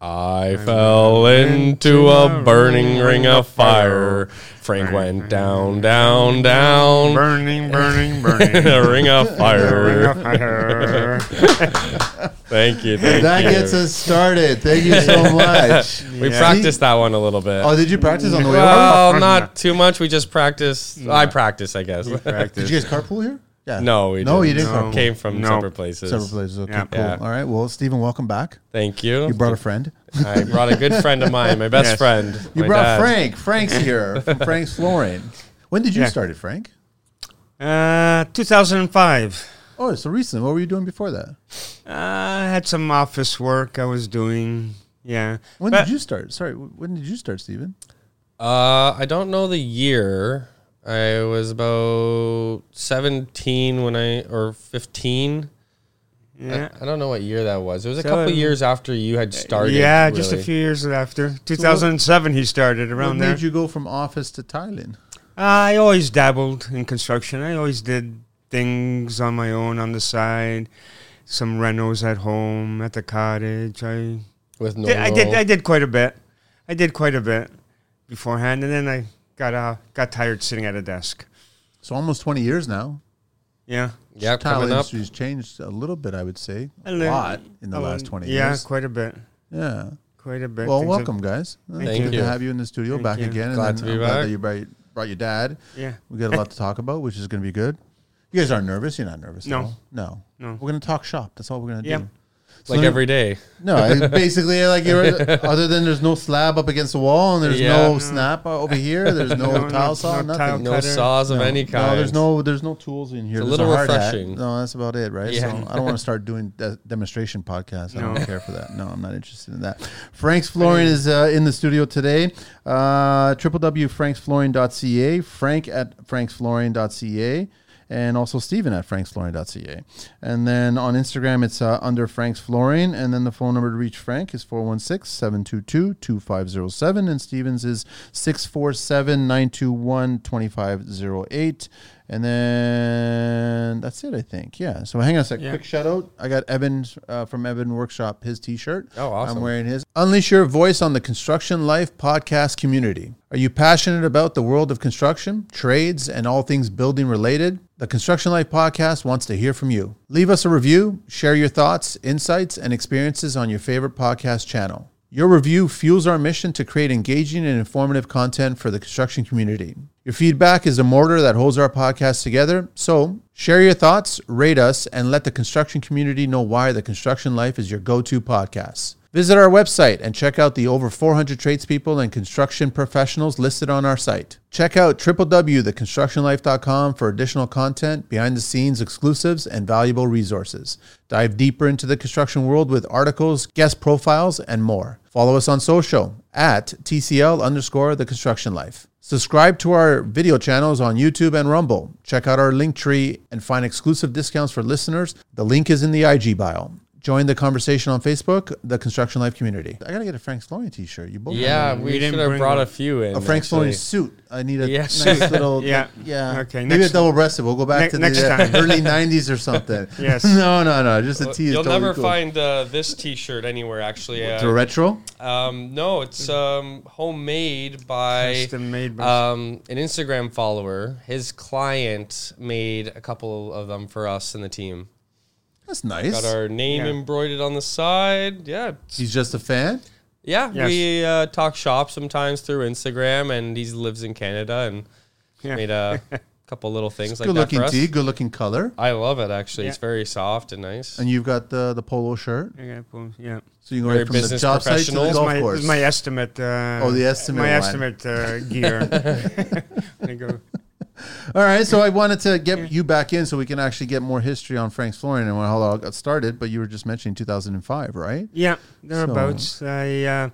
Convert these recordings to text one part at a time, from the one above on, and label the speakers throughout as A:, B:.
A: I fell into a burning ring of fire. Frank went down, down, down.
B: Burning, burning,
A: In
B: burning.
A: a ring of fire. Thank you. Thank
C: That
A: you.
C: gets us started. Thank you so much.
A: We
B: Yeah.
A: practiced that one a little bit.
C: Oh, did you practice on the way over?
A: Well, not too much. We just practiced. I practice, I guess.
C: Did you guys carpool here? Yeah.
A: no, we
C: No, you
A: didn't.
C: didn't.
B: No.
A: Came from
B: No.
A: separate places.
C: Several places. Okay,
B: Yeah.
C: cool.
A: Yeah.
C: All right. Well, Stephen, welcome back.
A: Thank you.
C: You brought a friend.
A: I brought a good friend of mine, my best
B: Yes.
A: friend.
C: You
A: my
C: brought
A: dad.
C: Frank. Frank's here from Frank's Flooring. When did you
B: Yeah.
C: start it, Frank?
B: Uh, 2005.
C: Oh, it's so recent. What were you doing before that?
B: Uh, I had some office work I was doing. Yeah.
C: When
B: But-
C: did you start? Sorry, wh- when did you start, Stephen?
A: Uh, I don't know the year. I was about 17 when I, or 15.
B: Yeah.
A: I don't know what year that was. It was a
B: So,
A: couple
B: um,
A: years after you had started.
B: yeah, just a
A: really.
B: few years after. 2007, he started
C: When
B: around there. Uh,
C: did you go from office to Thailand?
B: I always dabbled in construction. I always did things on my own on the side, some renos at home, at the cottage. I
A: With no.
B: did, I did I did quite a bit. I did quite a bit beforehand, and then I got uh, got tired sitting at a desk.
C: So almost 20 years now.
B: Yeah,
A: yeah,
C: Thailand
A: coming up.
C: industry's changed a little bit, I would say.
B: A
C: A
B: little-
C: lot in the
B: Um,
C: last 20
B: yeah,
C: years.
B: quite a bit,
C: Yeah.
B: quite a bit.
C: Well,
B: Things have-
C: welcome, guys. Thank
A: Thank
C: Good
A: you.
C: to have you in the studio
B: Thank
C: back
B: you.
C: again.
A: Glad
C: and
A: to be
C: then I'm
A: back.
C: Glad that you brought, brought your dad.
B: yeah,
C: We got a lot to talk about, which is going to be good. You guys aren't nervous. You're not nervous.
B: No.
C: At all. No.
B: No.
C: We're going to talk shop. That's all we're going to
B: Yeah.
C: do. So
A: Like
C: then-
A: every day.
C: No, I- basically, like you're, other than there's no slab up against the wall and there's
A: Yeah.
C: no snap over here. There's no,
B: No, no,
C: tile saw.
B: no
C: nothing.
B: tile
A: No
B: Cutter.
A: saws of
C: No,
A: any kind.
C: No, there's no there's no tools in here.
A: It's a
C: There's
A: little
C: hard hat.
A: refreshing.
C: No, that's about it, right?
A: Yeah.
C: So I don't want to start doing de- demonstration podcasts. I
B: No.
C: don't care for that. No, I'm not interested in that. Frank's Flooring is uh, in the studio today. Uh, www.franksflooring.ca, Frank at franksflooring.ca, and also Steven at franksflooring.ca. And then on Instagram, it's uh, under Frank's Flooring. And then the phone number to reach Frank is 416 722 2507. And Steven's is 647 921 2508. And then that's it, I think. Yeah. So hang on a sec.
B: Yeah.
C: Quick shout out. I got Evan uh, from Evan Workshop, his t shirt.
A: Oh, awesome.
C: I'm wearing his. Unleash your voice on the Construction Life podcast community. Are you passionate about the world of construction, trades, and all things building related? The Construction Life podcast wants to hear from you. Leave us a review, share your thoughts, insights, and experiences on your favorite podcast channel. Your review fuels our mission to create engaging and informative content for the construction community. Your feedback is the mortar that holds our podcast together. So, share your thoughts, rate us, and let the construction community know why the construction life is your go to podcast. Visit our website and check out the over 400 tradespeople and construction professionals listed on our site. Check out www.theconstructionlife.com for additional content, behind the scenes exclusives, and valuable resources. Dive deeper into the construction world with articles, guest profiles, and more. Follow us on social at TCL underscore the construction life. Subscribe to our video channels on YouTube and Rumble. Check out our link tree and find exclusive discounts for listeners. The link is in the IG bio. Join the conversation on Facebook, the Construction Life community. I gotta get a Frank's Florian T-shirt. You both
A: Yeah,
B: we
A: we,
B: didn't
A: should have
B: bring
A: brought
B: one.
A: a few in.
C: a Frank's Florian
A: actually.
C: suit. I need a
A: Yeah.
C: nice little
B: Yeah.
C: yeah.
B: Okay,
C: maybe
B: next-
C: a double breasted. We'll go back
B: Ne-
C: to the
B: next
C: uh,
B: time.
C: early '90s or something.
B: Yes.
C: no, no, no. Just a tee. is
A: You'll
C: totally
A: never
C: cool.
A: find uh, this T-shirt anywhere. Actually,
C: It's a
A: uh,
C: retro.
A: um, no, it's um, homemade by
B: Custom made by-
A: um, an Instagram follower. His client made a couple of them for us and the team.
C: That's nice.
A: Got our name
B: Yeah.
A: embroidered on the side. Yeah, it's-
C: He's just a fan.
A: yeah.
B: Yes.
A: We uh, talk shop sometimes through Instagram, and he lives in Canada and
B: Yeah.
A: made a couple little things like
C: good
A: that for
C: looking
A: us.
C: tee. Good looking color.
A: I love it actually.
B: Yeah.
A: It's very soft and nice.
C: And you've got the the polo shirt.
B: Yeah, well, yeah.
C: So you can go
A: Very
C: right from the
A: business
C: job site to
A: professional.
C: the
A: It's
C: golf
B: my,
C: course.
B: my estimate. Uh,
C: Oh, the estimate
B: My
C: one.
B: estimate uh, gear. I go,
C: All right, so I wanted to get you back in so we can actually get more history on Frank's flooring and how it all got started. But you were just mentioning 2005, right?
B: Yeah, thereabouts. I uh,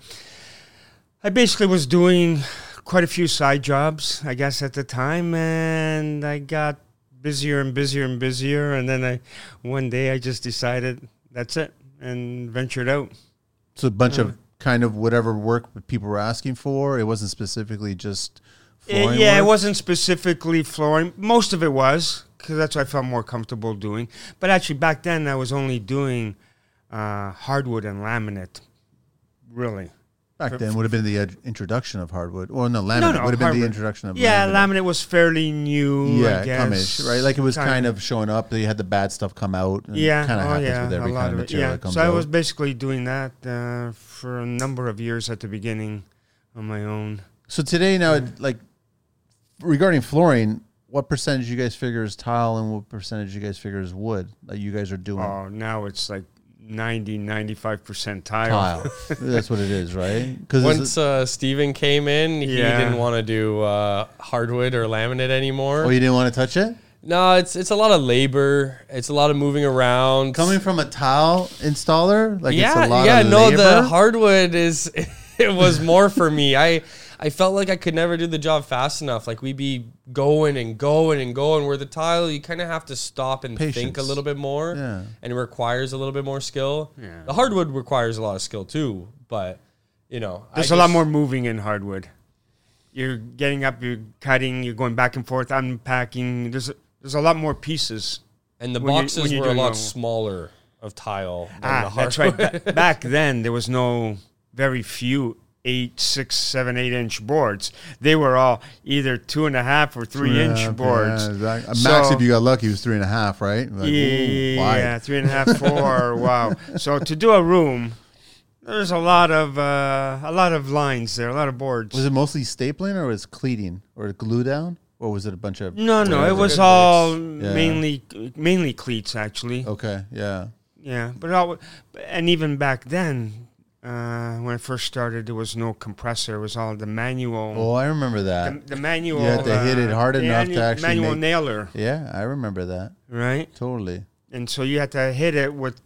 B: I basically was doing quite a few side jobs, I guess, at the time, and I got busier and busier and busier, and then I one day I just decided that's it and ventured out.
C: So a bunch
B: Mm-hmm.
C: of kind of whatever work people were asking for. It wasn't specifically just
B: Uh,
C: flooring.
B: yeah, it
C: work?
B: wasn't specifically flooring. Most of it was because that's what I felt more comfortable doing. But actually, back then I was only doing uh, hardwood and laminate really.
C: Back then would have been the ed- introduction of hardwood. Well, no, laminate
B: no,
C: would have been the
B: hardwood.
C: introduction of
B: Yeah,
C: laminate.
B: laminate was fairly new.
C: yeah,
B: I guess.
C: commish, right? Like it was kind, of showing up. They had the bad stuff come out. And
B: yeah,
C: kind of
B: oh
C: happens
B: yeah,
C: with every
B: a lot
C: kind of
B: of it.
C: material
B: Yeah,
C: that comes
B: so I was
C: out.
B: basically doing that uh, for a number of years at the beginning on my own.
C: So today, now, it- like regarding flooring, what percentage you guys figure is tile and what percentage you guys figure is wood that you guys are doing?
B: Oh, now it's like 90, 95 percent tile.
C: Tile. That's what it is, right? Because
A: Once uh, Steven came in, he
B: Yeah.
A: didn't want to do uh, hardwood or laminate anymore.
C: oh, you didn't want to touch it.
A: No, it's it's a lot of labor. It's a lot of moving around.
C: Coming from a tile installer, like
A: yeah,
C: it's a lot
A: yeah.
C: of
A: no,
C: labor.
A: the hardwood is it was more for me. I I felt like I could never do the job fast enough. Like we'd be going and going and going. Where the tile, you kind of have to stop and think a
C: Patience.
A: little bit more,
C: Yeah.
A: and it requires a little bit more skill. The hardwood requires a lot of skill too, but you know, I
B: There's a lot
A: just-
B: more moving in hardwood. You're getting up, you're cutting, you're going back and forth, unpacking. There's there's a lot more pieces.
A: and the
B: when you-
A: boxes
B: when you're
A: were a
B: doing
A: lot
B: normal.
A: smaller of tile than the
B: Ah, that's right.
A: hardwood.
B: Ba- back then, there was no very few eight, six, seven, eight inch boards. They were all either two and a half or three
C: Yeah,
B: inch
C: okay,
B: boards.
C: yeah, exactly.
B: So-
C: Max, if you got lucky, it was three and a half, right? Like, ooh, wide.
B: yeah, three and a half, four. wow. So to do a room, there's a lot of uh, a lot of lines there, a lot of boards.
C: Was it mostly stapling or was it cleating or glue down or was it a bunch of?
B: no, no,
A: Yeah,
B: it
A: it's a
B: was
A: good
B: all
C: Yeah. Oh.
B: mainly mainly cleats actually.
C: Okay, yeah.
B: Yeah, but it all, and even back then, uh, when I first started, there was no compressor. It was all the manual.
C: Oh, I remember that.
B: The, the manual. uh,
C: You had to hit it hard
B: the
C: enough to actually
B: Manual
C: make-
B: nailer,
C: Yeah, I remember that
B: right?
C: totally.
B: And so you had to hit it with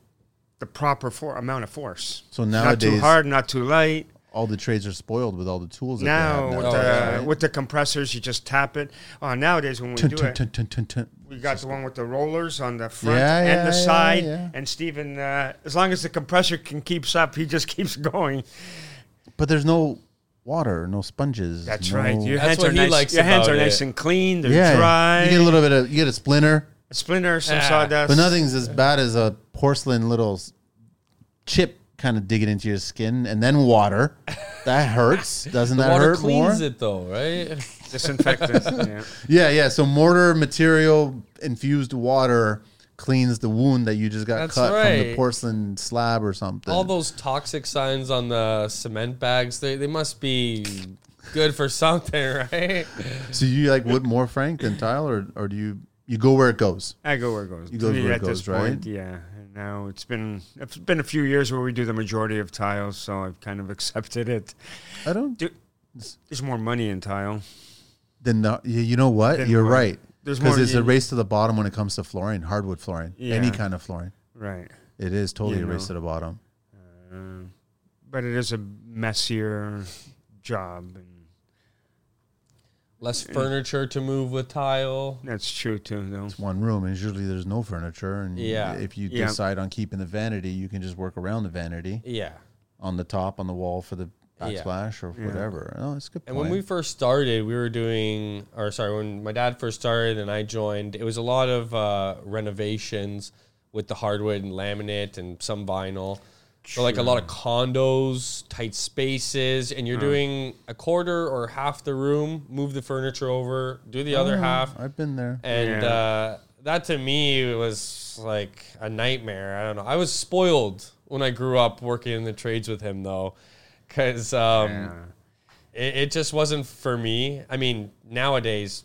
B: the proper for, amount of force.
C: So
B: not too
C: nowadays,
B: hard, not too light.
C: all the trades are spoiled with all the tools.
B: Now with
C: that
B: the
C: they have
A: Oh,
C: now.
B: with the compressors, you just tap it. Oh, nowadays when we
C: Tun,
B: do
C: tun,
B: it,
C: tun, tun, tun, tun.
B: we got the one with the rollers on the front
C: Yeah,
B: and
C: yeah,
B: the
C: yeah,
B: side.
C: yeah.
B: And Steven, uh, as long as the compressor can keeps up, he just keeps going.
C: But there's no water, no sponges.
B: That's
C: no-
B: right. Your
A: That's
B: hands
A: what
B: are
A: he
B: nice.
A: likes
B: your hands are
A: about
B: nice
A: it.
B: and clean. They're
C: Yeah,
B: dry.
C: you get a little bit of you get a splinter,
B: a splinter, some
A: Ah.
B: sawdust.
C: but nothing's as bad as a porcelain little s- chip kind of digging into your skin, and then water. That hurts, doesn't that
A: Water
C: hurt more?
A: cleans it though, right?
B: Disinfectant. yeah.
C: Yeah, yeah. So mortar material infused water cleans the wound that you just got
A: That's
C: cut from the
A: right.
C: porcelain slab or something.
A: All those toxic signs on the cement bags, they, they must be good for something, right?
C: so you like wood more frank than tile, or or do you you go where it goes?
B: I go where it goes.
C: You go
B: To me
C: where it
B: at this
C: goes, right?
B: point, yeah. And Now it's been it's been a few years where we do the majority of tiles, so I've kind of accepted it.
C: I don't.
B: Do- there's more money in tile.
C: Then the, you, you know what?
B: Then
C: You're
B: what?
C: right.
B: There's
C: Because
B: more-
C: it's a race to the bottom when it comes to flooring, hardwood flooring, any
B: Yeah.
C: kind of flooring.
B: Right.
C: It is totally
B: You
C: a race
B: know.
C: to the bottom.
B: Uh, but it is a messier job and
A: Less furniture to move with tile.
B: that's true too though.
C: It's one room, and usually there's no furniture. And
A: Yeah.
C: if you
B: Yeah.
C: decide on keeping the vanity, you can just work around the vanity
A: Yeah.
C: on the top, on the wall for the
A: Yeah.
C: backsplash or
B: Yeah.
C: whatever. Oh, it's a good.
A: And
C: point.
A: when we first started, we were doing, or sorry, when my dad first started and I joined, it was a lot of uh, renovations with the hardwood and laminate and some vinyl. So, like a lot of condos, tight spaces, and you're doing a quarter or half the room, move the furniture over, do the other
C: Yeah,
A: half,
C: I've been there.
A: and
B: Yeah.
A: uh, that to me was like a nightmare. I don't know. I was spoiled when I grew up working in the trades with him, though, because um,
B: Yeah.
A: it, it just wasn't for me. I mean, nowadays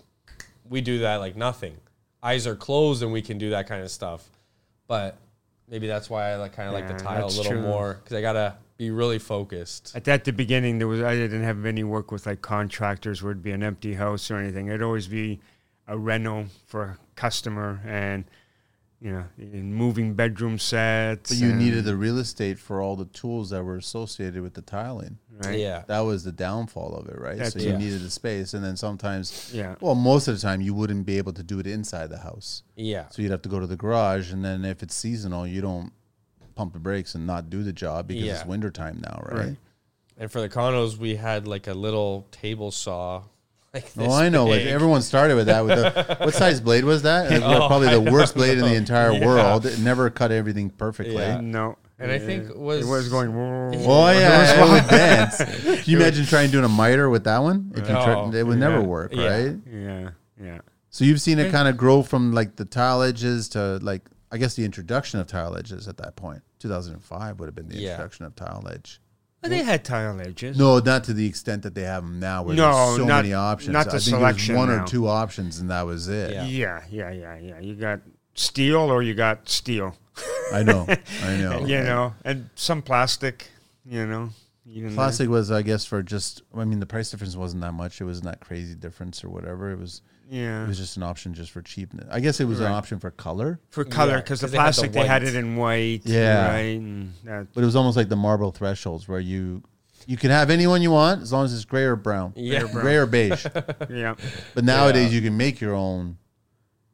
A: we do that like nothing. Eyes are closed, and we can do that kind of stuff. But maybe that's why I like kind of like
B: Yeah,
A: the tile a
B: that's
A: little
B: true.
A: more because I gotta be really focused.
B: At, at the beginning, there was I didn't have any work with like contractors where it'd be an empty house or anything. It'd always be a reno for a customer and you know in moving bedroom sets.
C: But you
B: and-
C: needed the real estate for all the tools that were associated with the tiling.
B: right?
A: Yeah,
C: That was the downfall of it, right?
B: That's
C: so you
A: right.
C: needed the space, and then sometimes,
B: Yeah.
C: well, most of the time you wouldn't be able to do it inside the house,
A: yeah.
C: so you'd have to go to the garage, and then if it's seasonal, you don't pump the brakes and not do the job because it's
A: Yeah.
C: winter time now, right?
B: Right.
A: And for the condos, we had like a little table saw. Like
C: Oh,
A: this
C: I know. Like
A: big.
C: everyone started with that. With the, what size blade was that? It was
A: Oh,
C: probably
A: I
C: the worst blade in
A: know.
C: the entire
A: Yeah.
C: world. It never cut everything perfectly.
A: Yeah.
B: No,
A: And I think it was
B: It was going. "Whoa."
C: Oh yeah, it would dance. Can you imagine trying doing a miter with that one? It, can
A: No.
C: turn, it would never
B: Yeah.
C: work,
A: Oh, Yeah.
C: right?
B: Yeah, yeah.
C: So you've seen it kind of grow from like the tile edges to like I guess the introduction of tile edges at that point. 2005 would have been the
A: Yeah.
C: introduction of tile edge.
B: But they had tile edges.
C: No, not to the extent that they have them now, where
B: No,
C: there's so
B: not-
C: many options.
B: not
C: I
B: the
C: think there's
B: selection
C: one
B: now.
C: or two options, and that was it.
A: Yeah.
B: Yeah, yeah, yeah, yeah. You got steel or you got steel.
C: I know, I know.
B: You know, and some plastic. You know, even
C: Plastic was, I guess, for just. I mean, the price difference wasn't that much. It wasn't that crazy difference or whatever. It was.
B: the- Yeah.
C: It was just an option just for cheapness. I guess it was an option for color,
B: for color
A: Yeah, 'cause
B: because the
A: they had the
B: plastic they had,
A: white.
B: it in white.
C: Yeah.
B: right. and that-
C: but it was almost like the marble thresholds where you you can have anyone you want as long as it's gray or brown,
A: Yeah. Gray or brown.
C: gray or beige.
B: yeah,
C: But nowadays you can make your own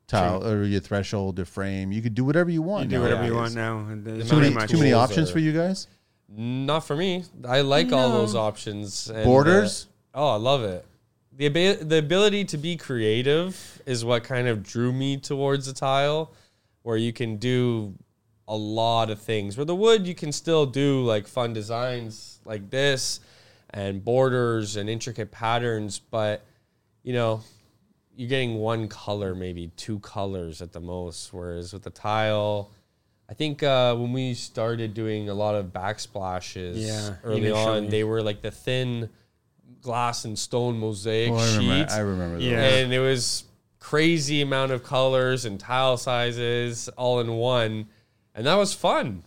C: tile or your threshold, your frame. You could do whatever you want.
B: you do whatever you
C: nowadays.
B: want now. and there's
C: Too
A: Very
C: many,
A: much.
C: too many
A: Tools
C: options
A: are-
C: for you guys.
A: Not for me. I like all those options. and, uh,
C: Borders?
A: oh, I love it. The, abi- the ability to be creative is what kind of drew me towards the tile, where you can do a lot of things. Where the wood, you can still do like fun designs like this and borders and intricate patterns, but you know, you're getting one color, maybe two colors at the most. Whereas with the tile, I think uh, when we started doing a lot of backsplashes
B: Yeah,
A: early
B: you showed
A: on,
B: me.
A: they were like the thin glass and stone mosaic
C: Oh, I remember.
A: sheets,
C: I remember. those.
B: Yeah.
A: and it was crazy amount of colors and tile sizes all in one, and that was fun.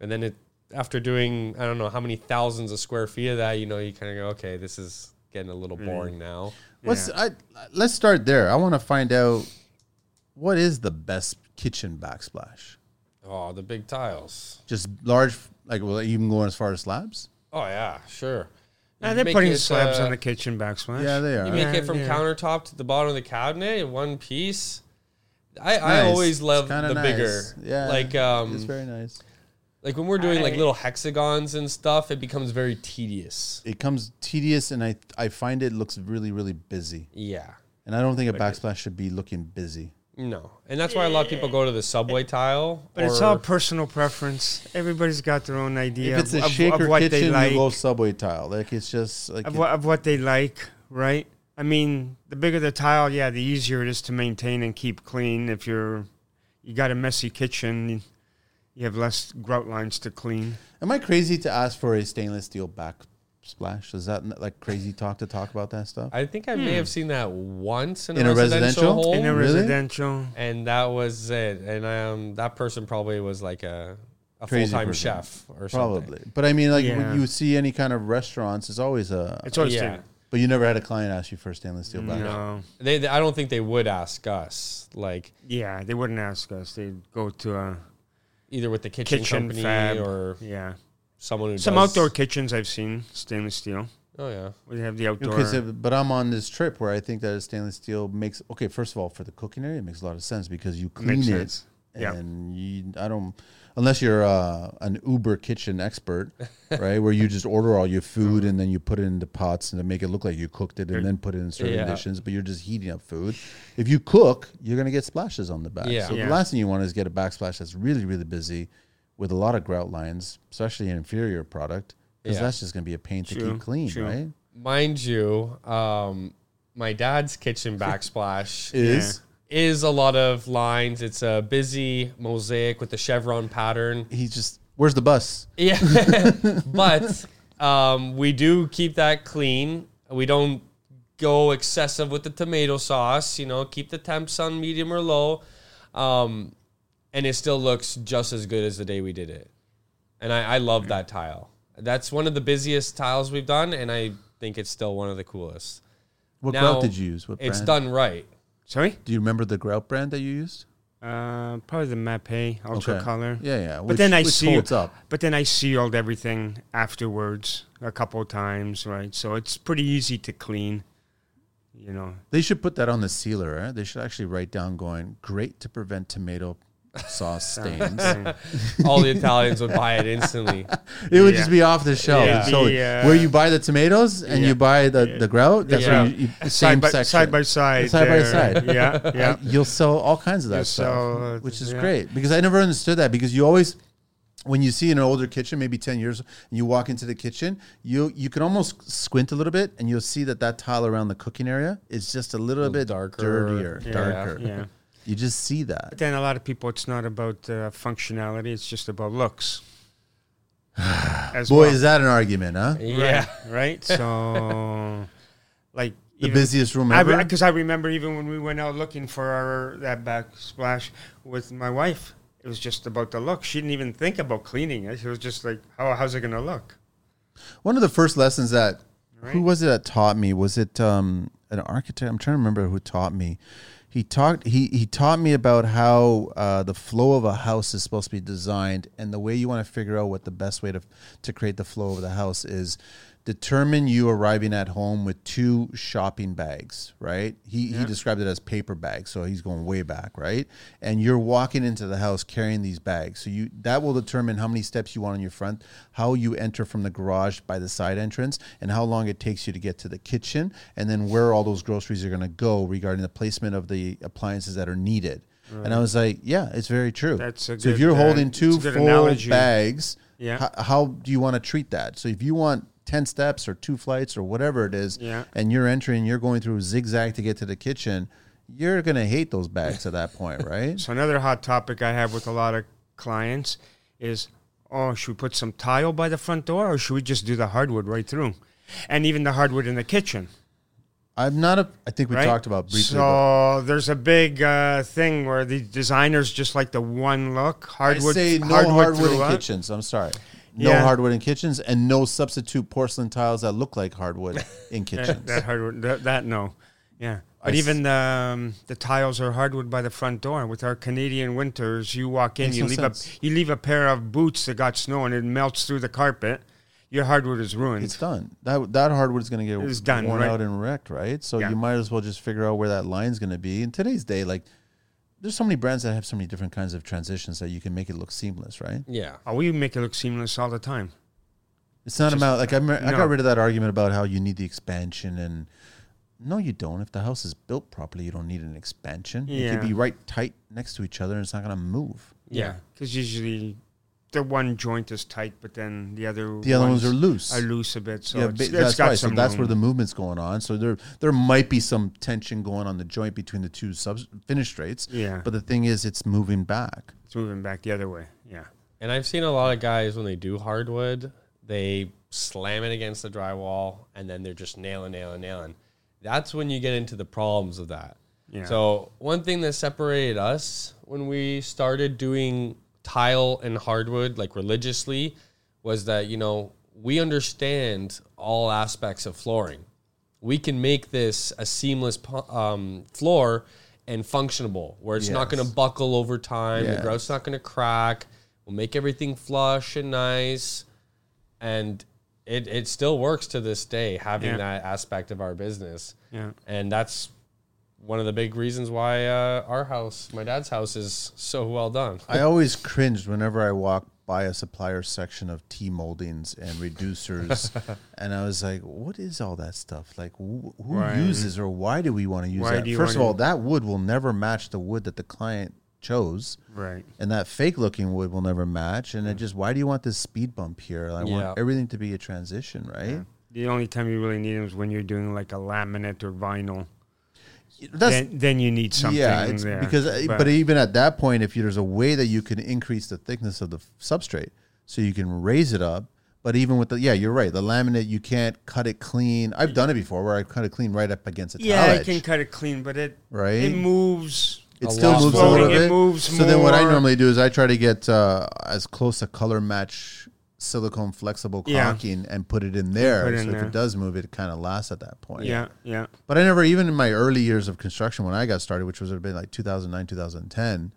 A: And then it after doing I don't know how many thousands of square feet of that, you know, you kind of go, okay, this is getting a
C: Mm.
A: little boring now.
C: What's I, let's start there. I want to find out what is the best kitchen backsplash.
A: Oh, the big tiles.
C: Just large, like well, even going as far as slabs.
A: Oh yeah, sure.
B: and
C: Ah,
A: You
B: they're
A: make
B: putting
A: it,
B: slabs
A: uh,
B: on the kitchen backsplash.
C: Yeah, they are.
A: You make
B: Yeah,
A: it from
B: yeah.
A: countertop to the bottom of the cabinet in one piece. I, I
C: Nice.
A: always
C: It's
A: love
C: kinda
A: the
C: nice.
A: bigger,
C: Yeah,
A: like
C: it's
A: um,
C: very nice.
A: like when we're doing like
B: I-
A: little hexagons and stuff, it becomes very tedious.
C: It comes tedious, and I I find it looks really really busy.
A: Yeah,
C: And I don't think a backsplash should be looking busy.
A: no, and that's why a lot of people go to the subway tile.
B: But it's all personal preference. Everybody's got their own idea
C: if it's
B: of,
C: a
B: of-
C: shaker
B: of what they
C: kitchen,
B: like,
C: you go subway tile. Like it's just like
B: of,
C: it-
B: what, of what they like, right? I mean, the bigger the tile, yeah, the easier it is to maintain and keep clean. If you're you got a messy kitchen, you have less grout lines to clean.
C: Am I crazy to ask for a stainless steel backsplash? Is that like crazy talk to talk about that stuff?
A: I think I may have seen that once in,
C: In
A: a,
C: a
A: residential,
C: residential?
A: home,
B: Hmm. In a
C: really?
B: residential,
A: and that was it. And um, that person probably was like a, a full
C: Crazy
A: time
C: person.
A: chef or something.
C: Probably, but I mean, like
B: Yeah.
C: when you see any kind of restaurants, it's always a.
B: it's always
A: Yeah.
C: but you never had a client ask you for a stainless steel backsplash.
B: No.
A: They, they- I don't think they would ask us like
B: Yeah, they wouldn't ask us. They'd go to a
A: either with the kitchen,
B: kitchen
A: company
B: fab
A: or
B: yeah.
A: someone who
B: Some
A: does-
B: outdoor kitchens I've seen stainless steel.
A: Oh yeah,
B: We have the outdoor.
C: Because if- but I'm on this trip where I think that a stainless steel makes okay. First of all, for the cooking area, it makes a lot of sense because you clean
B: Makes
C: it,
B: sense. Yeah.
C: and you, I don't unless you're uh, an Uber kitchen expert, right? where you just order all your food and then you put it into pots and to make it look like you cooked it and then put it in certain
A: Yeah.
C: dishes, but you're just heating up food. If you cook, you're gonna get splashes on the back.
A: Yeah.
C: So
B: Yeah.
C: the last thing you want is get a backsplash that's really really busy with a lot of grout lines, especially an inferior product. Because
A: Yeah.
C: that's just going to be a pain to
B: True,
C: keep clean,
B: true.
C: right?
A: mind you, um, my dad's kitchen backsplash
C: Is
A: is a lot of lines. It's a busy mosaic with the chevron pattern.
C: he just where's the bus?
A: Yeah, but um, we do keep that clean. We don't go excessive with the tomato sauce. You know, keep the temps on medium or low, um, and it still looks just as good as the day we did it. And I, I love that tile. That's one of the busiest tiles we've done, and I think it's still one of the coolest.
C: What
A: Now,
C: grout did you use? What
A: It's
C: brand?
A: done right.
B: Sorry,
C: Do you remember the grout brand that you used?
B: uh, probably the Mappe Ultra
C: Okay.
B: Color.
C: Yeah, yeah.
B: but then I
C: which
B: seal-
C: holds up.
B: But then I sealed everything afterwards a couple of times, right? So it's pretty easy to clean, you know.
C: They should put that on the sealer. Eh? They should actually write down going great to prevent tomato sauce stains. it
A: All the Italians would buy it instantly.
C: would
B: Yeah. uh,
C: just be off the shelf.
A: Yeah.
C: So
B: Yeah.
C: where you buy the tomatoes and you buy the, the grout, that's
A: Yeah.
C: where you, you
B: Side
C: same
B: by,
C: section.
B: side by side.
C: Side by
B: there.
C: side.
B: Yeah, yeah.
C: You'll sell all kinds of that
B: You'll
C: stuff,
B: sell, uh,
C: which is
B: yeah.
C: great because I never understood that because you always when you see in an older kitchen, maybe 10 years, and you walk into the kitchen, you you can almost squint a little bit and you'll see that that tile around the cooking area is just a little, bit
A: darker.
C: dirtier,
A: Yeah.
C: darker.
B: Yeah.
C: You just see that.
B: But then a lot of people, it's not about uh, functionality; it's just about looks. As
C: Boy,
B: well.
C: is that an argument, huh?
A: Yeah.
B: right? So, like
C: The
B: even-
C: busiest room
B: I
C: ever.
B: because I remember even when we went out looking for our that backsplash with my wife, it was just about the look. She didn't even think about cleaning it. She was just like, "How how's it gonna look?"
C: One of the first lessons that
B: Right.
C: who was it that taught me? Was it um, an architect? I'm trying to remember who taught me. He talked. He he taught me about how uh, the flow of a house is supposed to be designed, and the way you want to figure out what the best way to to create the flow of the house is determine you arriving at home with two shopping bags, right? He he described it as paper bags, so he's going way back, right? And you're walking into the house carrying these bags. So you that will determine how many steps you want on your front, how you enter from the garage by the side entrance, and how long it takes you to get to the kitchen, and then where all those groceries are going to go regarding the placement of the appliances that are needed. And I was like, yeah, it's very true.
B: That's a
C: so if
B: good,
C: you're
B: uh,
C: holding
B: it's a
C: two
B: good
C: full
B: analogy.
C: bags,
B: Yeah.
C: ho- how, do you want to treat that? So if you want 10 steps or two flights or whatever it is,
B: Yeah.
C: and you're entering, you're going through zigzag to get to the kitchen, you're going to hate those bags at that point, right?
B: So another hot topic I have with a lot of clients is, "Oh, should we put some tile by the front door, or should we just do the hardwood right through?" And even the hardwood in the kitchen.
C: I'm not a, I think we
B: right?
C: talked about briefly. but
B: So there's a big uh, thing where the designers just like the one look
C: I
B: hardwood.
C: say no hardwood, in
B: throughout.
C: kitchens. I'm sorry. No
B: Yeah.
C: hardwood in kitchens and no substitute porcelain tiles that look like hardwood in kitchens.
B: That hardwood, that, that no, yeah. But
C: I
B: even the um, the tiles are hardwood by the front door. With our Canadian winters, you walk in,
C: Makes
B: you
C: no
B: leave
C: sense.
B: a you leave a pair of boots that got snow and it melts through the carpet. Your hardwood is ruined.
C: It's done. That that hardwood is going to get
B: It's done,
C: worn
B: right.
C: out and wrecked, right? So
B: Yeah.
C: you might as well just figure out where that line's going to be. In today's day, like there's so many brands that have so many different kinds of transitions that you can make it look seamless, right?
A: Yeah.
B: oh, we make it look seamless all the time.
C: It's not about like I, me- I
B: no.
C: got rid of that argument about how you need the expansion and no, you don't. If the house is built properly, you don't need an expansion. It
B: Yeah.
C: could be right tight next to each other, and it's not going to move.
A: Yeah.
B: because usually the one joint is tight, but then the other
C: The other ones are loose.
B: are loose a bit. So
C: yeah,
B: it's,
C: ba-
B: it's
C: that's
B: got
C: right. So
B: some
C: that's
B: room.
C: where the movement's going on. So there, there might be some tension going on the joint between the two subs- finish straights.
B: Yeah.
C: But the thing is, it's moving back.
B: It's moving back the other way. Yeah.
A: And I've seen a lot of guys when they do hardwood, they slam it against the drywall and then they're just nailing, nailing, nailing. That's when you get into the problems of that.
B: Yeah.
A: So, one thing that separated us when we started doing tile and hardwood, like religiously, was that, you know, we understand all aspects of flooring. We can make this a seamless pu- um, floor and functionable where it's not
C: Yes.
A: going to buckle over time. The
C: Yes.
A: grout's not going to crack. We'll make everything flush and nice, and it it still works to this day having
B: Yeah.
A: that aspect of our business.
B: Yeah.
A: and that's one of the big reasons why uh, our house, my dad's house, is so well done.
C: I always cringed whenever I walk by a supplier section of T moldings and reducers, and I was like, "What is all that stuff? Like, wh- who
B: Right.
C: uses or why do we want to use
B: Why
C: that?
B: do you
C: First of
B: wanna-
C: all, that wood will never match the wood that the client chose."
B: Right.
C: and that fake looking wood will never match.
B: Mm.
C: And it just why do you want this speed bump here? I
A: Yeah.
C: want everything to be a transition, right?
B: The only time you really need them is when you're doing like a laminate or vinyl.
C: That's
B: then, then you need something.
C: yeah, it's
B: there.
C: because uh, but, even at that point, if you, there's a way that you can increase the thickness of the f- substrate, so you can raise it up. But even with the yeah, you're right. The laminate you can't cut it clean. I've done it before where I cut it clean right up against a
B: yeah,
C: tile
B: I can
C: edge.
B: cut it clean, but it
C: Right?
B: it moves.
C: It
A: a
C: still
A: lot.
C: moves a
A: Floating,
C: little
B: it
C: bit.
B: moves
C: so then what I
B: more.
C: normally do is I try to get uh, as close to color match silicone flexible
B: Yeah.
C: caulking and put it in there.
B: put it
C: so
B: in
C: if
B: there.
C: it does move, it kind of lasts at that point.
B: Yeah, yeah,
C: But I never, even in my early years of construction, when I got started, which was have been like 2009, 2010,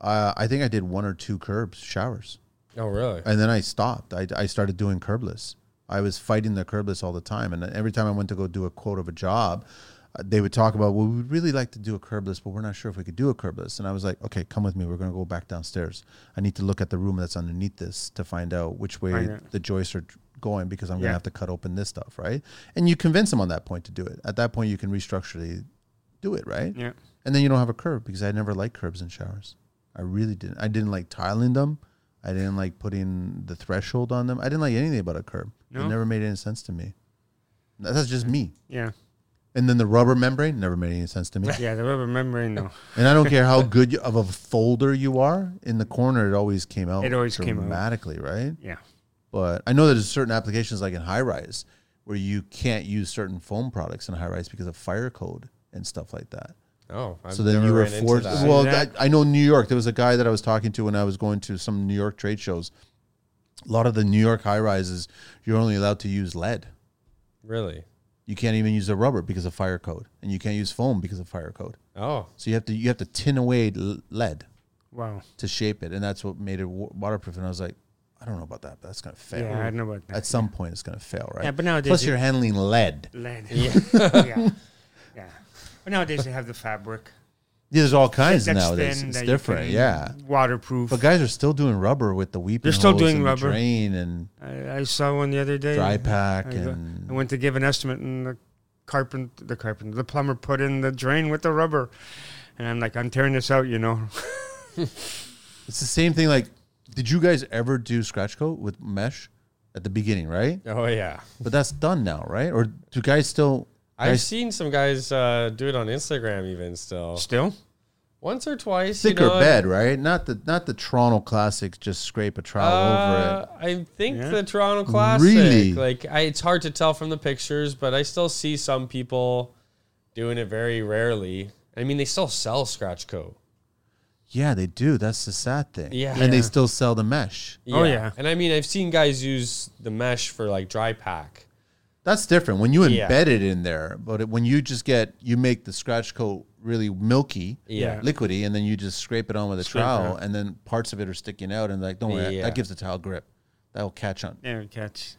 C: uh, I think I did one or two curbs, showers.
A: Oh, really?
C: And then I stopped. I, I started doing curbless. I was fighting the curbless all the time. And every time I went to go do a quote of a job, uh, they would talk about, well, we'd really like to do a curbless, but we're not sure if we could do a curbless. And I was like, okay, come with me. We're going to go back downstairs. I need to look at the room that's underneath this to find out which way
B: Find it.
C: the joists are going because I'm going
B: Yeah.
C: to have to cut open this stuff, right? And you convince them on that point to do it. At that point, you can restructurally do it, right?
B: yeah.
C: And then you don't have a curb because I never liked curbs in showers. I really didn't. I didn't like tiling them. I didn't like putting the threshold on them. I didn't like anything about a curb. It
B: No?
C: never made any sense to me. That- That's just me.
B: Yeah.
C: And then the rubber membrane never made any sense to me.
B: Yeah, the rubber membrane, no.
C: And I don't care how good you- of a folder you are in the corner, it always came out.
B: It always came out.
C: dramatically, right?
B: Yeah.
C: But I know that there's certain applications like in high rise where you can't use certain foam products in high rise because of fire code and stuff like that.
A: Oh, I've
C: so then you were forced.
A: that.
C: Well,
B: See that?
C: that, I know New York. There was a guy that I was talking to when I was going to some New York trade shows. A lot of the New York high rises, you're only allowed to use lead.
A: really?
C: You can't even use the rubber because of fire code, and you can't use foam because of fire code.
A: Oh,
C: So you have to you have to tin away l- lead
B: Wow.
C: to shape it, and that's what made it wa- waterproof. And I was like, I don't know about that, but that's gonna fail.
B: Yeah, I don't know about that.
C: At some point, it's gonna fail, right?
B: Yeah, but nowadays
C: plus
B: it-
C: you're handling lead.
B: Lead. Yeah. yeah. Yeah. But nowadays they have the fabric.
C: There's all kinds
B: that's
C: nowadays.
B: thin,
C: it's
B: that you
C: different,
B: can-
C: yeah.
B: Waterproof.
C: But guys are still doing rubber with the weeping.
B: They're still
C: hose
B: doing
C: and the
B: rubber.
C: drain and
B: I, I saw one the other day.
C: dry pack
A: uh,
B: I, go-
C: and
B: I went to give an estimate, and the carpenter, the carpenter, the plumber put in the drain with the rubber, and I'm like, I'm tearing this out, you know.
A: Oh.
C: it's the same thing. Like, did you guys ever do scratch coat with mesh at the beginning, right?
A: oh yeah.
C: But that's done now, right? Or do guys still?
A: I've
C: guys-
A: seen some guys uh, do it on Instagram even still.
B: Still,
A: Once or twice.
C: thicker
A: you know,
C: bed, right? Not the not the Toronto classic. Just scrape a trowel over
A: Uh,
C: it.
A: I think
B: Yeah.
A: the Toronto Classic.
C: Really?
A: Like, I, it's hard to tell from the pictures, but I still see some people doing it very rarely. I mean, they still sell scratch coat.
C: Yeah, they do. That's the sad thing.
A: Yeah.
C: and they
B: Yeah.
C: still sell the mesh.
B: Oh, yeah.
A: and I mean, I've seen guys use the mesh for like dry pack.
C: That's different when you
A: Yeah.
C: embed it in there. But it, when you just get you make the scratch coat really milky,
A: Yeah.
C: liquidy, and then you just scrape it on with a
B: Scrape it
C: trowel,
B: out.
C: and then parts of it are sticking out, and like don't worry,
A: Yeah.
C: that gives the towel grip. That will catch on.
B: yeah, catch,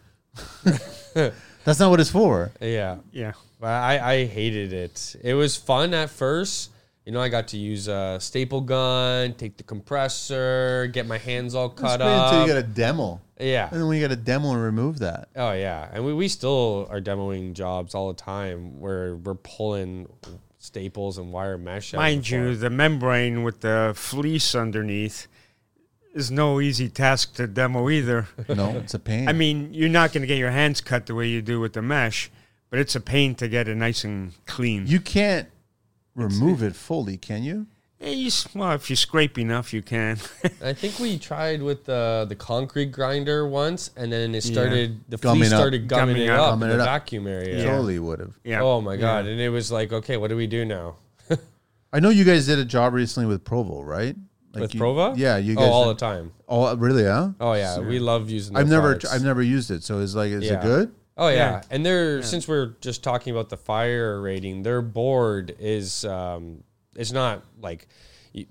C: That's not what it's for.
A: Yeah,
B: yeah,
A: but I, I hated it. It was fun at first. You know, I got to use a staple gun, take the compressor, get my hands all
C: Just
A: cut
C: wait until
A: up.
C: you get a demo,
A: yeah,
C: and then when you get a demo and remove that.
A: Oh yeah, and we, we still are demoing jobs all the time where we're pulling staples and wire mesh. out
B: mind
A: before.
B: you, the membrane with the fleece underneath is no easy task to demo either.
C: No, it's a pain.
B: I mean, you're not going to get your hands cut the way you do with the mesh, but it's a pain to get it nice and clean.
C: you can't remove it fully, can you?
B: Eh, you s- well, if you scrape enough, you can.
A: I think we tried with the the concrete grinder once, and then it
B: Yeah.
A: started the
C: Gumming
A: fleece
C: up.
A: started gumming,
B: Gumming
A: it
B: up.
A: up in
C: Gumming
A: the
C: it up.
A: vacuum area.
B: Yeah.
C: Totally would have.
B: yeah.
A: Oh my god! And it was like, okay, what do we do now?
C: I know you guys did a job recently with Provo, right? Like
A: with
C: you-
A: Prova?
C: Yeah, you
A: Oh,
C: guys.
A: all
C: did-
A: the time.
C: all really? Yeah.
A: Oh yeah, we love using.
C: I've
A: their
C: never,
A: products.
C: I've never used it. So it's like, is
A: Yeah.
C: it good?
A: Oh yeah,
B: Yeah.
A: and they're since we're just talking about the fire rating, their board is um, it's not like you-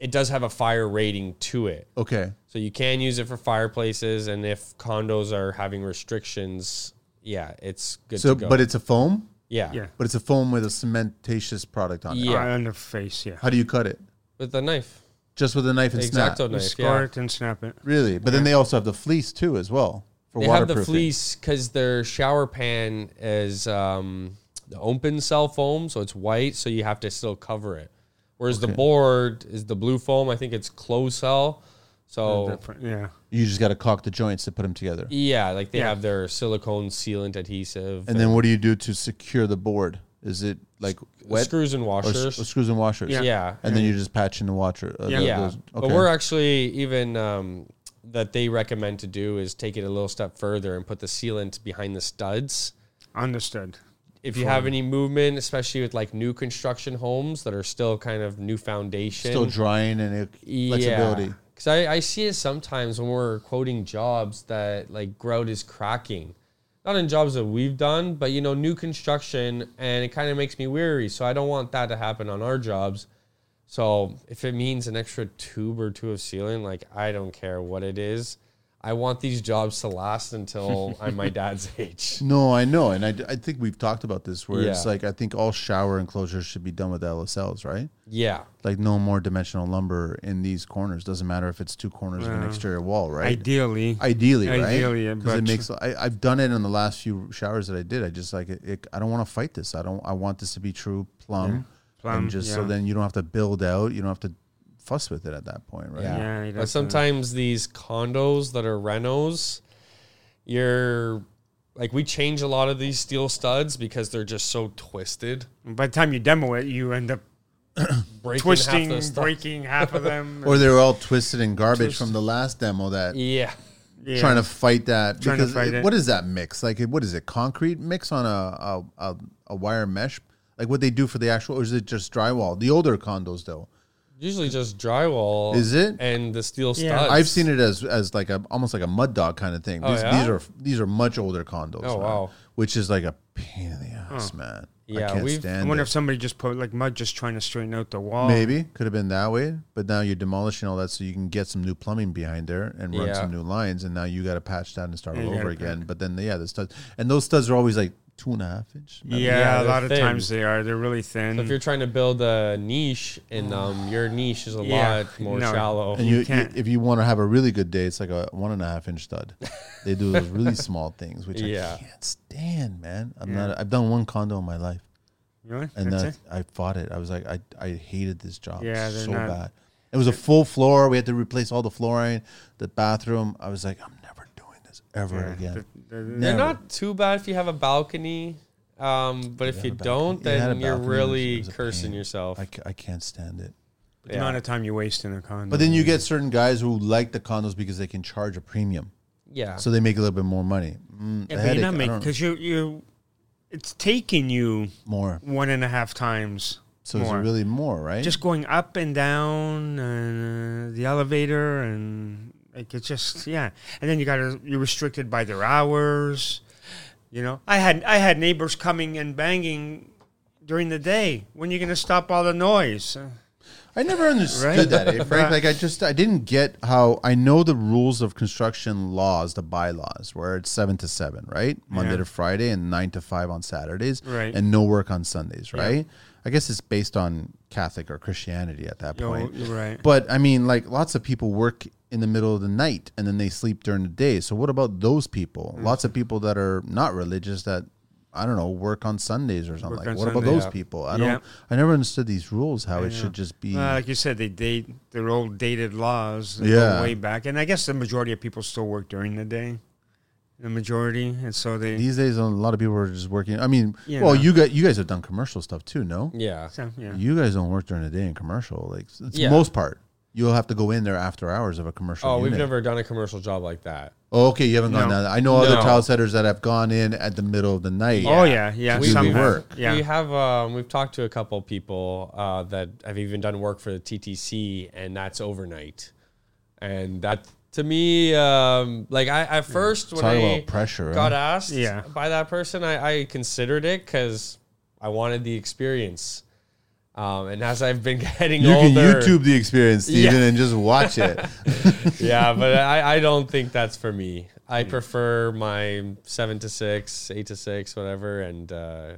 A: it does have a fire rating to it,
C: Okay.
A: so you can use it for fireplaces, and if condos are having restrictions, yeah, it's good
C: So,
A: to go.
C: but it's a foam,
A: yeah,
B: Yeah.
C: but it's a foom with a cementatious product on it.
A: Yeah.
B: on the face, yeah.
C: How do you cut it?
A: with the knife,
C: Just with a knife and snap.
A: exacto knife.
B: Score
A: Yeah.
B: it and snap it.
C: Really? But then they also have the fleece too, as well for
A: They have
C: waterproofing.
A: the fleece because their shower pan is um, the open cell foam, so it's white, so you have to still cover it. Whereas the board is the blue foam. I think it's closed cell, so
B: Different, Yeah.
C: You just got to caulk the joints to put them together.
A: yeah, like they
B: Yeah.
A: have their silicone sealant adhesive
C: And then what do you do to secure the board? Is it like wet
A: screws and
C: or s-
A: washers.
C: or screws and washers?
A: yeah,
B: Yeah.
A: yeah.
C: And then you're just patching the washer. Uh,
B: Yeah.
C: the- those-
A: But we're actually even um, that they recommend to do is take it a little step further and put the sealant behind the studs.
B: Understood.
A: if you have any movement, especially with like new construction homes that are still kind of new foundation,
C: still drying and it, flexibility.
A: Because I, I see it sometimes when we're quoting jobs that like grout is cracking, not in jobs that we've done, but you know new construction, and it kind of makes me weary. So I don't want that to happen on our jobs. So if it means an extra tube or two of sealant, like I don't care what it is. I want these jobs to last until I'm my dad's age.
C: No, I know, and I, d- I think we've talked about this where it's
A: Yeah.
C: like I think all shower enclosures should be done with LSLs, right?
A: Yeah.
C: Like no more dimensional lumber in these corners. Doesn't matter if it's two corners
A: Mm.
C: of an exterior wall, right?
B: Ideally,
C: ideally, right?
B: Ideally, yeah,
C: 'Cause
B: but-
C: it makes. I, I've done it in the last few showers that I did. I just like it. it I don't want to fight this. I don't. I want this to be true plumb,
B: Plumb,
C: and just so
B: yeah.
C: then you don't have to build out. You don't have to fuss with it at that point, right?
A: Yeah.
B: Yeah, you don't, uh,
A: but sometimes these condos that are renos, you're like we change a lot of these steel studs because they're just so twisted.
B: By the time you demo it, you end up
A: Breaking
B: twisting,
A: half the stuff.
B: breaking half of them.
C: Or they were all twisted in garbage from the last demo that
A: Yeah.
B: Yeah.
C: trying to fight that.
B: Trying to
C: because
B: fight
C: it-
B: it.
C: what is that mix? Like, it- what is it? Concrete mix on a, a, a, a wire mesh? Like what they do for the actual, or is it just drywall? The older condos, though.
A: Usually just drywall.
C: Is it?
A: And the steel
B: Yeah.
A: studs.
C: I've seen it as as like a almost like a mud dog kind of thing. These,
A: yeah?
C: these are these are much older condos.
A: Oh,
C: now,
A: wow.
C: which is like a pain in the ass, man.
A: Yeah,
C: I can't
A: we've-
B: I
C: stand
B: wonder
C: it.
B: if somebody just put like mud, just trying to straighten out the wall.
C: Maybe could have been that way, but now you're demolishing all that so you can get some new plumbing behind there and run
A: Yeah.
C: some new lines, and now you got to patch that and start
B: Yeah,
C: all
B: you
C: over
B: gotta
C: again. But then yeah, the studs and those studs are always like two and a half inch.
B: Yeah,
A: Yeah,
B: a lot
A: they're
B: of
A: thin.
B: times they are. They're really thin.
A: So if you're trying to build a niche in them, your niche is a
B: Yeah.
A: lot more
B: No.
A: shallow.
C: And you, you-
B: can't-
C: if you want to have a really good day, it's like a one and a half inch stud. They do those really small things, which
A: Yeah.
C: I can't stand, man. I'm not. I've done one condo in my life.
B: really?
C: and
B: That's
C: that I fought it. I was like, I, I hated this job
B: Yeah, they're
C: so
B: not-
C: bad. It was a full floor. We had to replace all the flooring, the bathroom. I was like, I'm never doing this ever
B: Yeah,
C: again.
B: th- th- th-
A: They're
C: Never.
A: not too bad if you have a balcony, um, but if you
C: have a balcony.
A: don't,
C: Yeah, I had
A: then
C: a
A: you're
C: balcony. It was-
A: really
C: it was a
A: cursing
C: pain.
A: yourself.
C: I, ca- I can't stand it.
B: The amount of time you waste in a condo.
C: But then you get certain guys who like the condos because they can charge a premium,
A: yeah.
C: so they make a little bit more money. Mm,
B: yeah, but
C: the
B: you're
C: headache, I
B: not making
C: don't-
B: because you you it's taking you
C: more.
B: one and a half times
C: So
B: more.
C: it's really more, right?
B: just going up and down and uh, the elevator and like it's just yeah and then you gotta you're restricted by their hours you know i had i had neighbors coming and banging during the day when you gonna stop all the noise Uh,
C: I never understood
B: Right?
C: that, eh, Frank. Like I just I didn't get how I know the rules of construction laws, the bylaws, where it's seven to seven, right? Monday
B: Yeah.
C: to Friday and nine to five on Saturdays.
B: Right.
C: And no work on Sundays, right? I guess it's based on Catholic or Christianity at that
B: you know,
C: point.
B: you're right
C: But I mean, like lots of people work in the middle of the night and then they sleep during the day. So what about those people?
B: Mm.
C: Lots of people that are not religious that I don't know work on Sundays or something.
B: Work on
C: like what about
B: Sunday.
C: those
A: Yeah.
C: people? I
B: Yeah.
C: don't. I never understood these rules. How it should just be.
B: Uh, like you said, they date their old dated laws. They
C: Yeah.
B: go way back, and I guess the majority of people still work during the day. The majority, and so they.
C: These days, a lot of people are just working. I mean,
B: You
C: well,
B: know.
C: you got you guys have done commercial stuff too, no?
A: yeah.
B: so, yeah.
C: You guys don't work during the day in commercial, like it's the
A: Yeah.
C: most part. You'll have to go in there after hours of a commercial.
A: Oh, we've
C: unit.
A: never done a commercial job like that.
C: Oh, okay, you haven't gone
B: No.
C: down. I know other
A: No.
C: tile setters that have gone in at the middle of the night.
B: Oh yeah, yeah.
C: We- we
B: some have.
C: work.
B: Yeah,
A: We have um, we've talked to a couple people uh, that have even done work for the TTC, and that's overnight. And that to me, um, like I at first when
C: Talk
A: I
C: about pressure,
A: got
C: huh?
A: asked
B: Yeah.
A: by that person, I, I considered it because I wanted the experience. Um, and as I've been getting
C: You can
A: older,
C: YouTube the experience, Steven,
A: Yeah.
C: and just watch it.
A: yeah, but I, I don't think that's for me. I prefer my seven to six, eight to six, whatever, and uh,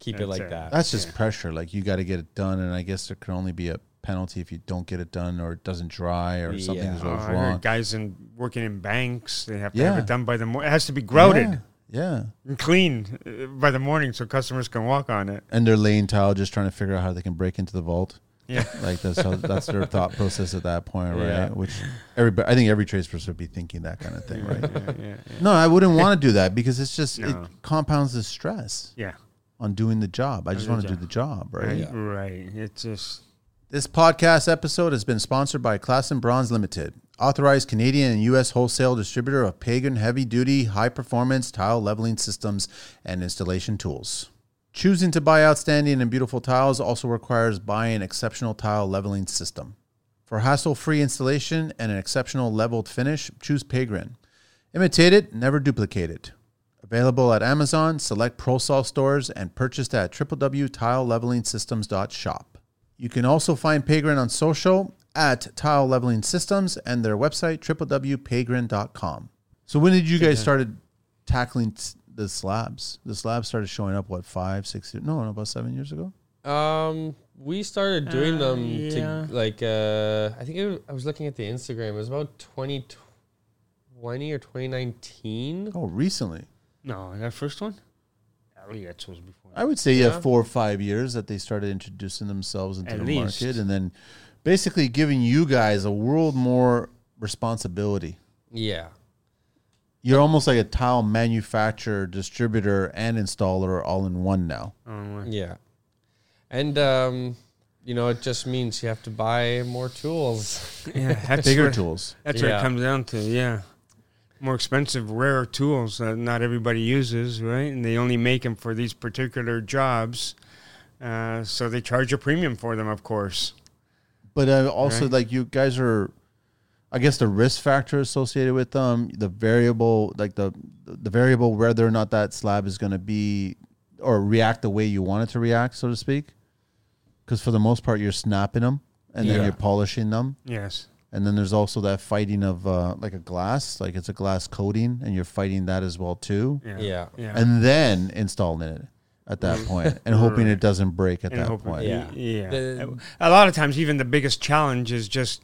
A: keep it
B: That's
A: like
B: it.
A: that.
C: That's just pressure. Like you got to get it done, and I guess there can only be a penalty if you don't get it done, or it doesn't dry, or something
A: Yeah.
C: is
B: Oh,
C: always
B: I
C: wrong.
B: heard guys in working in banks, they have to
C: Yeah.
B: have it done by the morning. It has to be grouted
C: Yeah, yeah.
B: and clean uh, by the morning, so customers can walk on it.
C: and they're laying tile, just trying to figure out how they can break into the vault.
B: Yeah.
C: like that's how, that's their thought process at that point, right?
A: Yeah.
C: Which everybody, I think every tradesperson would be thinking that kind of thing, right?
B: yeah, yeah, yeah.
C: No, I wouldn't want to do that because it's just
B: No.
C: it compounds the stress
B: yeah.
C: on doing the job. I just
B: the
C: want to do
B: job.
C: the job, right?
A: Yeah.
B: Right. It just
C: This podcast episode has been sponsored by Class and Bronze Limited, authorized Canadian and U.S. wholesale distributor of Pagan heavy duty, high performance tile leveling systems and installation tools. Choosing to buy outstanding and beautiful tiles also requires buying an exceptional tile leveling system. For hassle free installation and an exceptional leveled finish, choose Pagrin. Imitate it, never duplicate it. Available at Amazon, select ProSol stores, and purchased at www.tilelevelingsystems.shop. You can also find Pagrin on social at Tile Leveling Systems and their website www.pagrin.com. So when did you guys started tackling s- the slabs? The slabs started showing up what five, six? years- No, no, about seven years ago.
A: Um, we started doing
B: Uh,
A: them
B: yeah.
A: to like uh, I think it was, I was looking at the Instagram. It was about 2020 or 2019.
C: Oh, recently.
B: no. That first one. Elliot's was before.
C: I would say yeah,
A: Yeah.
C: four or five years that they started introducing themselves into
B: At
C: the
B: least.
C: market, and then basically giving you guys a world more responsibility.
A: Yeah.
C: You're almost like a tile manufacturer, distributor, and installer all in one now.
B: Oh,
A: Yeah. And, um, you know, it just means you have to buy more tools.
B: Yeah, that's
C: Bigger
B: where-
C: tools.
B: That's what
A: Yeah.
B: it comes down to. Yeah, more expensive, rarer tools that not everybody uses, right? And they only make them for these particular jobs, uh, so they charge a premium for them, of course.
C: But uh, also,
B: Right.
C: like you guys are, I guess the risk factor associated with them, the variable, like the the variable whether or not that slab is going to be or react the way you want it to react, so to speak. Because for the most part, you're snapping them and then
A: Yeah.
C: you're polishing them,
B: Yes.
C: and then there's also that fighting of uh, like a glass, like it's a glass coating, and you're fighting that as well too.
B: Yeah.
A: Yeah.
B: Yeah.
C: And then installing it at that point and hoping it doesn't break at
B: And
C: that
B: hoping-
C: point.
A: Yeah.
B: Yeah.
A: The-
B: a lot of times, even the biggest challenge is just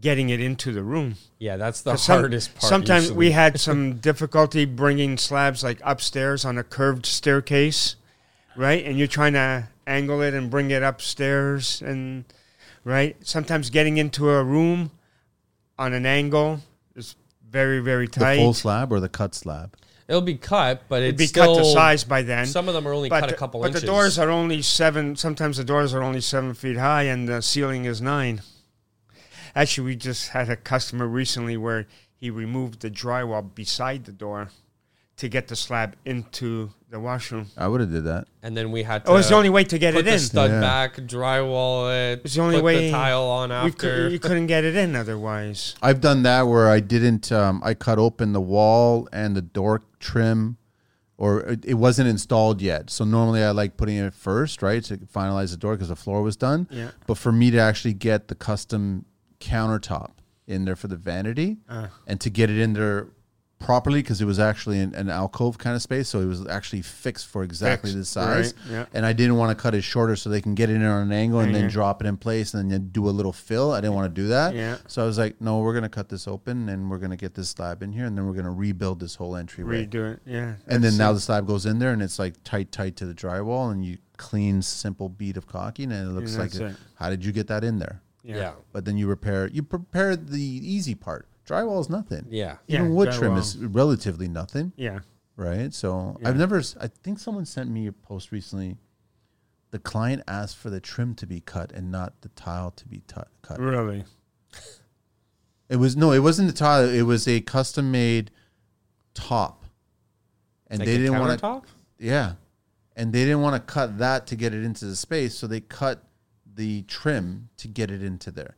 B: getting it into the room.
A: Yeah. That's the
B: 'Cause some-
A: hardest part.
B: Sometimes we
A: usually.
B: had some difficulty bringing slabs like upstairs on a curved staircase, right? And you're trying to angle it and bring it upstairs, and right. Sometimes getting into a room on an angle is very very
C: The
B: tight.
C: full slab or the cut slab?
A: It'll be cut, but
B: It'd
A: it's
B: be
A: still.
B: cut to size by then.
A: Some of them are only cut a couple
B: but
A: inches.
B: the doors are only seven. Sometimes the doors are only seven feet high, and the ceiling is nine. Actually, we just had a customer recently where he removed the drywall beside the door to get the slab into the washroom.
C: I would have did that.
A: and then we had to.
B: Oh, it's the only way to get
A: put
B: it
A: the
B: in.
A: stud
C: Yeah.
A: back, drywall it.
B: It's the only
A: put
B: way-
A: the tile on
B: We cou-
A: after.
B: you couldn't get it in otherwise.
C: I've done that where I didn't. Um, I cut open the wall and the door trim, or it, it wasn't installed yet. So normally I like putting it first, right, to finalize the door because the floor was done.
B: Yeah.
C: But for me to actually get the custom countertop in there for the vanity,
B: Uh.
C: and to get it in there properly because it was actually an, an alcove kind of space, so it was actually fixed for exactly
B: Fixed,
C: the size.
B: right, yeah.
C: And I didn't want to cut it shorter so they can get it in on an angle and then drop it in place and then do a little fill. I didn't want to do that.
B: Yeah.
C: So I was like, no, we're gonna cut this open and we're gonna get this slab in here and then we're gonna rebuild this whole entryway.
B: Redo it. Yeah.
C: and then now the slab goes in there and it's like tight, tight to the drywall and you clean simple bead of caulking and it looks
B: And
C: like
B: that's it.
C: how did you get that in there?
A: yeah.
C: But then you repair you prepare the easy part. Drywall is nothing.
A: Yeah.
B: Yeah,
C: Even wood trim
B: drywall.
C: is relatively nothing,
B: Yeah.
C: right? So I've never s- I think someone sent me a post recently. The client asked for the trim to be cut and not the tile to be tu- cut.
B: Really.
C: It was no, it wasn't the tile. It was a custom made top, and
A: Like
C: they
A: the
C: didn't want to.
A: countertop?
C: Yeah, and they didn't want to cut that to get it into the space, so they cut the trim to get it into there,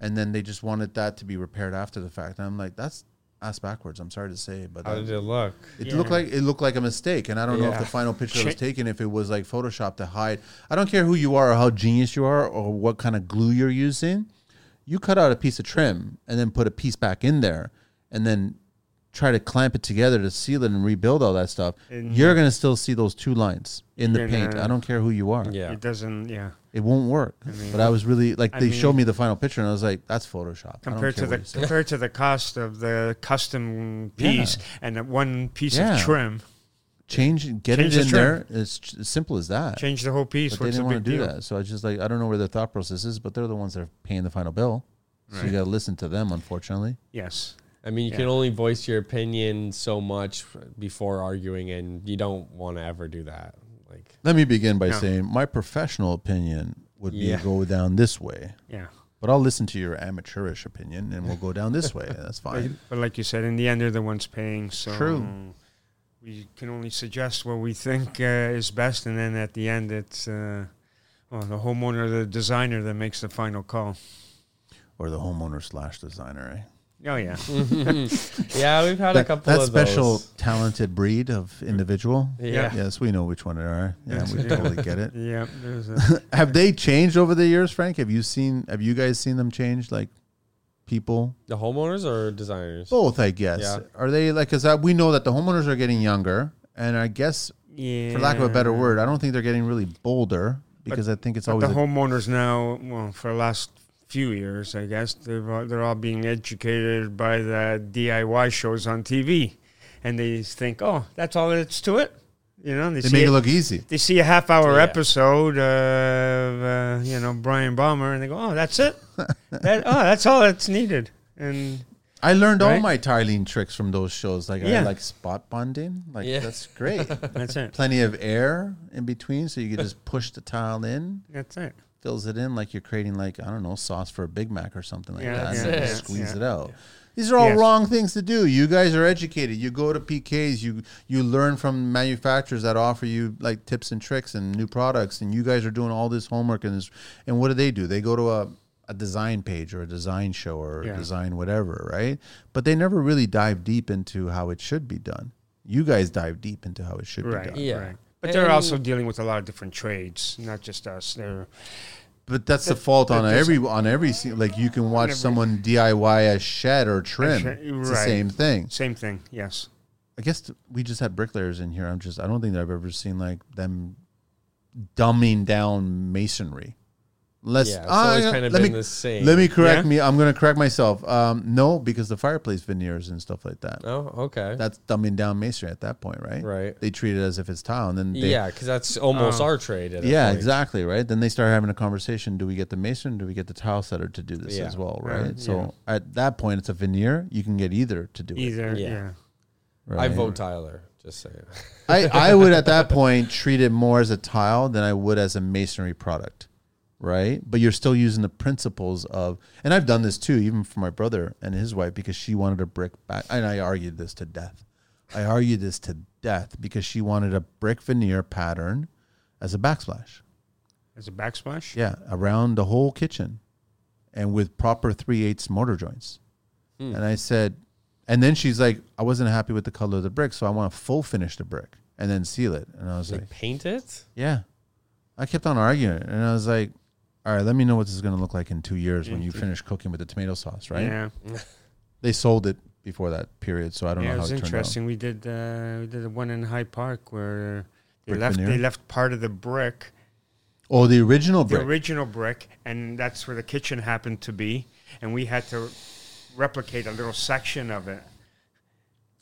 C: and then they just wanted that to be repaired after the fact. And I'm like, that's ass backwards. I'm sorry to say, but
A: How
C: that-
A: did it look?
C: it looked like it looked like a mistake, and I don't know if
A: Yeah.
C: the final picture that was
B: Shit.
C: taken if it was like Photoshop to hide. I don't care who you are or how genius you are or what kind of glue you're using. You cut out a piece of trim and then put a piece back in there, and then try to clamp it together to seal it and rebuild all that stuff.
B: And-
C: you're gonna still see those two lines in the
B: You're
C: paint.
B: gonna-
C: I don't care who you are.
A: Yeah.
B: It doesn't. Yeah.
C: It won't work. but I was really like
B: I
C: they
B: mean-
C: showed me the final picture and I was like, that's Photoshop. I don't
B: compared
C: care
B: to
C: what
B: the
C: you say.
B: compared to the cost of the custom
C: Yeah.
B: piece and the one piece
C: Yeah.
B: of trim,
C: change, get
B: Change
C: it
B: the
C: in
B: trim.
C: there. It's ch- as simple as that.
B: change the whole piece.
C: But they
B: What's
C: didn't
B: the
C: want
B: big
C: to do
B: deal?
C: that. So I just like I don't know where their thought process is, but they're the ones that are paying the final bill. So you
B: Right.
C: got to listen to them, unfortunately.
B: Yes,
A: I mean, you can only voice your opinion so much before arguing, and you don't want to ever do that. Like,
C: Let me begin by
B: Yeah.
C: saying my professional opinion would be
A: Yeah.
C: go down this way,
B: yeah.
C: but I'll listen to your amateurish opinion and we'll go down this way. That's
B: But,
C: fine.
B: but like you said, in the end, they're the ones paying. So
C: True.
B: We can only suggest what we think uh, is best, and then at the end, it's uh, well, the homeowner, or the designer, that makes the final call.
C: Or the homeowner slash designer, eh?
B: Oh yeah,
A: yeah, we've had a
C: That,
A: couple
C: that
A: of
C: special
A: those.
C: talented breed of individual.
A: Yeah.
C: Yes, we know which one they are. Yeah,
B: Yes,
C: we
B: yeah.
C: totally get it.
B: yeah. There's a,
C: Have they changed over the years, Frank? Have you seen? Have you guys seen them change? Like people,
A: The homeowners or designers?
C: Both, I guess.
A: Yeah.
C: Are they like? Because we know that the homeowners are getting younger, and I guess,
B: yeah.
C: for lack of a better word, I don't think they're getting really bolder because I think it's
B: But
C: always
B: the
C: a-
B: homeowners now, well, for the last few years, I guess they're all, they're all being educated by the DIY shows on TV, and they think, oh, that's all it's to it. You know, they,
C: They
B: see
C: make it
B: a-
C: look easy.
B: They see a half hour
A: Yeah.
B: episode of uh, you know Brian Balmer, and they go, "Oh, that's it. that, oh, that's all that's needed." And
C: I learned all
B: Right?
C: my tiling tricks from those shows. Like I
B: Yeah.
C: like spot bonding. Like
A: Yeah.
C: that's great.
B: that's it.
C: Plenty of air in between, so you can just push the tile in,
B: That's it.
C: fills it in like you're creating like I don't know sauce for a Big Mac or something like
B: Yeah,
C: that.
A: that's
C: and then
A: it.
C: you Squeeze it out. These are all
B: Yes.
C: wrong things to do. You guys are educated. You go to PKs. You you learn from manufacturers that offer you like tips and tricks and new products. And you guys are doing all this homework. And this, and what do they do? They go to a a design page or a design show or
B: Yeah.
C: a design whatever, right? But they never really dive deep into how it should be done. You guys dive deep into how it should be
B: Right.
C: done.
A: Yeah.
B: Right. But they're
A: And-
B: also dealing with a lot of different trades, not just us. They're
C: But that's the fault on every on every se- like you can watch someone DIY a shed or trim.
B: shed,
C: It's the
B: right.
C: same thing.
B: same thing. Yes.
C: I guess th- we just had bricklayers in here. I'm just I don't think that I've ever seen like them dumbing down masonry. Let's
A: Yeah, it's
C: ah,
A: always
C: yeah,
A: kind of
C: let
A: been
C: me,
A: the same.
C: Let me correct
B: Yeah?
C: me. I'm gonna correct myself. Um, no, because the fireplace veneers and stuff like that.
A: Oh, okay.
C: That's dumbing down masonry at that point, right?
A: Right.
C: They treat it as if it's tile, and then they, Oh.
A: yeah, because that's almost our trade. At
C: yeah,
A: a point.
C: exactly, right? Then they start having a conversation. Do we get the mason? Do we get the tile setter to do this
A: Yeah.
C: as well,
B: Yeah,
C: right? So at that point, it's a veneer. You can get either to do it.
B: Either.
A: Yeah.
B: Yeah.
A: I
C: right?
A: vote Tyler. Just saying.
C: I, I would at that point treat it more as a tile than I would as a masonry product, right? But you're still using the principles of, and I've done this too, even for my brother and his wife, because she wanted a brick back, and I argued this to death. I argued this to death because she wanted a brick veneer pattern as a backsplash.
B: As a backsplash.
C: Yeah, around the whole kitchen and with proper 3 eighths mortar joints.
B: Hmm.
C: And I said, and then she's like, I wasn't happy with the color of the brick, so I want to full finish the brick and then seal it. And I was like,
A: Like paint it.
C: yeah. I kept on arguing. And I was like, all right, let me know what this is going to look like in two years when you finish cooking with the tomato sauce, right?
B: Yeah.
C: They sold it before that period, so I don't
B: Yeah,
C: know
B: it
C: how
B: was
C: it, turned out.
B: interesting. We did uh, we did the one in Hyde Park where they
C: Brick
B: left
C: veneer?
B: they left part of the brick,
C: Oh, the original
B: the
C: brick.
B: original brick, and that's where the kitchen happened to be, and we had to replicate a little section of it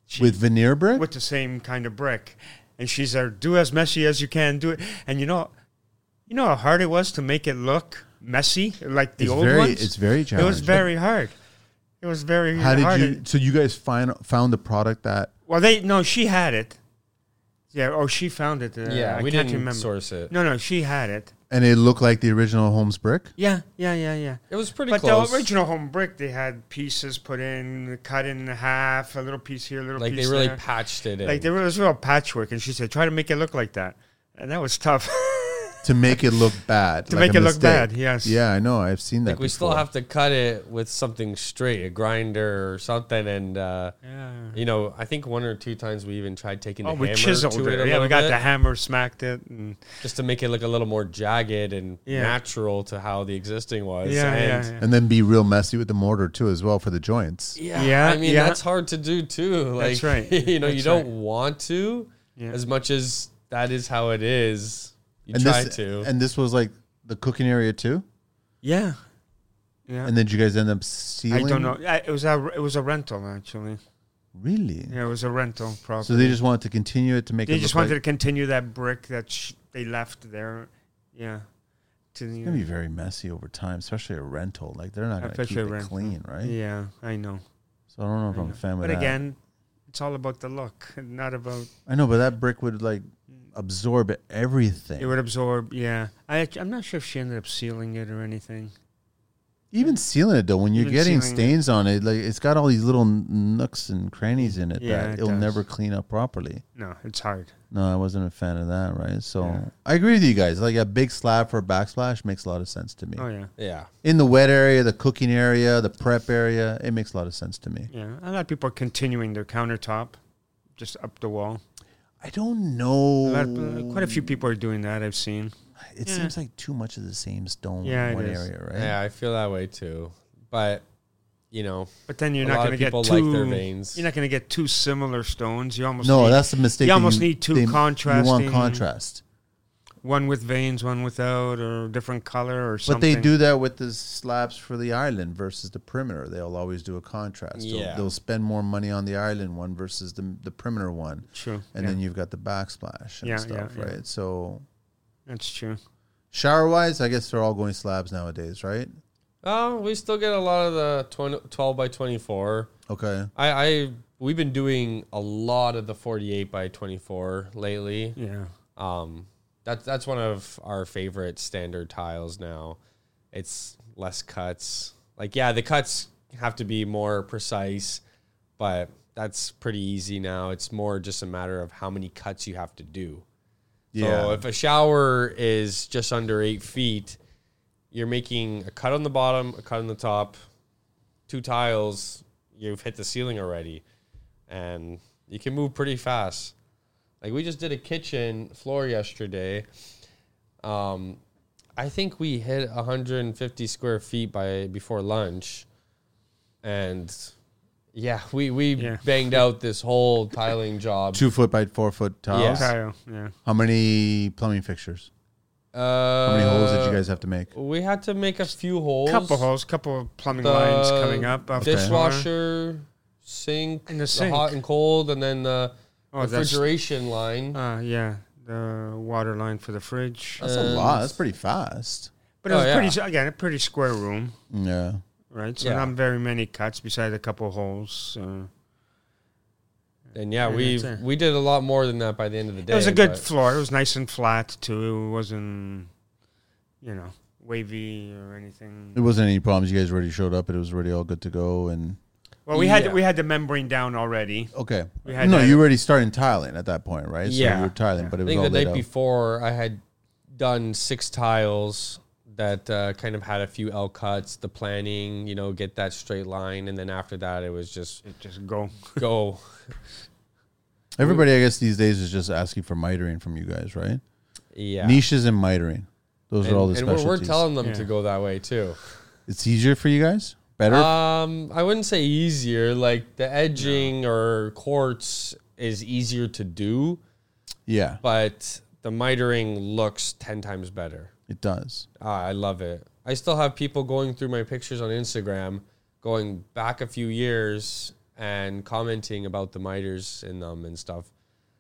B: She-
C: with veneer brick?
B: with the same kind of brick. And she's there, do as messy as you can, do it. And you know, you know how hard it was to make it look messy, like the
C: It's
B: old
C: very-
B: ones.
C: it's
B: It
C: very
B: was
C: challenging.
B: very hard. It was very
C: how did
B: hard.
C: you? So you guys find found the product that
B: Well, they no, she had it. Yeah, oh, she found it. Uh,
A: yeah,
B: I
A: we
B: can't
A: didn't
B: remember.
A: source it.
B: No, no, she had it.
C: and it looked like the original Holmes brick.
B: Yeah, yeah, yeah, yeah.
A: It was pretty
B: But
A: close.
B: the original home brick, they had pieces put in, cut in half, a little piece here, a little
A: like they
B: piece
A: really
B: there.
A: patched it in.
B: like there was real patchwork, and she said, "Try to make it look like that," and that was tough.
C: to make it look bad.
B: To
C: like
B: make
C: a
B: it look
C: mistake.
B: bad, yes.
C: Yeah, I know. I've seen that.
A: Like we still
C: before.
A: have to cut it with something straight, a grinder or something, and uh,
B: Yeah.
A: you know, I think one or two times we even tried taking the
B: Oh, we
A: hammer
B: chiseled
A: to it.
B: it.
A: a
B: yeah, we
A: little
B: got
A: bit,
B: the hammer, smacked it, and
A: just to make it look a little more jagged and
B: Yeah.
A: natural to how the existing was.
B: yeah,
A: and
B: yeah, yeah.
C: And then be real messy with the mortar too, as well for the joints.
A: Yeah,
B: Yeah,
A: I mean
B: yeah.
A: that's hard to do too. Like
B: That's right.
A: you know, you
B: That's
A: don't want to
B: Yeah.
A: as much as that is how it is. You
C: and
A: try
C: this,
A: to.
C: And this was like the cooking area too.
B: yeah, yeah.
C: And then you guys end up sealing.
B: I don't know. I, it was a it was a rental actually.
C: Really?
B: Yeah, it was a rental property.
C: So they just wanted to continue it to make
B: They
C: it
B: just
C: look
B: wanted
C: like,
B: to continue that brick that sh- they left there. Yeah. To
C: it's gonna be very messy over time, especially a rental. Like they're not gonna keep
B: Especially
C: it
B: a rental.
C: clean, right?
B: Yeah, I know.
C: So I don't know if
B: I
C: I'm a
B: know.
C: fan with
B: But
C: that.
B: again, it's all about the look, not about
C: I know, but that brick would like absorb everything.
B: it would absorb. Yeah, I act- I'm not sure if she ended up sealing it or anything.
C: Even sealing it though, when you're
B: Even
C: getting
B: sealing it.
C: stains on it, like it's got all these little n- nooks and crannies in it
B: Yeah,
C: that
B: it
C: will
B: does.
C: never clean up properly.
B: No, it's hard.
C: No, I wasn't a fan of that, right? So
B: Yeah.
C: I agree with you guys. Like a big slab for a backsplash makes a lot of sense to me.
B: Oh yeah,
A: yeah.
C: In the wet area, the cooking area, the prep area, it makes a lot of sense to me.
B: yeah. A lot of people are continuing their countertop, just up the wall.
C: I don't
B: A
C: know.
B: lot of- uh, quite a few people are doing that. I've seen.
C: It
B: Yeah.
C: seems like too much of the same stone
B: Yeah,
C: in
B: it
C: one
B: is.
C: area, right?
A: Yeah, I feel that way too. But you know,
B: But then you're
A: A
B: not
A: lot
B: going to
A: of
B: get
A: people
B: two.
A: like their veins.
B: You're not going to get two similar stones. You almost
C: No,
B: need-
C: that's the mistake.
B: You
C: that
B: almost need two
C: they- You want
B: contrasting-
C: contrast.
B: one with veins, one without, or different color or
C: But
B: something.
C: they do that with the slabs for the island versus the perimeter. They'll always do a contrast. They'll-
A: Yeah.
C: They'll, spend more money on the island one versus the, the perimeter one.
B: True.
C: And
B: yeah,
C: then you've got the backsplash and
B: Yeah, yeah,
C: stuff,
B: yeah.
C: right? So
B: that's true.
C: shower wise, I guess they're all going slabs nowadays, right?
A: Oh, we still get a lot of the 20, 12 by 24.
C: Okay.
A: I, I we've been doing a lot of the 48 by 24 lately.
B: Yeah.
A: Um, that's that's one of our favorite standard tiles now. It's less cuts. Like yeah, the cuts have to be more precise, but that's pretty easy now. It's more just a matter of how many cuts you have to do. So if a shower is just under eight feet, you're making a cut on the bottom, a cut on the top, two tiles. You've hit the ceiling already, and you can move pretty fast. Like we just did a kitchen floor yesterday. Um, I think we hit 150 square feet by before lunch, and yeah, we we
B: Yeah.
A: banged out this whole tiling job.
C: two foot by four foot tiles.
A: Yeah.
B: Tile. Yeah.
C: How many plumbing fixtures?
A: Uh,
C: How many holes did you guys have to make?
A: We had to make a few holes.
B: Couple holes, couple of plumbing
A: The
B: lines coming up. up there.
A: Dishwasher, sink,
B: And the sink.
A: hot and cold, and then the
B: Oh, that's-
A: refrigeration line.
B: Uh, yeah, the water line for the fridge.
C: That's a
A: Um,
C: lot. That's pretty fast.
B: But it was
A: oh, yeah.
B: pretty again a pretty square room,
C: Yeah.
B: right? So
A: Yeah.
B: not very many cuts besides a couple holes. Uh,
A: and yeah,
B: Yeah,
A: we
B: that's it.
A: we did a lot more than that by the end of the day.
B: it was a good
A: but
B: floor. It was nice and flat too. It wasn't, you know, wavy or anything.
C: It wasn't any problems. You guys already showed up. It was already all good to go. And
B: Well, we had
A: Yeah.
B: we had the membrane down already.
C: okay.
B: We had
C: no,
B: that-
C: you were already starting tiling at that point, right? So
A: Yeah.
C: you were tiling, but it
A: I
C: was
A: think
C: all
A: the
C: laid
A: night
C: out.
A: before I had done six tiles that uh, kind of had a few L cuts. The planning, you know, get that straight line, and then after that, it was just
B: It just go.
A: go.
C: Everybody, I guess, these days is just asking for mitering from you guys, right?
A: Yeah.
C: Niches and mitering. Those
A: And,
C: are all the
A: and we're,
C: specialties.
A: we're telling them
B: Yeah.
A: to go that way too.
C: it's easier for you guys? Better?
A: Um, I wouldn't say easier. Like the edging or quartz is easier to do,
C: yeah,
A: but the mitering looks ten times better.
C: it does.
A: Ah, I love it. I still have people going through my pictures on Instagram, going back a few years and commenting about the miters in them and stuff.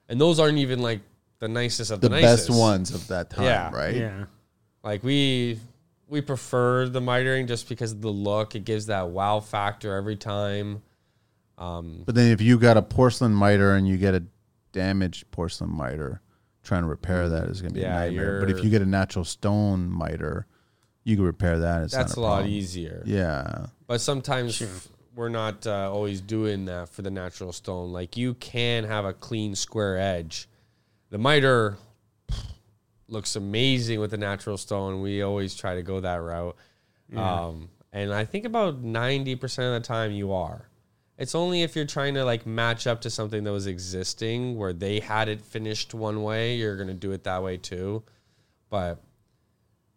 A: And those aren't even like the nicest of the,
C: The
A: nicest.
C: best ones of that time,
A: Yeah.
C: right?
B: Yeah.
A: Like we we prefer the mitering just because of the look. It gives that wow factor every time. Um,
C: But then if you got a porcelain miter and you get a damaged porcelain miter, trying to repair that is going to be
A: Yeah,
C: a nightmare. But if
A: you're-
C: you get a natural stone miter, you can repair that. It's
A: that's
C: not
A: a,
C: a,
A: lot
C: problem.
A: easier.
C: Yeah.
A: But sometimes f- we're not uh, always doing that for the natural stone. Like you can have a clean square edge. The miter looks amazing with the natural stone. We always try to go that route. Um, and I think about 90% of the time you are. It's only if you're trying to like match up to something that was existing where they had it finished one way, you're going to do it that way too. But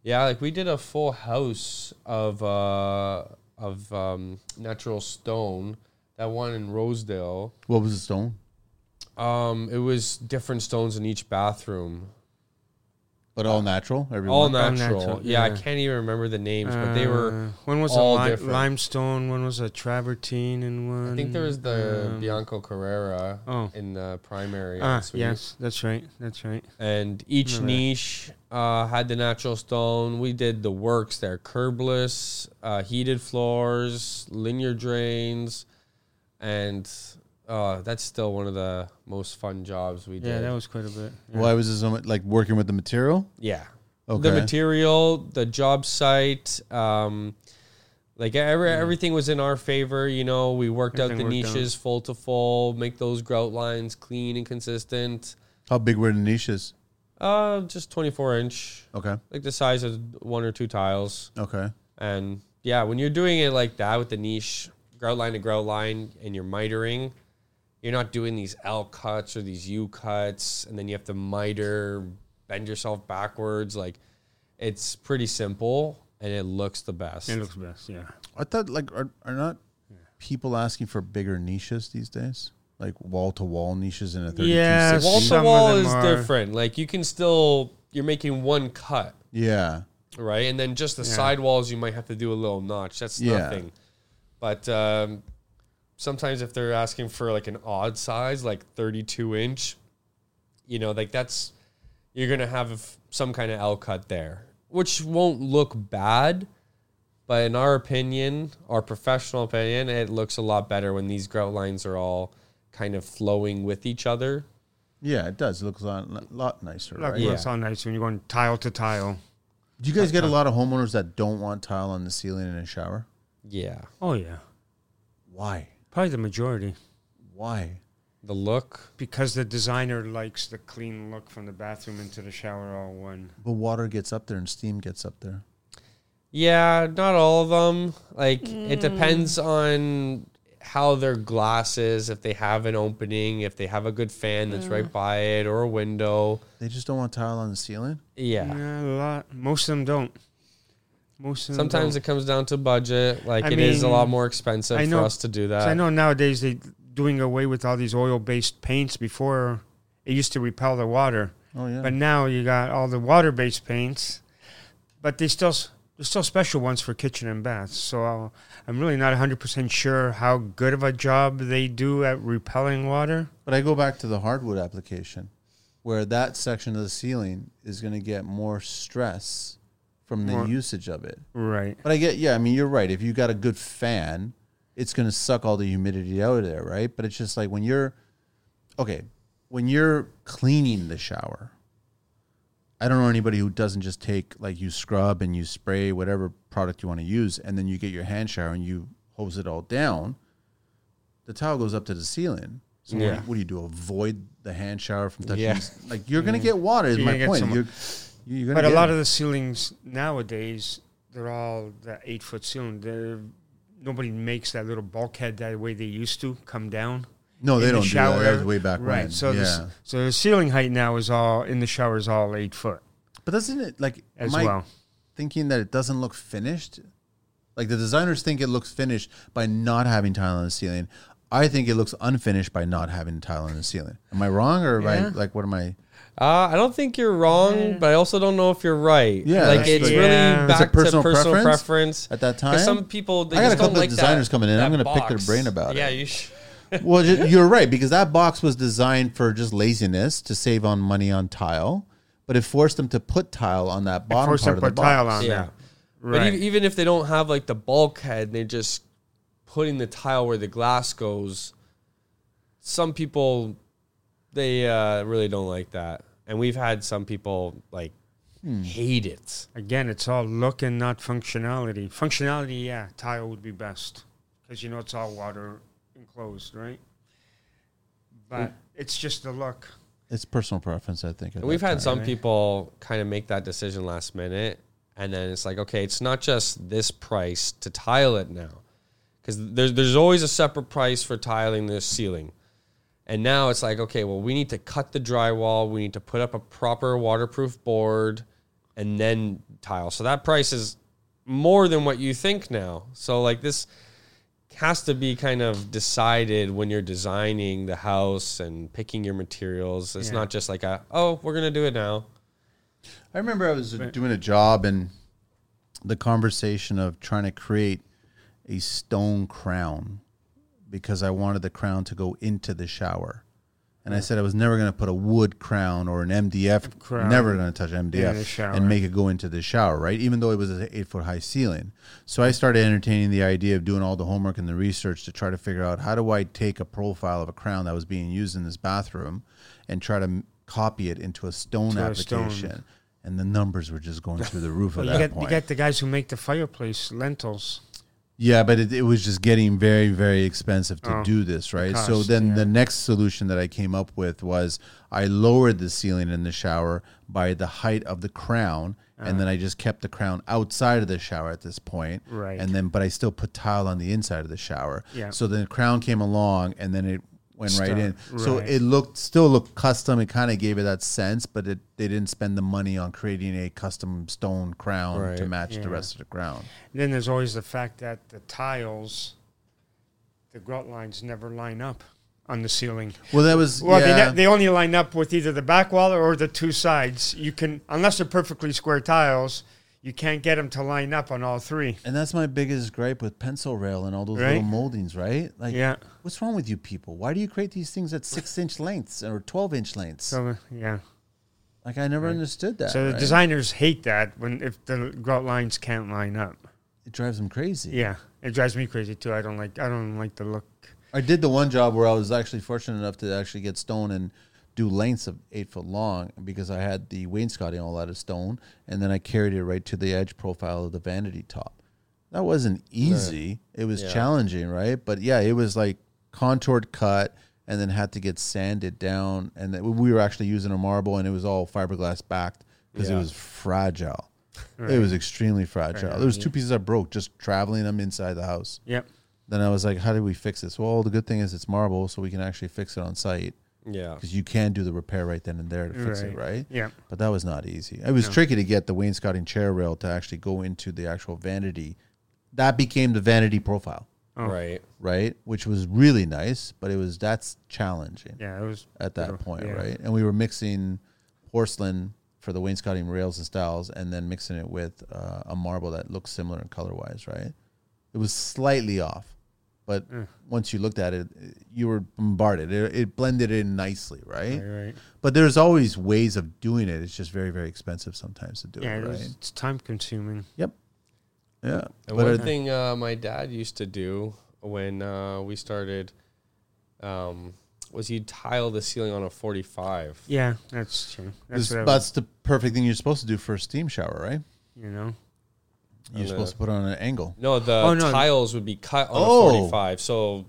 A: yeah, like we did a full house of uh of um natural stone. That one in Rosedale.
C: What was the stone?
A: Um, it was different stones in each bathroom.
C: But all natural? Everyone?
A: All
B: natural,
A: natural. yeah, I
B: yeah.
A: can't even remember the names, but they were
B: Uh, one was
A: all
B: a li-
A: different.
B: limestone, one was a travertine, and one.
A: I think there was the
B: um,
A: Bianco Carrera
B: oh.
A: in the primary
B: Ah,
A: suite.
B: yes, that's right, that's right.
A: And each
B: Remember that.
A: niche uh, had the natural stone. We did the works there curbless, uh, heated floors, linear drains, and uh, that's still one of the most fun jobs we
B: Yeah,
A: did.
B: that was quite a bit. Yeah.
C: Why was this so much, like working with the material?
A: yeah.
C: Okay.
A: The material, the job site, um, like every, everything was in our favor. You know, we worked out the
B: Everything worked out.
A: niches full to full, make those grout lines clean and consistent.
C: How big were the niches?
A: Uh, just 24 inch,
C: Okay.
A: like the size of one or two tiles.
C: Okay.
A: And yeah, when you're doing it like that with the niche grout line to grout line and you're mitering, you're not doing these L cuts or these U cuts, and then you have to miter, bend yourself backwards. Like it's pretty simple and it looks the best.
B: It looks best, yeah.
C: I thought, like, are, are not people asking for bigger niches these days? Like wall to wall niches in a 32
B: Yeah,
A: wall
B: Some
A: to
B: of
A: wall
B: them
A: is
B: are-
A: different. Like you can still you're making one cut,
C: Yeah.
A: right? And then just the
B: Yeah.
A: sidewalls, you might have to do a little notch. That's
C: Yeah.
A: nothing. But um, sometimes if they're asking for like an odd size, like 32 inch, you know, like that's you're gonna have some kind of L cut there, which won't look bad. But in our opinion, our professional opinion, it looks a lot better when these grout lines are all kind of flowing with each other.
C: Yeah, it does. It looks a lot, lot nicer,
B: Look,
C: right?
A: Yeah.
B: it's all nice when you're going tile to tile.
C: Do you guys get a lot of homeowners that don't want tile on the ceiling in a shower?
A: Yeah,
B: Oh yeah,
C: Why?
B: probably the majority
C: Why?
A: the look.
B: because the designer likes the clean look from the bathroom into the shower all one.
C: But water gets up there and steam gets up there.
A: Yeah, not all of them. Like
B: Hmm.
A: it depends on how their glass is, if they have an opening, if they have a good fan that's right by it or a window.
C: They just don't want tile on the ceiling.
A: Yeah.
B: Yeah, a lot. Most of them don't. Most of them
A: Sometimes
B: don't.
A: it comes down to budget. Like
B: I
A: it is a
B: mean,
A: lot more expensive
B: I know-
A: for us to do
B: 'Cause
A: that.
B: I know nowadays they doing away with all these oil-based paints. Before it used to repel the water,
C: Oh yeah.
B: but now you got all the water-based paints. But they still s- there's still special ones for kitchen and baths. So I'll, I'm really not 100 percent sure how good of a job they do at repelling water.
C: But I go back to the hardwood application, where that section of the ceiling is going to get more stress from the
B: More-
C: usage of it.
B: Right.
C: But I get, yeah, I mean, you're right. If you got a good fan, it's going to suck all the humidity out of there, right? But it's just like when you're, okay, when you're cleaning the shower, I don't know anybody who doesn't just take, like, you scrub and you spray whatever product you want to use, and then you get your hand shower and you hose it all down. The towel goes up to the ceiling. So what, do
A: Yeah.
C: you, what do you do? Avoid the hand shower from touching?
A: Yeah.
C: the- Like, you're going to get water, is
B: You're
C: my
B: gonna get
C: point.
B: some-
C: You're, you're gonna
B: But a
C: get
B: lot
C: it.
B: of the ceilings nowadays, they're all the eight foot ceiling. They're, nobody makes that little bulkhead that way they used to come down.
C: no,
B: in
C: Oh, they
B: the
C: don't do that. That
B: shower.
C: was way back
B: Right.
C: when.
B: So the
C: yeah.
B: s so the ceiling height now is all in the shower is all eight foot
C: But doesn't it like
B: as
C: am I
B: well.
C: thinking that it doesn't look finished? Like the designers think it looks finished by not having tile on the ceiling. I think it looks unfinished by not having tile on the ceiling. Am I wrong or am I
B: Yeah.
C: like what am I?
A: Uh, I don't think you're wrong, but I also don't know if you're right.
C: Yeah,
A: like
C: that's
A: it's
C: the-
A: really
B: Yeah. It's
C: a
A: back
C: personal
A: to personal
C: preference
A: preference.
C: at that
A: 'Cause
C: time?
A: some people they
C: I got
A: just
C: a couple
A: don't like
C: of designers
A: that,
C: coming in. I'm
A: that
C: gonna pick their
A: box.
C: brain about
A: Yeah,
C: it.
A: you should.
C: Well, ju- you're right because that box was designed for just laziness to save on money on tile, but it forced them to put tile on that bottom
B: Force
C: part
B: them
C: of the
B: put tile
C: box.
B: on
A: Yeah.
B: there.
A: But
B: Right.
A: ev- even if they don't have like the bulkhead, they're just putting the tile where the glass goes. Some people, they uh, really don't like that, and we've had some people like hate it.
B: Again, it's all look and not functionality. Functionality, yeah, tile would be best because you know it's all water enclosed, right?
C: Mm.
B: But it's just the look.
C: It's personal preference, I think. at
A: And we've
C: that
A: had
C: time.
A: some people kind of make that decision last minute, and then it's like, okay, it's not just this price to tile it now, because there's there's always a separate price for tiling this ceiling, and now it's like, okay, well, we need to cut the drywall, we need to put up a proper waterproof board, and then tile. So that price is more than what you think now. So like this has to be kind of decided when you're designing the house and picking your materials. It's
B: Yeah.
A: not just like a oh, we're gonna do it now.
C: I remember I was doing a job and the conversation of trying to create a stone crown because I wanted the crown to go into the shower. And I said I was never going to put a wood crown or an MDF,
B: Crown.
C: never going to touch MDF
B: the shower.
C: and make it go into the shower, right? Even though it was an eight foot high ceiling. So I started entertaining the idea of doing all the homework and the research to try to figure out how do I take a profile of a crown that was being used in this bathroom and try to m- copy it into a stone
B: To a stone.
C: application and the numbers were just going through the roof at
B: Well,
C: that
B: you get
C: point.
B: you get the guys who make the fireplace lentils.
C: yeah, but it, it was just getting very, very expensive to
B: Oh,
C: do this, right? so
B: cost,
C: then
B: yeah.
C: the next solution that I came up with was I lowered the ceiling in the shower by the height of the crown,
B: Uh.
C: and then I just kept the crown outside of the shower at this point,
B: Right.
C: And then, but I still put tile on the inside of the shower.
B: Yeah.
C: So then the crown came along, and then it went right
B: Stuck,
C: in. So
B: right.
C: it looked still looked custom. It kind of gave it that sense, but it they didn't spend the money on creating a custom stone crown to
A: Right.
C: match
B: Yeah.
C: the rest of the crown.
B: Then there's always the fact that the tiles, the grout lines never line up on the ceiling.
C: Well, that was
B: Well,
C: yeah.
B: they, they only line up with either the back wall or the two sides. You can, unless they're perfectly square tiles, you can't get them to line up on all three.
C: and that's my biggest gripe with pencil rail and all those little
B: Right?
C: moldings, right? Like,
B: Yeah.
C: what's wrong with you people? Why do you create these things at six inch lengths or twelve inch lengths?
B: So yeah.
C: like, I never understood that.
B: So the
C: right?
B: designers hate that when if the grout lines can't line up.
C: it drives them crazy.
B: Yeah, it drives me crazy too. I don't like. I don't like the look.
C: I did the one job where I was actually fortunate enough to actually get stone and do lengths of eight foot long because I had the wainscoting all out of stone, and then I carried it right to the edge profile of the vanity top. That wasn't easy. It was
A: Yeah.
C: challenging, right? But yeah, it was like contoured cut, and then had to get sanded down. And that we were actually using a marble, and it was all fiberglass backed because
A: Yeah.
C: it was fragile. It was extremely fragile. There was two pieces I broke just traveling them inside the house
B: Yep.
C: then I was like, how do we fix this? Well, the good thing is it's marble, so we can actually fix it on site
A: Yeah.
C: because you can do the repair right then and there to fix it, right?
B: Yep.
C: But that was not easy. It was tricky to get the wainscoting chair rail to actually go into the actual vanity. That became the vanity profile,
B: Oh.
A: Right.
C: right? Which was really nice, but it was that's challenging
B: Yeah. It was.
C: at that
B: brutal.
C: point,
B: Yeah.
C: right? And we were mixing porcelain for the wainscoting rails and styles, and then mixing it with uh, a marble that looks similar in color wise, right? It was slightly off, but
B: Mm.
C: once you looked at it, you were bombarded. It, it blended in nicely, right?
B: Right, right.
C: But there's always ways of doing it. It's just very, very expensive sometimes to do
B: Yeah.
C: it,
B: It
C: right?
B: was, it's time consuming.
C: Yep. Yeah.
A: And
C: But
A: one
C: uh,
A: thing uh, my dad used to do when uh, we started um, was he'd tile the ceiling on a 45.
B: Yeah, that's true. That's
C: this-
B: what I was,
C: that's the perfect thing you're supposed to do for a steam shower, right?
B: you know.
C: You're
A: And, uh,
C: supposed to put it on an angle.
A: No, the
B: Oh, no.
A: tiles would be cut on
C: Oh.
A: a 45. So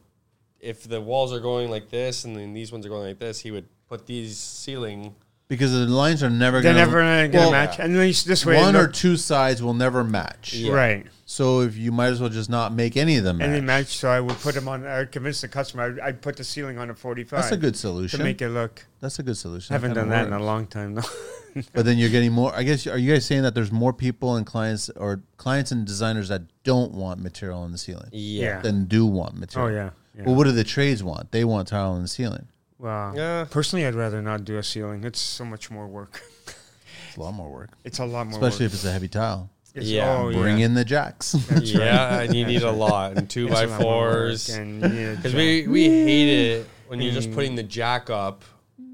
A: if the walls are going like this and then these ones are going like this, he would put these ceiling.
C: because the lines are never
B: They're
C: gonna,
B: never gonna
C: well,
B: match. And at least this way, it
C: One or
B: look-
C: two sides will never match.
A: Yeah.
B: right?
C: So if you might as well just not make any of them match.
B: And they match. So I would put them on. I would convince the customer. I'd, I'd put the ceiling on a forty-five.
C: That's a good
B: to
C: solution.
B: make it look.
C: That's a good solution.
B: I haven't
C: kinda
B: done that in
C: works.
B: a long time though.
C: But then you're getting more. I guess are you guys saying that there's more people and clients or clients and designers that don't want material on the ceiling
A: Yeah.
C: than do want
B: oh
C: material?
B: yeah. yeah.
C: Well, what do the trades want? They want tile on the ceiling.
B: Well,
A: Yeah.
B: personally, I'd rather not do a ceiling. It's so much more work.
C: It's a lot more work,
B: It's a lot more
C: especially
B: work. Oh,
C: if it's a heavy tile.
B: It's-
A: Yeah,
C: Bring in the jacks.
A: Yeah, and you need a lot and two
B: It's
A: by
B: a lot more work
A: fours.
B: and you need a
A: Because
B: jack.
A: we, we hate it when you're
B: Mm.
A: just putting the jack up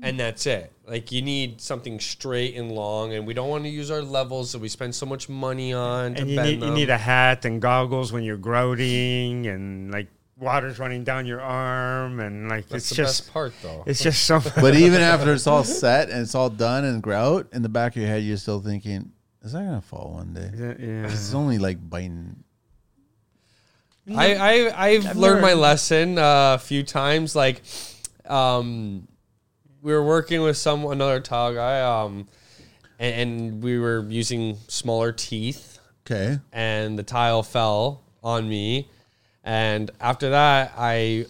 A: and that's it. Like you need something straight and long, and we don't want to use our levels that we spend so much money on to
B: and you
A: bend
B: need, you
A: them.
B: need a hat and goggles when you're grouting and like water's running down your arm and like
A: that's
B: it's
A: the
B: just
A: best part, though.
B: it's just so
C: But even after it's all set and it's all done and grout, in the back of your head, you're still thinking, is that going to fall one day?
B: yeah.
C: It's only like biting.
A: I, I I've learned my lesson uh, a few times. Like, um, we were working with some another tile guy, um, and, and we were using smaller teeth,
C: Okay.
A: and the tile fell on me. And after that, I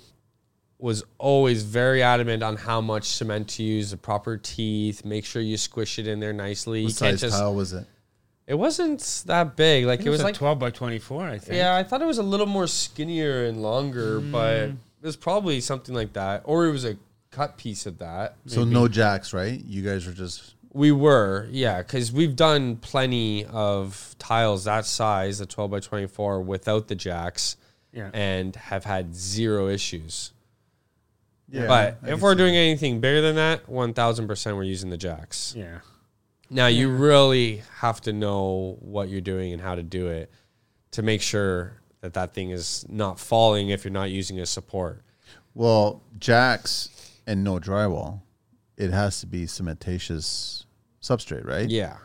A: was always very adamant on how much cement to use, the proper teeth. Make sure you squish it in there nicely.
C: What
A: you can't
C: size
A: just.
C: tile was it?
A: It wasn't that big. Like it was like
B: 12 by 24 i think
A: yeah, Mm. I thought it was a little more skinnier and longer, but it was probably something like that, or it was a cut piece of that.
C: So no jacks, right? You guys were just
A: We were, yeah, because we've done plenty of tiles that size, the twelve by twenty four, without the jacks,
B: Yeah.
A: and have had zero issues.
C: yeah.
A: but
C: I
A: if
C: can
A: we're
C: see
A: doing
C: that.
A: anything bigger than that, one thousand percent, we're using the jacks.
B: yeah
A: Now you really have to know what you're doing and how to do it to make sure that that thing is not falling if you're not using a support.
C: well, jacks and no drywall, it has to be cementatious substrate, right?
A: Yeah.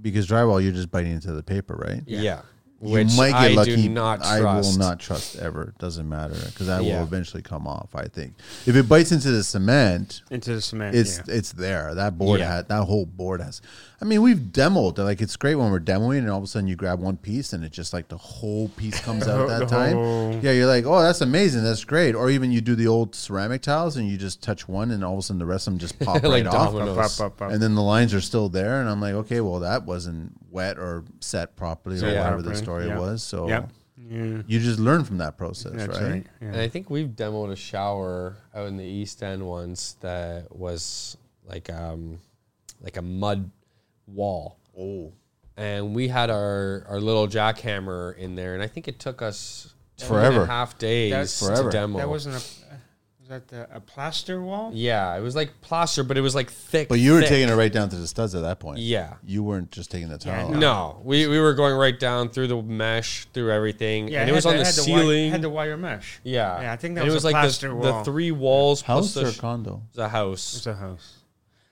C: Because drywall, you're just biting into the paper, right?
A: Yeah.
C: You
A: Which
C: might get
A: I
C: lucky.
A: do not trust.
C: I will not trust ever. Doesn't matter because that
A: Yeah.
C: will eventually come off. I think if it bites into the cement,
B: into the cement
C: it's
B: yeah.
C: it's there. That board
A: Yeah.
C: ha that whole board has. I mean, we've demoed. Like it's great when we're demoing, and all of a sudden you grab one piece, and it just like the whole piece comes out
B: The
C: that time.
B: whole-
C: Yeah, you're like, oh, that's amazing. That's great. Or even you do the old ceramic tiles, and you just touch one, and all of a sudden the rest of them just pop
A: Like
C: right off.
A: dominoes.
B: Up, up, up.
C: And then the lines are still there, and I'm like, okay, well that wasn't wet or set properly, or
A: Yeah.
C: whatever the
B: Properly,
C: story
B: yeah.
C: was. So
B: Yep. Yeah.
C: You just learn from that process,
B: That's
C: right?
B: right. Yeah.
A: And I think we've demoed a shower out in the East End once that was like um like a mud wall.
C: Oh,
A: And we had our our little jackhammer in there and I think it took us two and a
C: Forever.
A: half days
B: That's-
A: to
C: Forever.
A: demo.
B: That wasn't a. Was that a, a plaster wall?
A: yeah, it was like plaster, but it was like thick.
C: but you were
A: thick.
C: taking it right down to the studs at that point.
A: Yeah.
C: you weren't just taking the
B: Yeah,
C: towel. out.
A: No, we, we were going right down through the mesh, through everything, and it was on the,
B: had
A: ceiling.
B: wire, had the wire mesh.
A: yeah,
B: Yeah, I think that
A: And
B: was a
A: like the-
B: plaster
A: the,
B: wall.
A: three walls
C: house
A: plus
C: or
A: the, sh-
C: condo.
A: the house.
B: It's a house.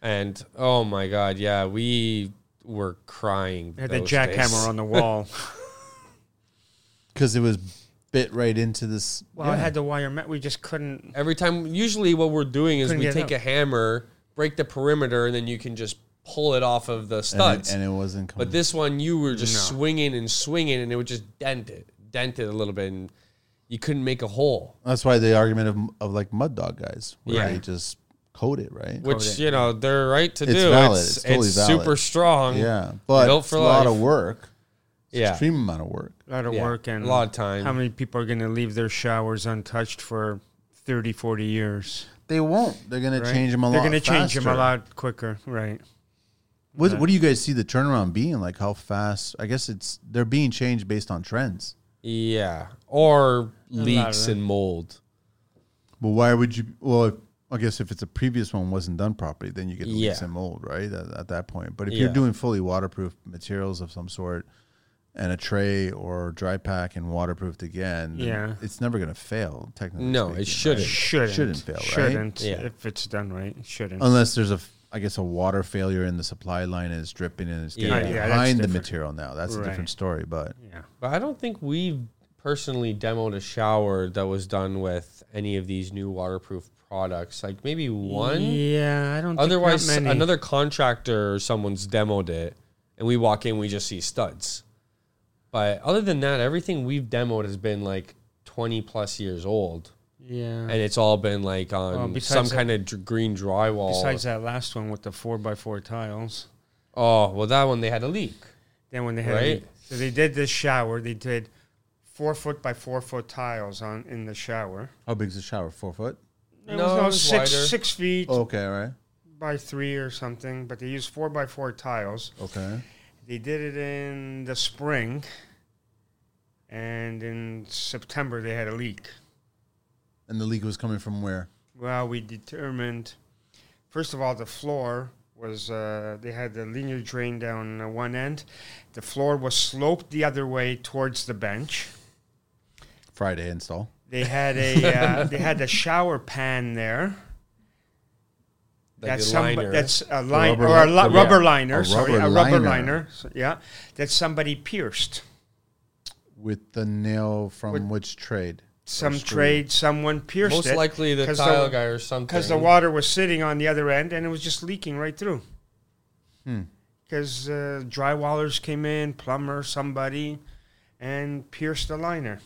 A: And oh my god, yeah, we were crying.
B: They had the
A: those
B: jackhammer
A: days.
B: on the wall.
C: Because it was bit right into this.
B: well, I had the wire mesh. We just couldn't.
A: Every time, usually what we're doing is
B: Couldn't
A: we
B: get it
A: take
B: out.
A: a hammer, break the perimeter, and then you can just pull it off of the
C: and
A: studs.
C: it, and it wasn't.
A: but
C: Coming.
A: this one, you were just swinging and swinging, and it would just dent it, dent it a little bit, and you couldn't make a hole.
C: That's why the argument of, of like mud dog guys, where
A: Yeah.
C: they just coat it, right?
A: Which you know they're right to
C: It's
A: do.
C: valid.
A: It's,
C: It's totally
A: it's
C: valid.
A: super strong.
C: yeah, but
A: Built
C: it's
A: for
C: a lot
A: life.
C: of work. It's
A: yeah,
C: extreme amount of work.
B: A lot of
A: yeah.
B: work and
A: a lot of time.
B: How many people are going to leave their showers untouched for 30, 40 years?
C: They won't. They're gonna
B: right?
C: change them a
B: They're
C: lot.
B: gonna change them a
C: faster.
B: lot quicker, right?
C: What, what do you guys see the turnaround being like? How fast? I guess it's they're being changed based on trends.
A: yeah, or
B: of
A: leaks
B: them.
A: and mold.
C: But why would you? Well, if, I guess if it's a previous one wasn't done properly, then you get leaks
A: Yeah.
C: and mold, right? At, at that point. But if
A: Yeah.
C: you're doing fully waterproof materials of some sort, and a tray or dry pack and waterproofed again, then
B: Yeah.
C: it's never gonna fail. Technically,
A: No, it
C: speaking,
A: shouldn't.
B: Shouldn't
C: Shouldn't fail, right?
B: Shouldn't
A: Yeah.
B: if it's done right. Shouldn't.
C: unless there's a. I guess a water failure in the supply line is dripping and it's getting
A: Yeah.
B: Yeah, that's
C: behind the
B: different.
C: material now. That's
B: Right.
C: a different story. But
B: yeah.
A: But I don't think we've personally demoed a shower that was done with any of these new waterproof products. Like maybe one.
B: Yeah, I don't. think
A: Otherwise,
B: not many.
A: another contractor or someone's demoed it, and we walk in, we just see studs. But other than that, everything we've demoed has been like 20 plus years old.
B: Yeah.
A: And it's all been like on
B: besides
A: some
B: that-
A: kind of dr- green drywall.
B: Besides that last one with the four by four tiles,
A: oh, well, that one they had a leak.
B: then when they had
A: Right.
B: so they did this shower, they did four foot by four foot tiles on in the shower.
C: how big's the shower? Four foot.
B: It
A: No,
B: was
A: it
B: no
A: was
B: six
A: wider.
B: six feet
C: Okay, all right.
B: by three or something, but they used four by four tiles.
C: Okay.
B: They did it in the spring, and in September they had a leak.
C: And the leak was coming from where?
B: Well, we determined, first of all, the floor was, uh, they had the linear drain down uh, one end. The floor was sloped the other way towards the bench.
C: Friday install.
B: They had a uh, they had a shower pan there.
A: Like
B: that's
A: a
B: some,
A: liner.
B: that's a liner
C: rubber
B: or a
C: li-
B: li-
C: the-
B: rubber
A: yeah.
B: liner.
C: A
B: sorry,
C: rubber
B: a rubber
C: liner.
B: liner. so- yeah, that somebody pierced.
C: with the nail from
B: With-
C: which trade?
B: Some
C: screw.
B: trade, someone pierced
A: Most
B: it.
A: likely the
B: 'cause
A: tile guy or something.
B: because the water was sitting on the other end and it was just leaking right through.
A: Hmm.
B: Because uh, drywallers came in, plumber, somebody, and pierced the liner.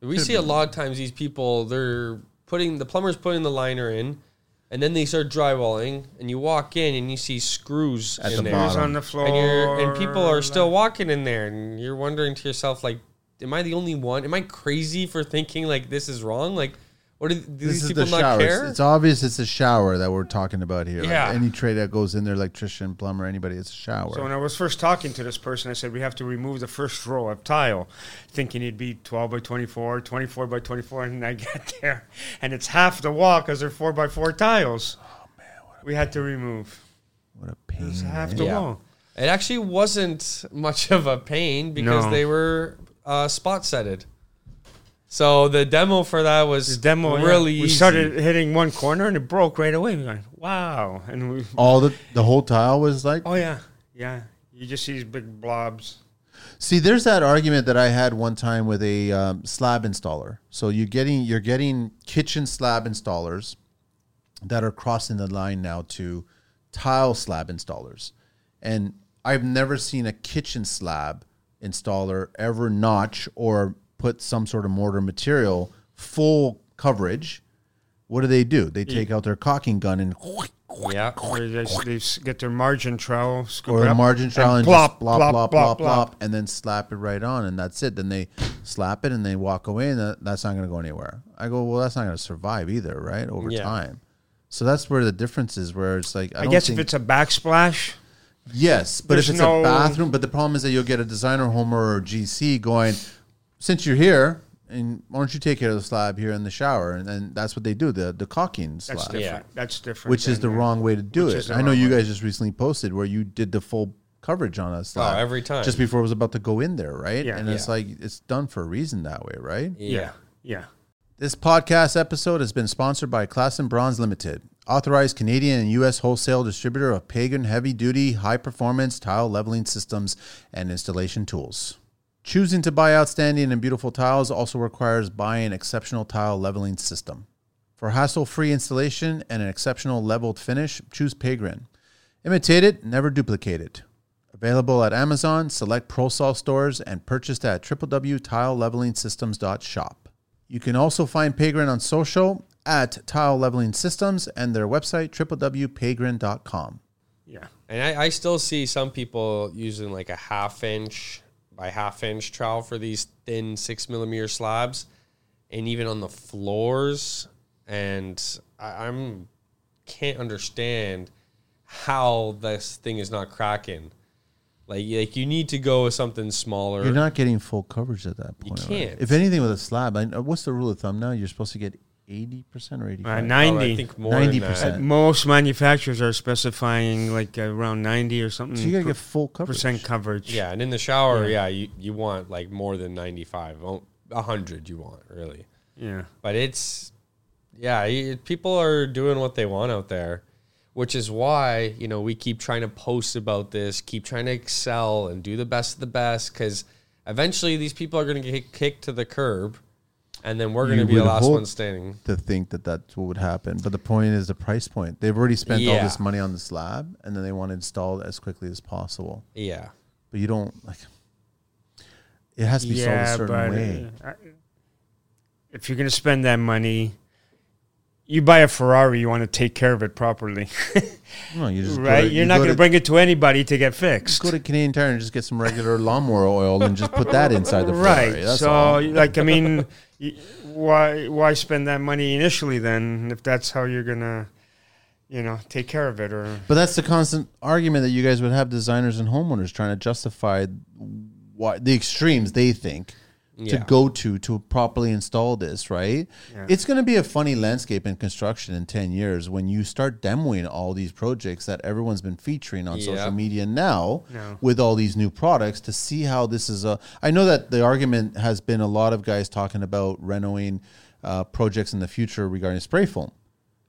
A: We see a lot of times these people they're putting the plumber's putting the liner in, and then they start drywalling, and you walk in and you see screws
C: At
A: in
C: the
A: there,
B: It was
C: Bottom.
B: on the floor,
A: and you're and people are still walking in there, and you're wondering to yourself like, am I the only one? Am I crazy for thinking like this is wrong? Like, what do, do these people not
C: shower. It's,
A: care?
C: it's obvious it's a shower that we're talking about here. Like,
A: Yeah.
C: any trade that goes in there, electrician, plumber, anybody, it's a shower.
B: So when I was first talking to this person, I said, we have to remove the first row of tile, thinking it'd be 12 by 24, 24 by 24, and I get there, and it's half the wall because they're 4 by 4 tiles.
A: Oh,
B: We had to remove.
C: what a
B: It
C: pain.
B: was half
C: eh?
B: the
A: Hmm, Yeah.
B: wall.
A: it actually wasn't much of a pain because
B: No.
A: they were uh, spot setted. So the demo for that was
B: This demo yeah.
A: really
B: We
A: easy.
B: started hitting one corner and it broke right away. We went, wow, and we
C: All the the whole tile was like.
B: oh yeah, yeah. You just see these big blobs.
C: See, there's that argument that I had one time with a um, slab installer. So you're getting you're getting kitchen slab installers that are crossing the line now to tile slab installers, and I've never seen a kitchen slab installer ever notch or put some sort of mortar material full coverage. What do they do? They take out their caulking gun and
A: Yeah.
B: Where they, they s- get their margin trowel, scoop
C: or
B: it
C: a
B: up,
C: margin trowel and,
B: plop,
C: just blop,
B: plop,
C: blop, blop,
B: plop,
C: blop, and then slap it right on, and that's it. Then they slap it and they walk away, and that, that's not going to go anywhere. I go, well, that's not going to survive either, right? Over
A: Yeah.
C: time. So that's where the difference is. Where it's like, I,
B: I
C: don't
B: guess
C: think,
B: if it's a backsplash,
C: yes, but if
B: there's
C: it's a
B: no-
C: bathroom, but the problem is that you'll get a designer homer or GC going, since you're here, and why don't you take care of the slab here in the shower? And then that's what they do, the the caulking slab
B: that's different. That's different.
C: which is the
B: than, uh,
C: wrong way to do
B: which is
C: it.
B: the
C: I know
B: wrong
C: you
B: way.
C: guys just recently posted where you did the full coverage on us.
A: Oh, every time.
C: Just before it was about to go in there, right?
B: Yeah.
C: and it's
A: Yeah.
C: like it's done for a reason that way, right?
B: Yeah. Yeah.
C: This podcast episode has been sponsored by Class and Bronze Limited, authorized Canadian and U.S. wholesale distributor of Pagan heavy duty, high performance tile leveling systems and installation tools. Choosing to buy outstanding and beautiful tiles also requires buying exceptional tile leveling system. For hassle-free installation and an exceptional leveled finish, choose Pagrin. Imitate it, never duplicate it. Available at Amazon, select ProSol stores, and purchased at www.tilelevelingsystems.shop. You can also find Pagrin on social at Tile Leveling Systems and their website www.pagrin.com.
B: Yeah. Uh,
A: And I, I still see some people using like a half inch by half inch trowel for these thin six millimeter slabs, and even on the floors. And I, I'm can't understand how this thing is not cracking. Like, like you need to go with something smaller.
C: You're not getting full coverage at that point. right?
A: can't.
C: If anything, with a slab, I, what's the rule of thumb now? You're supposed to get 80% or 85
B: Uh,
A: Oh,
B: 90.
A: I think more than that.
C: 90%.
B: Most manufacturers are specifying like around 90 or something
C: So you got to
B: per-
C: get full coverage.
B: percent coverage.
A: Yeah, and in the shower, yeah, you, you want like more than 95, oh, 100 you want, really.
B: Yeah.
A: But it's, yeah, y- people are doing what they want out there, which is why, you know, we keep trying to post about this, keep trying to excel and do the best of the best because eventually these people are going to get kicked to the curb and then we're going
C: You
A: to be the
C: would
A: last
C: hope
A: one standing.
C: to think that that's what would happen. But the point is the price point. They've already spent all
A: Yeah.
C: this money on the slab, and then they want to install it as quickly as possible.
A: Yeah.
C: But you don't like. It has to be sold a certain way.
B: uh, I- if you're going to spend that money, you buy a Ferrari, you want to take care of it properly,
C: no, you just go
B: uh, right?
C: to-
B: you're
C: you
B: not
C: go
B: going to bring it to anybody to get fixed,
C: Go to Canadian Tire and just get some regular lawnmower oil and just put that inside the Ferrari.
B: right?
C: That's
B: so,
C: all.
B: like, I mean, y- why why spend that money initially then if that's how you're going to, you know, take care of it? Or
C: But that's the constant argument that you guys would have designers and homeowners trying to justify why the extremes they think to
A: Yeah.
C: go to to properly install this, right?
B: Yeah.
C: It's going to be a funny landscape in construction in 10 years when you start demoing all these projects that everyone's been featuring on social
A: Yeah.
C: media now
B: No.
C: with all these new products to see how this is a I know that the argument has been a lot of guys talking about renoing uh, projects in the future regarding spray foam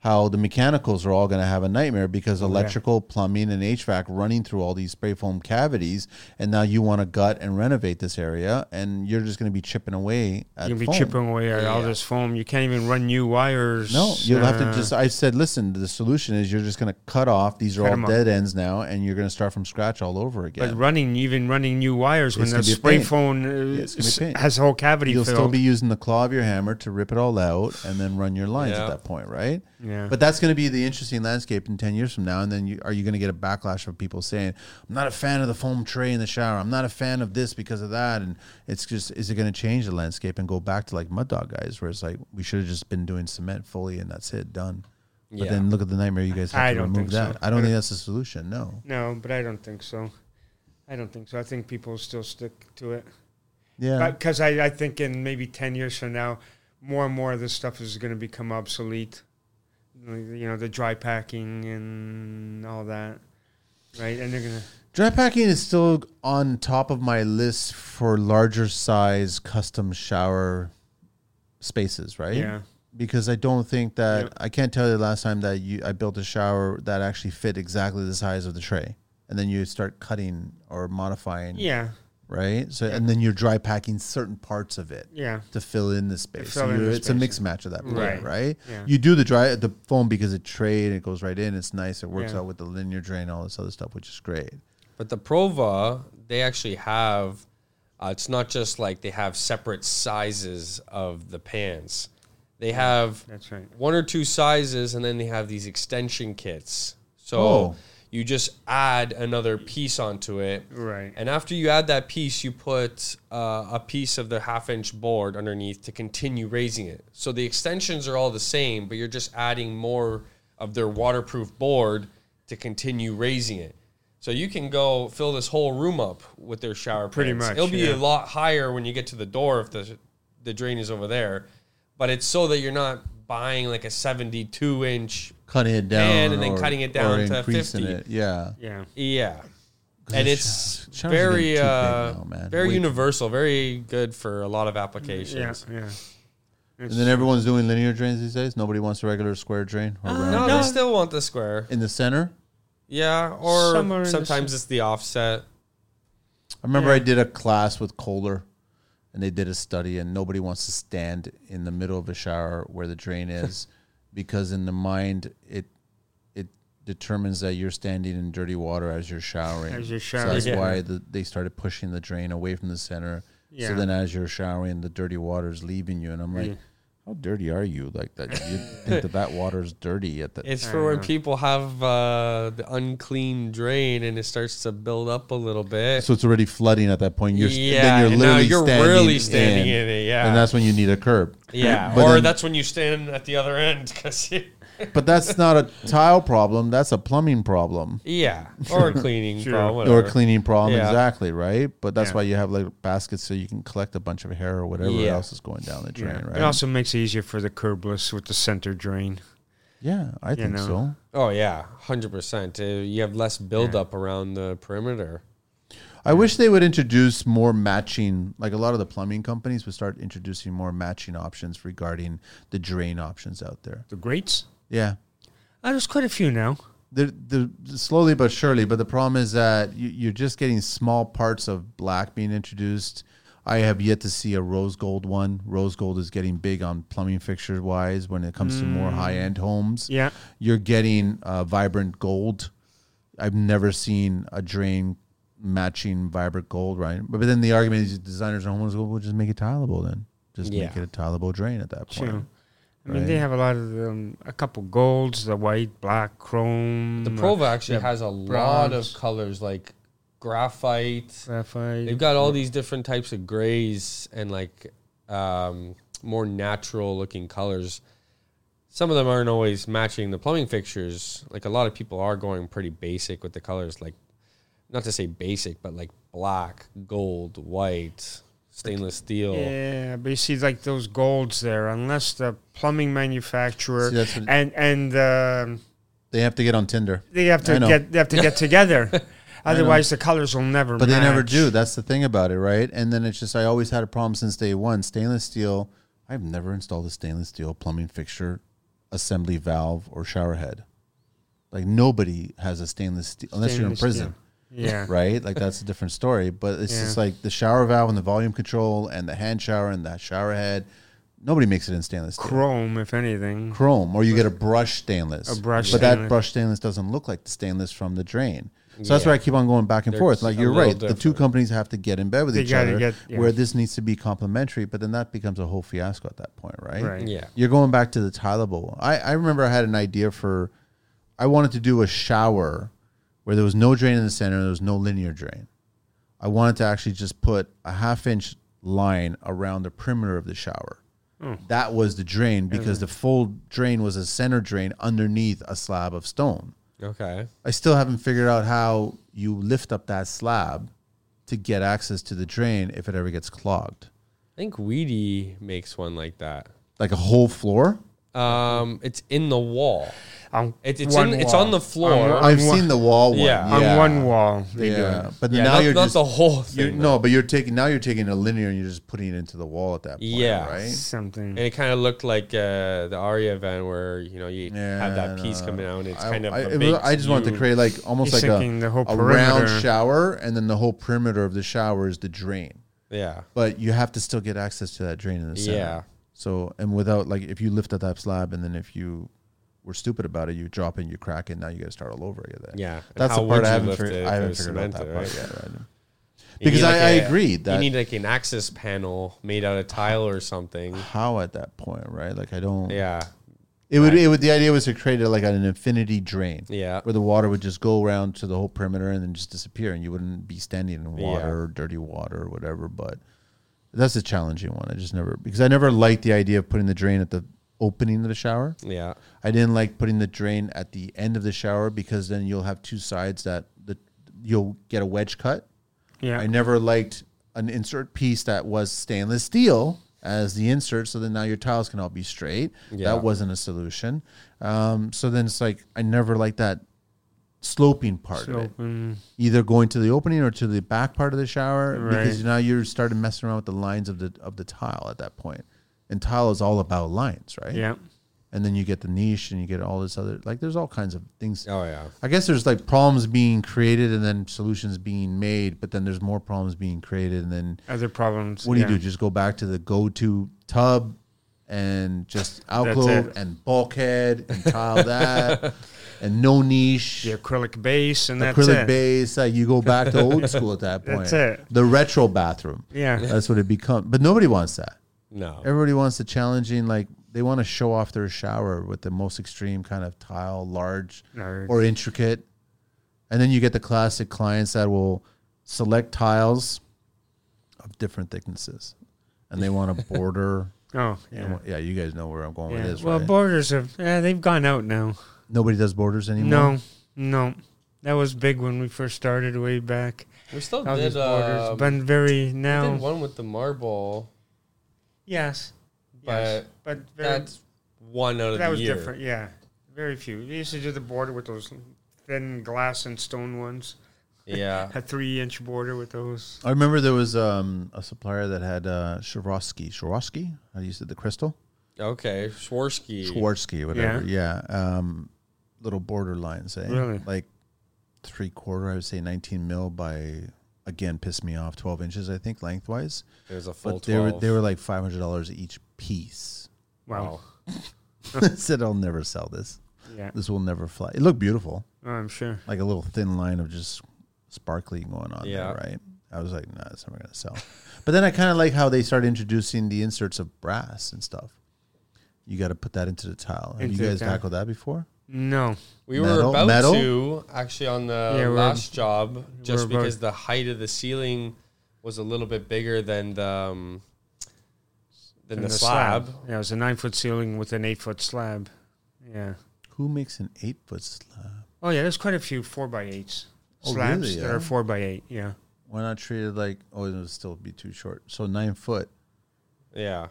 C: how the mechanicals are all going to have a nightmare
B: Oh,
C: because electrical, plumbing, and HVAC running through all these spray foam cavities, and now you want to gut and renovate this area, and you're just going to be chipping away at
B: you'll be
C: foam.
B: chipping away at all
A: Yeah.
B: this foam. You can't even run new wires.
C: No, you'll have to
B: uh,
C: just. I said, listen, the solution is you're just going to cut off. These are
B: Cut
C: all
B: 'em off.
C: dead ends now, and you're going to start from scratch all over
B: But
C: again.
B: running, even running new wires when
C: It's
B: the
C: gonna be a
B: spray
C: pain.
B: foam uh,
C: it's gonna be a
B: s-
C: pain.
B: has the whole cavity
C: You'll
B: filled.
C: still be using the claw of your hammer to rip it all out and then run your lines at
A: Yeah.
C: that point, right?
B: Yeah.
C: But that's going to be the interesting landscape in 10 years from now. And then you, are you going to get a backlash of people saying, I'm not a fan of the foam tray in the shower. I'm not a fan of this because of that. And it's just, is it going to change the landscape and go back to like Mud Dog guys, where it's like, we should have just been doing cement fully and that's it, done. But
A: Yeah.
C: then look at the nightmare you guys have
B: I
C: to
B: don't
C: remove
B: think so.
C: that. I don't think that's the solution. No.
B: No, but I don't think so. I don't think so. I think people still stick to it
C: Yeah.
B: because I, I think in maybe ten years from now, more and more of this stuff is going to become obsolete. You know, the dry packing and all that, right? And they're gonna
C: Dry packing is still on top of my list for larger size custom shower spaces, right?
B: yeah
C: because I don't think that
B: Yep.
C: I can't tell you the last time that you I built a shower that actually fit exactly the size of the tray, and then you start cutting or modifying,
B: yeah
C: right? So and then you're dry packing certain parts of it
B: yeah
C: to fill in the space. So
B: fill in
C: you're-
B: the
C: it's a
B: space,
C: mix match at that point, right?
B: Right. Yeah.
C: You do the dry the foam because it tray and it goes right in. It's nice. It works
B: Yeah.
C: out with the linear drain, all this other stuff, which is great.
A: But the Prova, they actually have. Uh, it's not just like they have separate sizes of the pans. They have
B: That's right.
A: one or two sizes, and then they have these extension kits. So
C: Oh.
A: you just add another piece onto it.
B: Right.
A: And after you add that piece, you put uh, a piece of the half inch board underneath to continue raising it. So the extensions are all the same, but you're just adding more of their waterproof board to continue raising it. So you can go fill this whole room up with their shower
B: Pretty
A: pants.
B: much,
A: It'll be a
B: yeah.
A: lot higher when you get to the door if the the drain is over there, but it's so that you're not buying like a 72 inch.
C: Cutting it down
A: And then
C: or-
A: cutting it
C: or
A: down to
C: increasing
A: 50.
C: It. Yeah.
B: Yeah.
A: Yeah.
C: 'Cause
A: And
C: the
A: it's
C: sh- showers are getting
A: very,
C: too big
A: uh,
C: now, man.
A: very
C: Way-
A: universal, very good for a lot of
B: Yeah.
A: applications.
B: Yeah.
C: And then everyone's doing linear drains these days. Nobody wants a regular square drain or round
A: Uh, No,
C: drain.
A: they still want the square.
C: in the center.
A: Yeah, or
B: Somewhere in the
A: sometimes it's the offset.
C: I remember
B: Yeah.
C: I did a class with Kohler, and they did a study, and nobody wants to stand in the middle of a shower where the drain is, because in the mind it it determines that you're standing in dirty water as you're showering.
B: As you're
C: so
B: showering,
C: that's
B: yeah.
C: why the, they started pushing the drain away from the center. So
B: Yeah.
C: then, as you're showering, the dirty water is leaving you, and I'm like. How dirty are you? Like that? You think that that water is dirty at the
A: It's for when people have uh, the unclean drain and it starts to build up a little bit.
C: So it's already flooding at that point. You're yeah,
A: Yeah,
C: then you're
A: and now
C: literally
A: you're
C: standing
A: really standing
C: in,
A: in it, yeah.
C: and that's when you need a curb.
A: yeah,
C: But
A: or
C: then-
A: that's when you stand at the other end because
C: But that's not a tile problem. That's a plumbing problem
A: yeah, or a cleaning
B: Sure.
A: problem,
C: or
A: whatever.
C: a cleaning problem.
A: Yeah.
C: Exactly right. But that's
B: Yeah.
C: why you have like baskets so you can collect a bunch of hair or whatever
A: Yeah.
C: else is going down the drain.
B: Yeah.
C: Right?
B: It also makes it easier for the curbless with the center drain.
C: yeah, I think
B: know.
C: so.
A: Oh yeah, hundred percent. Uh, You have less buildup around the perimeter.
C: I wish they would introduce more matching. Like a lot of the plumbing companies would start introducing more matching options regarding the drain options out there.
B: The grates?
C: Yeah.
B: Oh, there's quite a few now.
C: the, the slowly but surely. But the problem is that you, you're just getting small parts of black being introduced. I have yet to see a rose gold one. Rose gold is getting big on plumbing fixture wise when it comes to more high end homes.
B: Yeah.
C: you're getting uh, vibrant gold. I've never seen a drain matching vibrant gold, right? But, but then the argument is designers and homeowners go, "Well, just make it tileable then. Just make
A: Yeah.
C: it a tileable drain at that point."
B: Sure. I mean, they have a lot of them, a couple golds, the white, black, chrome.
A: The
B: uh,
A: Prova actually has a lot of
B: bronze.
A: colors like graphite.
B: graphite.
A: They've got all these different types of grays and like um, more natural looking colors. Some of them aren't always matching the plumbing fixtures. Like a lot of people are going pretty basic with the colors, like not to say basic, but like black, gold, white, stainless steel.
B: Yeah, but you see, like those golds there, unless the plumbing manufacturer
C: See, that's what-
B: and and um
C: They have to get on Tinder.
B: they have
C: I
B: to
C: know.
B: get they have to get together. Otherwise, the colors will never.
C: But they never
B: match.
C: do. That's the thing about it, right? And then it's just I always had a problem since day one. Stainless steel. I've never installed a stainless steel plumbing fixture, assembly valve, or shower head. Like nobody has a stainless steel unless you're in
B: Stainless
C: prison,
B: steel. Yeah.
C: right? Like that's a different story. But it's just
B: Yeah.
C: like the shower valve and the volume control and the hand shower and that shower head. Nobody makes it in stainless steel.
B: Chrome, if anything.
C: Mm-hmm. Chrome, or you get a brush stainless.
B: A brush
C: but that
B: stainless.
C: brush stainless doesn't look like the stainless from the drain. So that's why I keep on going back and
A: They're
C: forth. Like
A: a
C: you're
A: little
C: right, the two
A: different.
C: companies have to get in bed with
B: They
C: each
B: gotta
C: other.
B: get- yeah.
C: Where this needs to be complementary, but then that becomes a whole fiasco at that point, right?
B: Right.
A: Yeah.
C: You're going back to the tileable. I, I remember I had an idea for, I wanted to do a shower where there was no drain in the center, there was no linear drain. I wanted to actually just put a half inch line around the perimeter of the shower.
B: Hmm.
C: That was the drain because the full drain was a center drain underneath a slab of stone.
A: Okay.
C: I still haven't figured out how you lift up that slab to get access to the drain if it ever gets clogged.
A: I think Weedy makes one like that.
C: Like a whole floor?
A: Um, it's in the wall.
B: On
A: It, it's
B: one
A: in, it's
B: wall.
A: on the floor.
B: On
C: I've
B: one-
C: seen the wall one.
A: Yeah.
B: On one wall, they do it.
C: Yeah, but
A: yeah,
C: now
A: not,
C: you're
A: not
C: just
A: the whole
C: you
A: thing.
C: no, but you're taking now you're taking a linear and you're just putting it into the wall at that point,
A: Yeah.
C: right?
B: something.
A: And it kind of looked like uh, the Aria event where you know you have that
C: Yeah,
A: piece
C: no.
A: coming out and it's
C: I,
A: kind of.
C: I,
A: a
C: it was-
A: big
C: I just wanted to
A: U.
C: create like almost
B: He's
C: like a,
B: thinking the whole
C: a round
B: perimeter.
C: shower, and then the whole perimeter of the shower is the drain.
A: Yeah,
C: But you have to still get access to that drain in the center.
A: Yeah.
C: So and without like if you lift up that slab and then if you were stupid about it, you drop it, you crack it, now you got to start all over again.
A: yeah. And
C: That's
A: how
C: the part
A: would
C: I
A: you
C: haven't
A: lift
C: figured.
A: it
C: I
A: if it
C: haven't
A: was
C: figured out that
A: cemented,
C: part
A: right?
C: yet. right?
A: You need
C: Because I- I
A: a-
C: agree
A: you
C: that-
A: need like an access panel made out of tile or something.
C: How at that point, right? Like I don't.
A: Yeah,
C: It would. It would. The idea was to create a, like an infinity drain.
A: Yeah.
C: Where the water would just go around to the whole perimeter and then just disappear, and you wouldn't be standing in water
A: Yeah.
C: or dirty water or whatever. But that's a challenging one. I just never because I never liked the idea of putting the drain at the opening of the shower.
A: yeah,
C: I didn't like putting the drain at the end of the shower because then you'll have two sides that the you'll get a wedge cut.
B: Yeah.
C: I never liked an insert piece that was stainless steel as the insert, so then now your tiles can all be straight.
A: Yeah.
C: That wasn't a solution. Um, so then it's like I never liked that sloping part of it,
B: Open.
C: either going to the opening or to the back part of the shower, because
B: Right.
C: now you're started messing around with the lines of the of the tile at that point. And tile is all about lines, right?
B: Yeah.
C: and then you get the niche and you get all this other like there's all kinds of things
A: oh yeah,
C: i guess there's like problems being created and then solutions being made but then there's more problems being created and then
B: Other problems.
C: what do
B: yeah.
C: you do just go back to the go-to tub and just alcove
B: it.
C: and bulkhead and tile that and no niche
B: The acrylic base, and that's
C: acrylic
B: it.
C: base like you go back to old school at that point
B: That's it.
C: the retro bathroom
B: Yeah.
C: that's what it becomes but nobody wants that
B: Oh.
A: no,
C: everybody wants the challenging like they want to show off their shower with the most extreme kind of tile large
B: Large.
C: or intricate and then you get the classic clients that will select tiles of different thicknesses and they want a border
B: Oh,
C: They
B: yeah.
C: want- yeah you guys know where i'm going
B: yeah.
C: with this
B: well,
C: right?
B: borders have yeah, they've gone out now.
C: nobody does borders anymore
B: No, no, that was big when we first started way back.
A: we still
B: Now these
A: did.
B: borders
A: um,
B: been very
A: we
B: now.
A: did one with the marble,
B: yes,
A: but
B: yes, but very,
A: that's one out of
B: that
A: the
B: was
A: year.
B: different. Yeah, very few. We used to do the border with those thin glass and stone ones.
A: Yeah,
B: Had three inch border with those.
C: i remember there was um, a supplier that had uh Swarovski. Swarovski? how do you say the crystal
A: okay, Swarovski.
C: Schwarzky, whatever. Yeah. Um, little border lines, eh?
B: Really?
C: Like three quarter, I would say 19 mil by, again, pissed me off, 12 inches, I think, lengthwise.
A: It was a full
C: But they were,
A: twelve.
C: they were like $500 each piece.
B: Wow.
C: I said, I'll never sell this.
B: Yeah,
C: This will never fly. It looked beautiful,
B: oh, I'm sure.
C: like a little thin line of just sparkly going on
A: Yeah.
C: there, right? I was like, nah, that's never going to sell. but then I kind of like how they started introducing the inserts of brass and stuff. You got to put that into the tile. Have
B: Into
C: you
B: the
C: guys
B: tile.
C: tackled that before?
B: No,
A: We were
C: Metal-
A: about
C: metal?
A: to actually on the
B: Yeah, we're-
A: last job, just
B: we're about-
A: because the height of the ceiling was a little bit bigger than the um, than
B: And
A: the, slab.
B: Yeah, it was a nine foot ceiling with an eight foot slab. Yeah.
C: Who makes an eight foot slab?
B: Oh yeah, there's quite a few four by eights
C: Oh,
B: slabs
C: really,
B: that
C: yeah?
B: are four by eight. Yeah.
C: Why not treat it like oh it would still be too short. So nine foot.
A: Yeah,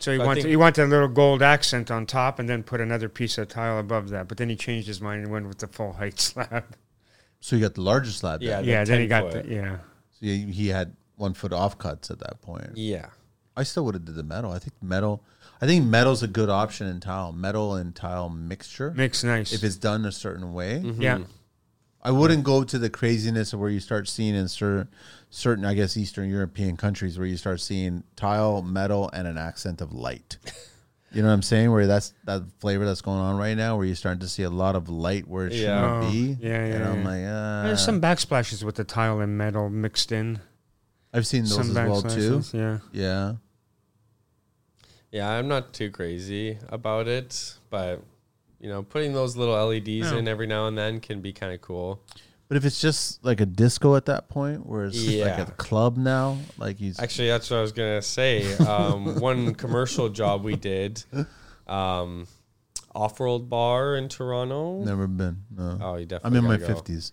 B: So he
A: So I
B: wanted
A: think-
B: he wanted a little gold accent on top, and then put another piece of tile above that. But then he changed his mind and went with the full height slab.
C: So you got the larger slab.
A: Yeah.
C: Then.
A: And
B: yeah.
A: then
B: Then
A: 10
B: he got
A: foot.
B: the yeah.
C: So you, he had one foot off cuts at that point.
A: yeah,
C: I still would have did the metal. I think metal. I think metal's a good option in tile. Metal and tile mixture.
B: Mix Mm-hmm. nice.
C: If it's mm, done a certain way,
B: yeah.
C: I wouldn't go to the craziness of where you start seeing in certain, certain, I guess, Eastern European countries where you start seeing tile, metal, and an accent of light. You know what I'm saying? Where that's that flavor that's going on right now, where you're starting to see a lot of light where it
A: Yeah.
C: shouldn't be.
B: Oh, yeah,
C: uh, And
B: yeah,
C: I'm
B: yeah.
C: like, uh,
B: There's some backsplashes with the tile and metal mixed in.
C: I've seen those
B: Some
C: as well too.
B: backsplashes. Yeah.
C: Yeah.
A: yeah. I'm not too crazy about it, but you know, putting those little LEDs
B: No.
A: in every now and then can be kind of cool.
C: But if it's just like a disco at that point, where it's
A: Yeah.
C: like a club now, like you,
A: Actually, that's what I was gonna say. Um, one commercial job we did, um, off-world bar in Toronto.
C: never been. No.
A: Oh, you definitely.
C: I'm in my
A: gotta go.
C: 50s.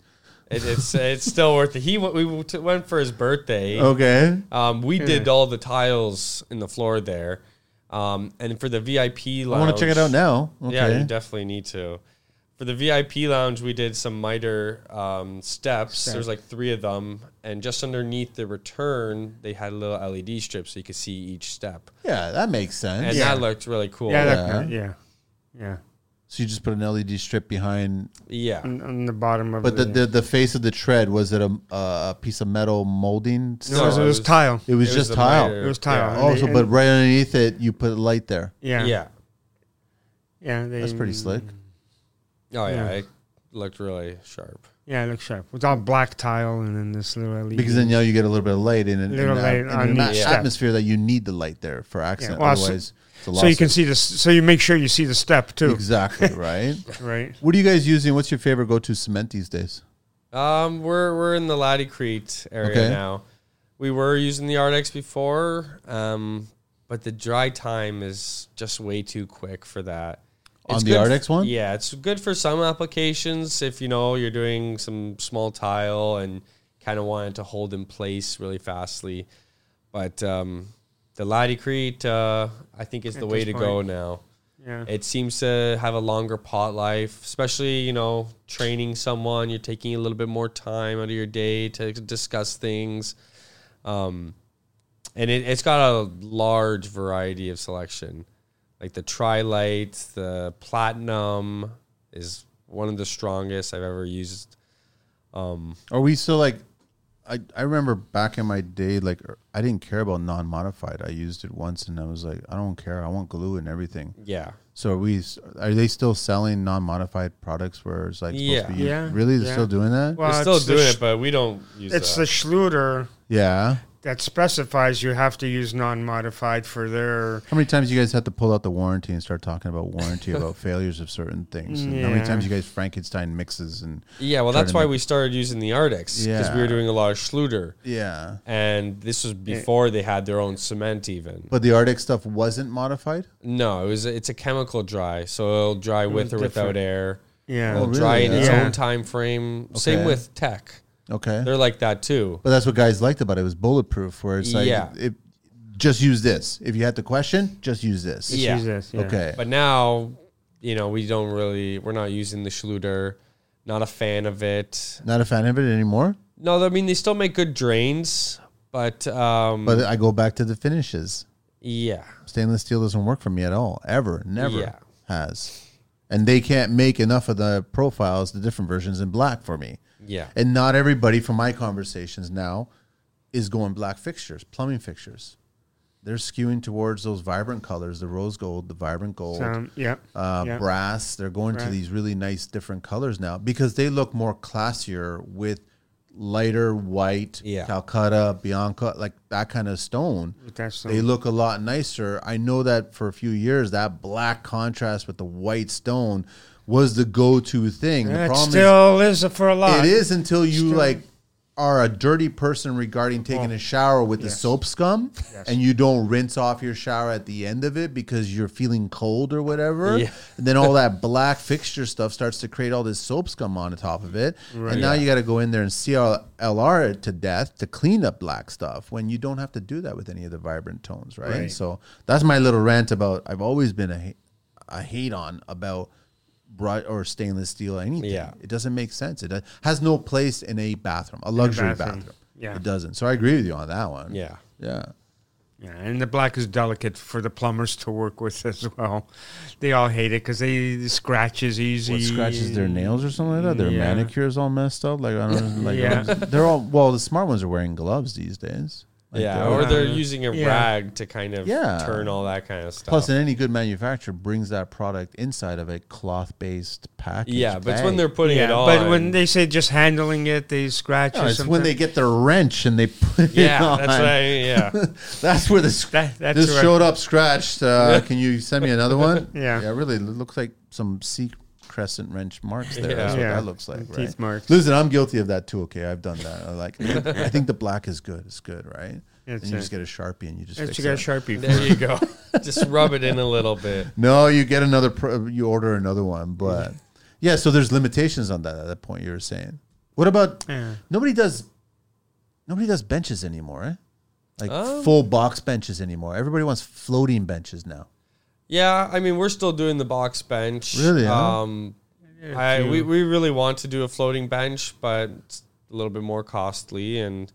A: It, it's it's still worth it. He went, we t- went for his birthday.
C: Okay.
A: Um, we did all the tiles in the floor there, um, and for the VIP lounge,
C: I want to check it out now. Okay.
A: Yeah, you definitely need to. For the VIP lounge, we did some miter um, steps. There's like three of them, and just underneath the return, they had a little LED strip so you could see each step,
C: yeah, that makes sense.
A: and
B: Yeah.
A: that looked really cool.
B: Yeah.
A: Yeah,
B: That, yeah. Yeah.
C: So you just put an LED strip behind,
A: yeah.
B: On, on the bottom of
C: but the,
B: the
C: the, the face of the tread was it a, a piece of metal molding?
B: no, it was,
A: No, it
B: it was
A: was-
B: tile.
C: It was
A: It was
C: just
A: the
C: tile.
A: miter.
B: It was tile.
A: Yeah.
B: And
C: Also,
B: they-
C: but
B: and-
C: right underneath it, you put light there.
B: yeah.
A: yeah.
B: Yeah. They,
A: Mm.
C: That's pretty slick.
A: Oh yeah,
B: Yeah.
A: I looked really sharp.
B: Yeah, it looks sharp. It's all black tile and then this little LED.
C: Because then you know you get a little bit of light in, an- in,
B: Little
C: the-
B: light
C: in
B: on
C: an
B: each
C: a-
B: step.
C: atmosphere that you need the light there for accent.
B: well, so-
C: Otherwise, it's a
B: so you can
C: lawsuit.
B: see this. So you make sure you see the step too,
C: exactly right.
B: right?
C: what are you guys using? What's your favorite go-to cement these days?
A: Um, we're we're in the Laticrete area
C: Okay.
A: now. We were using the Ardex before, um, but the dry time is just way too quick for that.
C: On the
A: good f-
C: Ardex one?
A: yeah, it's good for some applications if you know you're doing some small tile and kind of want it to hold in place really fastly. But um, the Laticrete, uh, I think, is the way
B: this
A: to go now.
B: Yeah.
A: It seems to have a longer pot life, especially, you know, training someone. You're taking a little bit more time out of your day to discuss things. Um, and it, it's got a large variety of selection. Like the tri light, the platinum is one of the strongest I've ever used.
C: Are we still like? I, I remember back in my day, like er, I didn't care about non-modified. I used it once, and I was like, I don't care. I want glue and everything.
A: Yeah.
C: So are we? s- Are they still selling non-modified products where it's like supposed
A: Yeah.
C: to be?
B: Yeah,
C: Really, they're
B: yeah.
C: still doing that?
B: Well,
A: We're still
B: it's the
A: doing
B: sh-
A: it, but we don't use
B: It's the
A: that.
C: uh,
B: Schluter
C: yeah.
B: that specifies you have to use non-modified for their.
C: How many times you guys had to pull out the warranty and start talking about warranty about failures of certain things? And How many
B: Yeah.
C: times you guys Frankenstein mixes and
A: yeah, well,
C: try
A: that's
C: to
A: why
C: make-
A: we started using the Ardex because we
C: Yeah.
A: were doing a lot of Schluter.
C: yeah.
A: and this was before they had their own cement even
C: But the Arctic stuff wasn't modified.
A: no it was it's a chemical dry so it'll dry with or without
B: different.
A: air
B: Yeah.
A: it'll
C: Mm, Oh, really?
A: dry in its
B: Yeah.
A: own time frame same
C: Okay.
A: with tech
C: Okay.
A: they're like that too
C: But that's what guys liked about it. It was bulletproof, where it's like,
A: Yeah.
C: it, just use this. If you had the question, just use this.
A: Yeah.
B: Use this, yeah.
C: Okay.
A: but now you know we don't really we're not using the schluter not a fan of it
C: Not a fan of it anymore.
A: no i mean they still make good drains but um
C: But I go back to the finishes.
A: yeah
C: Stainless steel doesn't work for me at all. Ever. Never
A: Yeah.
C: has. And they can't make enough of the profiles, the different versions in black for me.
A: yeah
C: And not everybody from my conversations now is going black fixtures, plumbing fixtures. They're skewing towards those vibrant colors, the rose gold, the vibrant gold.
B: Um, yeah.
C: uh,
B: yeah.
C: brass. They're going to
B: Right.
C: these really nice different colors now because they look more classier with lighter white,
A: Yeah.
C: Calcutta, Bianca, like that kind of stone.
B: That's
C: They look a lot nicer. I know that for a few years, that black contrast with the white stone was the go-to thing. the
B: it
C: problem
B: still is for a lot.
C: is, it is until you like are a dirty person regarding taking a shower with the soap scum and you don't rinse off your shower at the end of it because you're feeling cold or whatever
A: Yeah.
C: and then all that black fixture stuff starts to create all this soap scum on the top of it and now you got to go in there and CLR it to death to clean up black stuff when you don't have to do that with any of the vibrant tones right,
B: Right.
C: so that's my little rant about I've always been a ha- a hate on about bright or stainless steel anything
A: Yeah.
C: it doesn't make sense. It does, has no place in a bathroom, a luxury bathroom.
B: bathroom. Yeah.
C: It doesn't. So I agree with you on that one.
A: yeah
C: Yeah.
B: Yeah, and the black is delicate for the plumbers to work with as well. They all hate it because they the scratches easy.
C: What scratches their nails or something like that? Their
B: Yeah.
C: manicures all messed up. Like I don't like
B: Yeah.
C: they're all well, the smart ones are wearing gloves these days. Like,
A: yeah
C: they're-
A: or they're
B: Yeah.
A: using a
B: Yeah.
A: rag to kind of
C: Yeah.
A: turn all that kind of stuff
C: Plus, in any good manufacturer brings that product inside of a cloth-based package.
A: yeah but it's when
C: bag.
A: they're putting
B: Yeah,
A: it on
B: but when they say just handling it, they scratch.
C: No,
B: or
C: it's when
B: something.
C: they get their wrench and they put it
A: yeah
C: on.
A: that's what I mean, yeah
C: That's where the sc-
B: That- that's
C: this
B: where-
C: showed up scratched. Uh, can you send me another one?
B: Yeah.
C: yeah. Really, it looks like some C crescent wrench marks there. That's what
B: Yeah.
C: that looks like,
B: Teeth
C: right?
B: marks.
C: Listen, I'm guilty of that too. Okay, I've done that. I like, I think the black is good. It's good, right?
B: That's
C: and you
B: it.
C: just get a sharpie and you just
B: That's
C: fix
B: you got a
C: it.
B: sharpie. for
A: There you go. Just rub it in a little bit.
C: no, you get another. Pro- you order another one, but yeah. So there's limitations on that. At that point, you were saying. What about
B: Yeah.
C: nobody does? Nobody does benches anymore. Eh? Like
A: Um,
C: full box benches anymore. Everybody wants floating benches now.
A: Yeah, I mean, we're still doing the box bench.
C: Really, huh?
A: Um, I, we, we really want to do a floating bench, but it's a little bit more costly and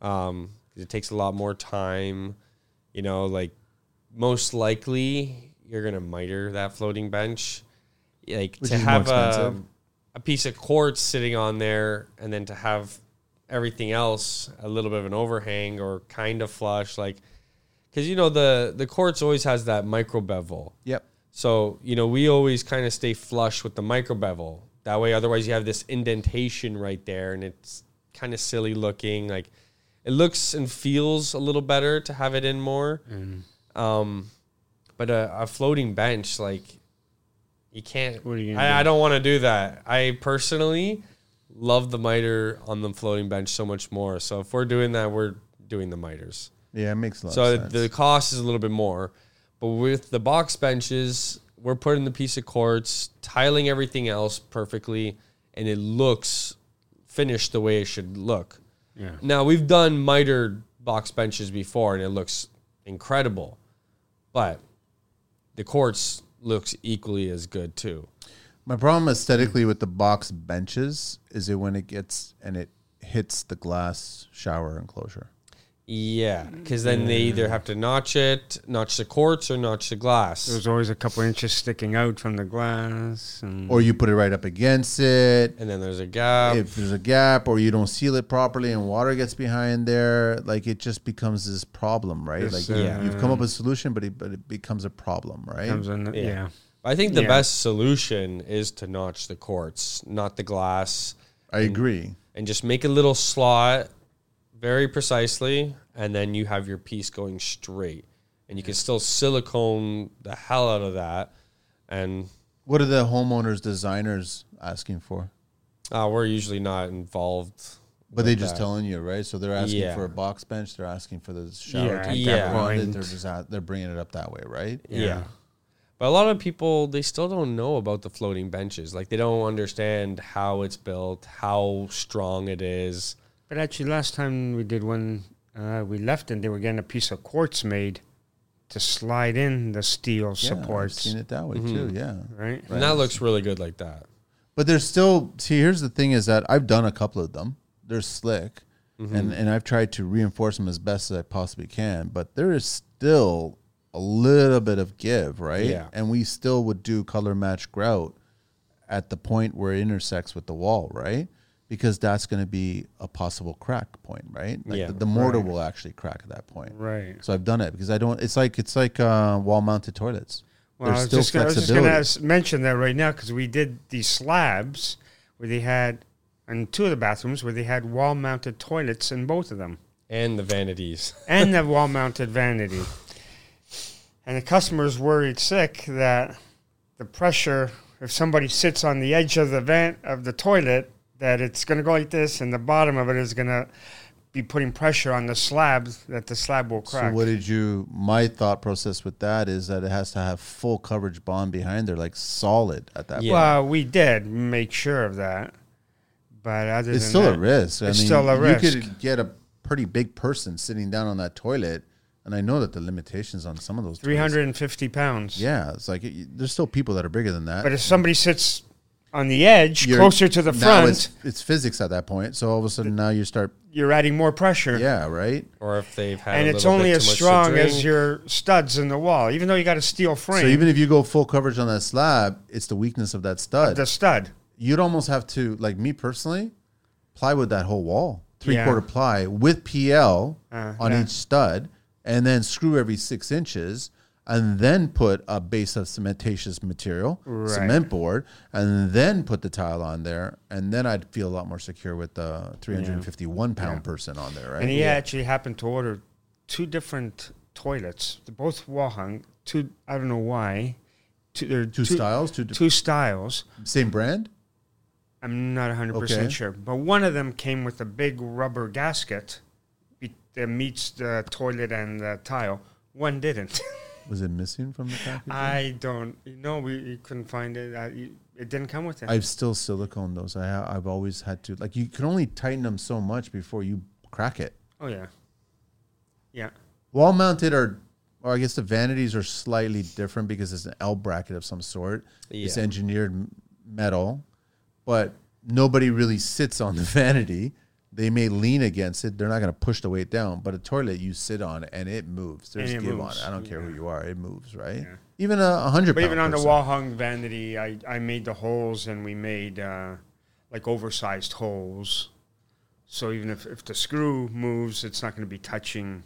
A: um, it takes a lot more time. You know, like most likely you're going to miter that floating bench. Like
C: Which
A: to
C: is more
A: have a,
C: expensive.
A: a piece of quartz sitting on there and then to have everything else a little bit of an overhang or kind of flush, like, because you know, the, the quartz always has that micro bevel.
C: Yep.
A: So, you know, we always kind of stay flush with the micro bevel. That way, otherwise, you have this indentation right there, and it's kind of silly looking. Like it looks and feels a little better to have it in more.
B: Mm-hmm.
A: Um, but a, a floating bench, like you can't.
B: What are you gonna
A: I, I don't want to do that. I personally love the miter on the floating bench so much more. So if we're doing that, we're doing the miters.
C: Yeah, it makes a lot
A: So
C: of sense.
A: the cost is a little bit more, but with the box benches, we're putting the piece of quartz, tiling everything else perfectly, and it looks finished the way it should look.
B: Yeah.
A: Now we've done mitered box benches before, and it looks incredible, but the quartz looks equally as good too.
C: My problem aesthetically with the box benches is it when it gets and it hits the glass shower enclosure.
A: Yeah, because then they
B: Mm.
A: either have to notch it, notch the quartz, or notch the glass.
B: There's always a couple inches sticking out from the glass. And
C: Or you put it right up against it.
A: and then there's a gap.
C: If there's a gap or you don't seal it properly and water gets behind there, like it just becomes this problem, right?
B: Yes,
C: Like
B: sir.
C: you-
A: Yeah.
C: you've come up with a solution, but it, but it becomes a problem, right?
B: comes in,
A: Yeah.
B: yeah.
A: I think the
B: Yeah.
A: best solution is to notch the quartz, not the glass,
C: I agree.
A: and just make a little slot very precisely, and then you have your piece going straight. And you can still silicone the hell out of that. And
C: What are the homeowners designers asking for?
A: uh, we're usually not involved.
C: But they're
A: with
C: just
A: that.
C: telling you, right? So they're asking
A: Yeah.
C: for a box bench. They're asking for the shower.
B: Yeah,
C: to
B: at
C: be
A: that
C: grounded,
B: point.
C: They're, just out- they're bringing it up that way, right?
A: Yeah. But a lot of people they still don't know about the floating benches. Like they don't understand how it's built, how strong it is.
B: But actually, last time we did one, uh, we left and they were getting a piece of quartz made to slide in the steel
C: Yeah, I've
B: supports,
C: seen it that way
B: Mm-hmm.
C: too. Yeah,
B: right?
A: And that looks really good like that.
C: but there's still. See, here's the thing: is that I've done a couple of them. They're slick,
B: Mm-hmm.
C: and and I've tried to reinforce them as best as I possibly can. But there is still a little bit of give, right?
A: Yeah.
C: And we still would do color match grout at the point where it intersects with the wall, right? Because that's going to be a possible crack point, right? Like
A: Yeah.
C: the, the mortar will actually crack at that point.
B: Right.
C: So I've done it because I don't. It's like it's like uh, wall-mounted toilets.
B: Well, I
C: There's
B: was,
C: still
B: just gonna, I was just
C: flexibility.
B: going to mention that right now because we did these slabs where they had, in two of the bathrooms, where they had wall mounted toilets in both of them
A: And the vanities.
B: and the wall mounted vanity. And the customers worried sick that the pressure, if somebody sits on the edge of the vent of the toilet, that it's going to go like this and the bottom of it is going to be putting pressure on the slab that the slab will crack.
C: So what did you? My thought process with that is that it has to have full coverage bond behind there, like solid at that.
A: Yeah.
C: point.
B: Well, we did make sure of that, but other
C: It's
B: than
C: still
B: that,
C: a risk. I
B: it's
C: mean,
B: still a
C: You
B: risk.
C: could get a pretty big person sitting down on that toilet, and I know that the limitations on some of those. toilets-
B: three hundred and fifty pounds.
C: Yeah, it's like it, there's still people that are bigger than that.
B: But if somebody sits on the edge,
C: You're-
B: closer to the
C: now
B: front,
C: it's, it's physics at that point. So all of a sudden now you start.
B: you're adding more pressure.
C: Yeah, right.
A: or if they've had
B: And
A: a
B: it's
A: little
B: only
A: bit
B: as
A: too much to
B: strong as
A: drink.
B: your studs in the wall, even though you got a steel frame.
C: So even if you go full coverage on that slab, it's the weakness of that stud.
B: the stud.
C: you'd almost have to like me personally plywood that whole wall three quarter ply with pl
B: Uh,
C: on
B: yeah.
C: each stud and then screw every six inches and then put a base of cementatious material cement board and then put the tile on there and then i'd feel a lot more secure with the 351 pound person on there right
B: And he actually happened to order two different toilets, They're both wall hung. Two, I don't know why. Two, they're
C: two, styles two,
B: Two styles.
C: same brand
B: I'm not 100%
C: Okay.
B: sure. But one of them came with a big rubber gasket be- that meets the toilet and the tile. One didn't.
C: was it missing from the package
B: I don't, no, we you couldn't find it. I, you- it didn't come with it.
C: I've still silicone those. I ha- I've always had to like you can only tighten them so much before you crack it.
B: oh, yeah. Yeah.
C: Wall mounted are, or I guess the vanities are slightly different because it's an L bracket of some sort. It's
A: Yeah.
C: engineered m- metal, but nobody really sits on the vanity. They may lean against it. They're not going to push the weight down, but a toilet you sit on and it moves. There's
B: And it
C: give
B: moves.
C: on. it. I don't care who you are. It moves, right?
B: Yeah.
C: Even a a hundred.
B: But even
C: pound
B: on the
C: person.
B: wall hung vanity, I, I made the holes and we made uh, like oversized holes. So even if, if the screw moves, it's not going to be touching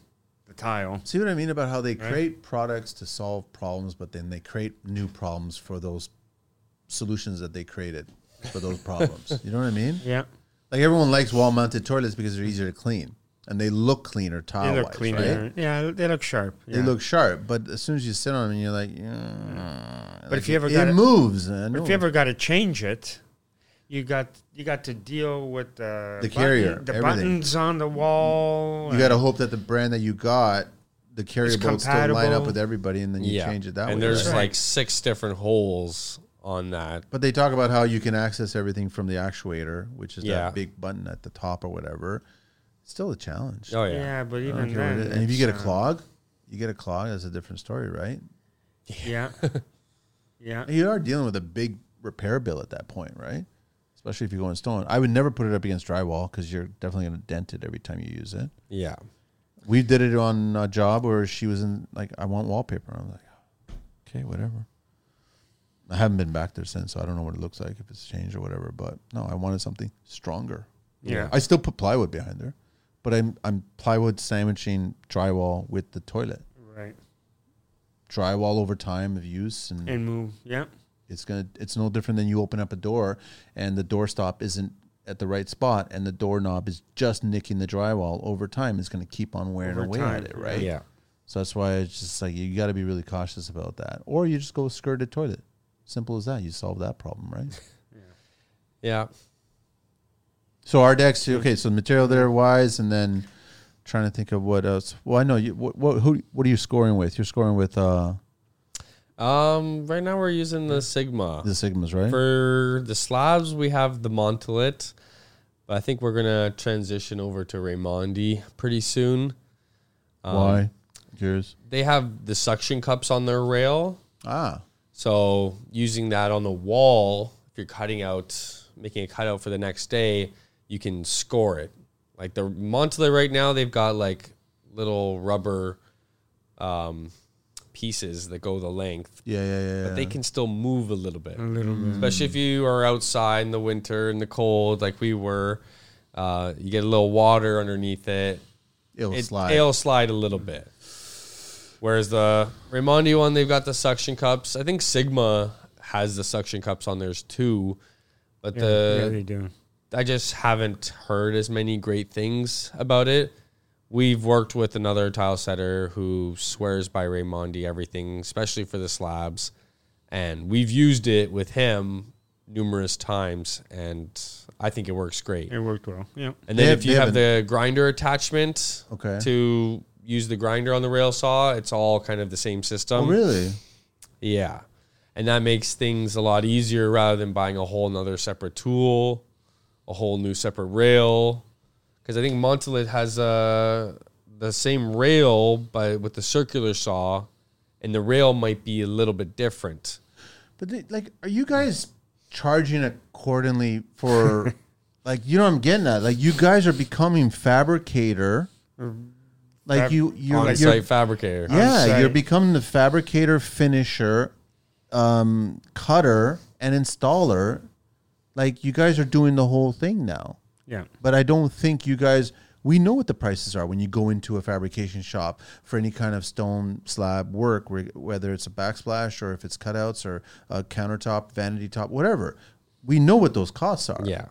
B: the tile.
C: See what I mean about how they create products to solve problems, but then they create new problems for those solutions that they created. for those problems. you know what I mean?
B: Yeah.
C: Like everyone likes wall-mounted toilets because they're easier to clean and they look cleaner
B: They
C: tile-wise.
B: look cleaner.
C: Right?
B: Yeah, they look sharp.
C: They
B: yeah.
C: look sharp, but as soon as you sit on them, you're like, yeah.
B: But if you ever
C: it,
B: got
C: it
B: a-
C: moves. I
B: But if
C: know.
B: you ever got to change it, you got you got to deal with the
C: The carrier,
B: button- the
C: everything.
B: buttons on the wall.
C: You got to hope that the brand that you got, the carrier
B: It's
C: bolts still line up
B: compatible.
C: with everybody, and then you change it that
A: and
C: way.
A: there's
C: right?
B: right?
A: like six different holes on that.
C: But they talk about how you can access everything from the actuator, which is
A: Yeah.
C: that big button at the top or whatever. It's still a challenge.
A: Oh
B: yeah.
A: yeah.
B: but
C: I don't
B: even
C: care what
B: then,
C: it is. and if
B: it's,
C: you get a
B: uh,
C: clog, you get a clog. That's a different story, right?
B: yeah, yeah,
C: You are dealing with a big repair bill at that point, right? Especially if you go in stone. I would never put it up against drywall because you're definitely going to dent it every time you use it.
A: Yeah.
C: We did it on a job where she was in like, I want wallpaper. I'm like, okay, whatever. I haven't been back there since, so I don't know what it looks like if it's changed or whatever. But no, I wanted something stronger.
B: yeah,
C: I still put plywood behind there, but I'm I'm plywood sandwiching drywall with the toilet.
B: right.
C: Drywall over time of use, and,
B: And move. Yeah,
C: it's gonna it's no different than you open up a door and the doorstop isn't at the right spot, and the doorknob is just nicking the drywall over time. It's gonna keep on wearing
B: Over
C: away
B: time,
C: at it, right?
A: Yeah.
C: So that's why it's just like you got to be really cautious about that, or you just go skirted toilet. Simple as that. You solve that problem, right?
A: Yeah.
C: so our decks, okay. So material there wise, and then trying to think of what else. Well, I know you. What, what who? What are you scoring with? You're scoring with uh
A: Um. Right now we're using the Sigma.
C: the sigmas, right?
A: For the slabs, we have the Montelet. But I think we're gonna transition over to Raimondi pretty soon. um,
C: Why? Yours.
A: They have the suction cups on their rail,
C: Ah,
A: so using that on the wall, if you're cutting out, making a cutout for the next day, you can score it. Like the Montelet right now, they've got like little rubber um, pieces that go the length,
C: yeah, yeah, yeah.
A: but they can still move a little bit.
B: a little bit.
A: especially if you are outside in the winter in the cold like we were uh, you get a little water underneath it
C: it'll
A: it,
C: slide.
A: it'll slide a little bit whereas the Raimondi one they've got the suction cups I think Sigma has the suction cups on theirs too but
B: yeah,
A: the
B: they do.
A: I just haven't heard as many great things about it. We've worked with another tile setter who swears by Raimondi everything, especially for the slabs, and we've used it with him numerous times, and I think it works great.
B: It worked well. Yeah,
A: And
C: They
A: then
C: have-
A: if
C: they
A: you have
C: have
A: the grinder attachment
C: Okay.
A: to use the grinder on the rail saw, it's all kind of the same system.
C: oh, really?
A: Yeah. And that makes things a lot easier rather than buying a whole nother separate tool, a whole new separate rail. Because I think Montelet has uh, the same rail, but with the circular saw, and the rail might be a little bit different.
C: But they, like, are you guys charging accordingly for? like, you know, what I'm getting at. Like, you guys are becoming fabricator. Like
B: Fab-
C: you, you're,
A: On
C: you're
A: site fabricator.
C: yeah,
B: On-site.
C: you're becoming the fabricator, finisher, um, cutter, and installer. Like you guys are doing the whole thing now.
B: yeah.
C: but I don't think you guys. We know what the prices are when you go into a fabrication shop for any kind of stone slab work, whe- whether it's a backsplash or if it's cutouts or a countertop, vanity top, whatever. We know what those costs are.
A: Yeah.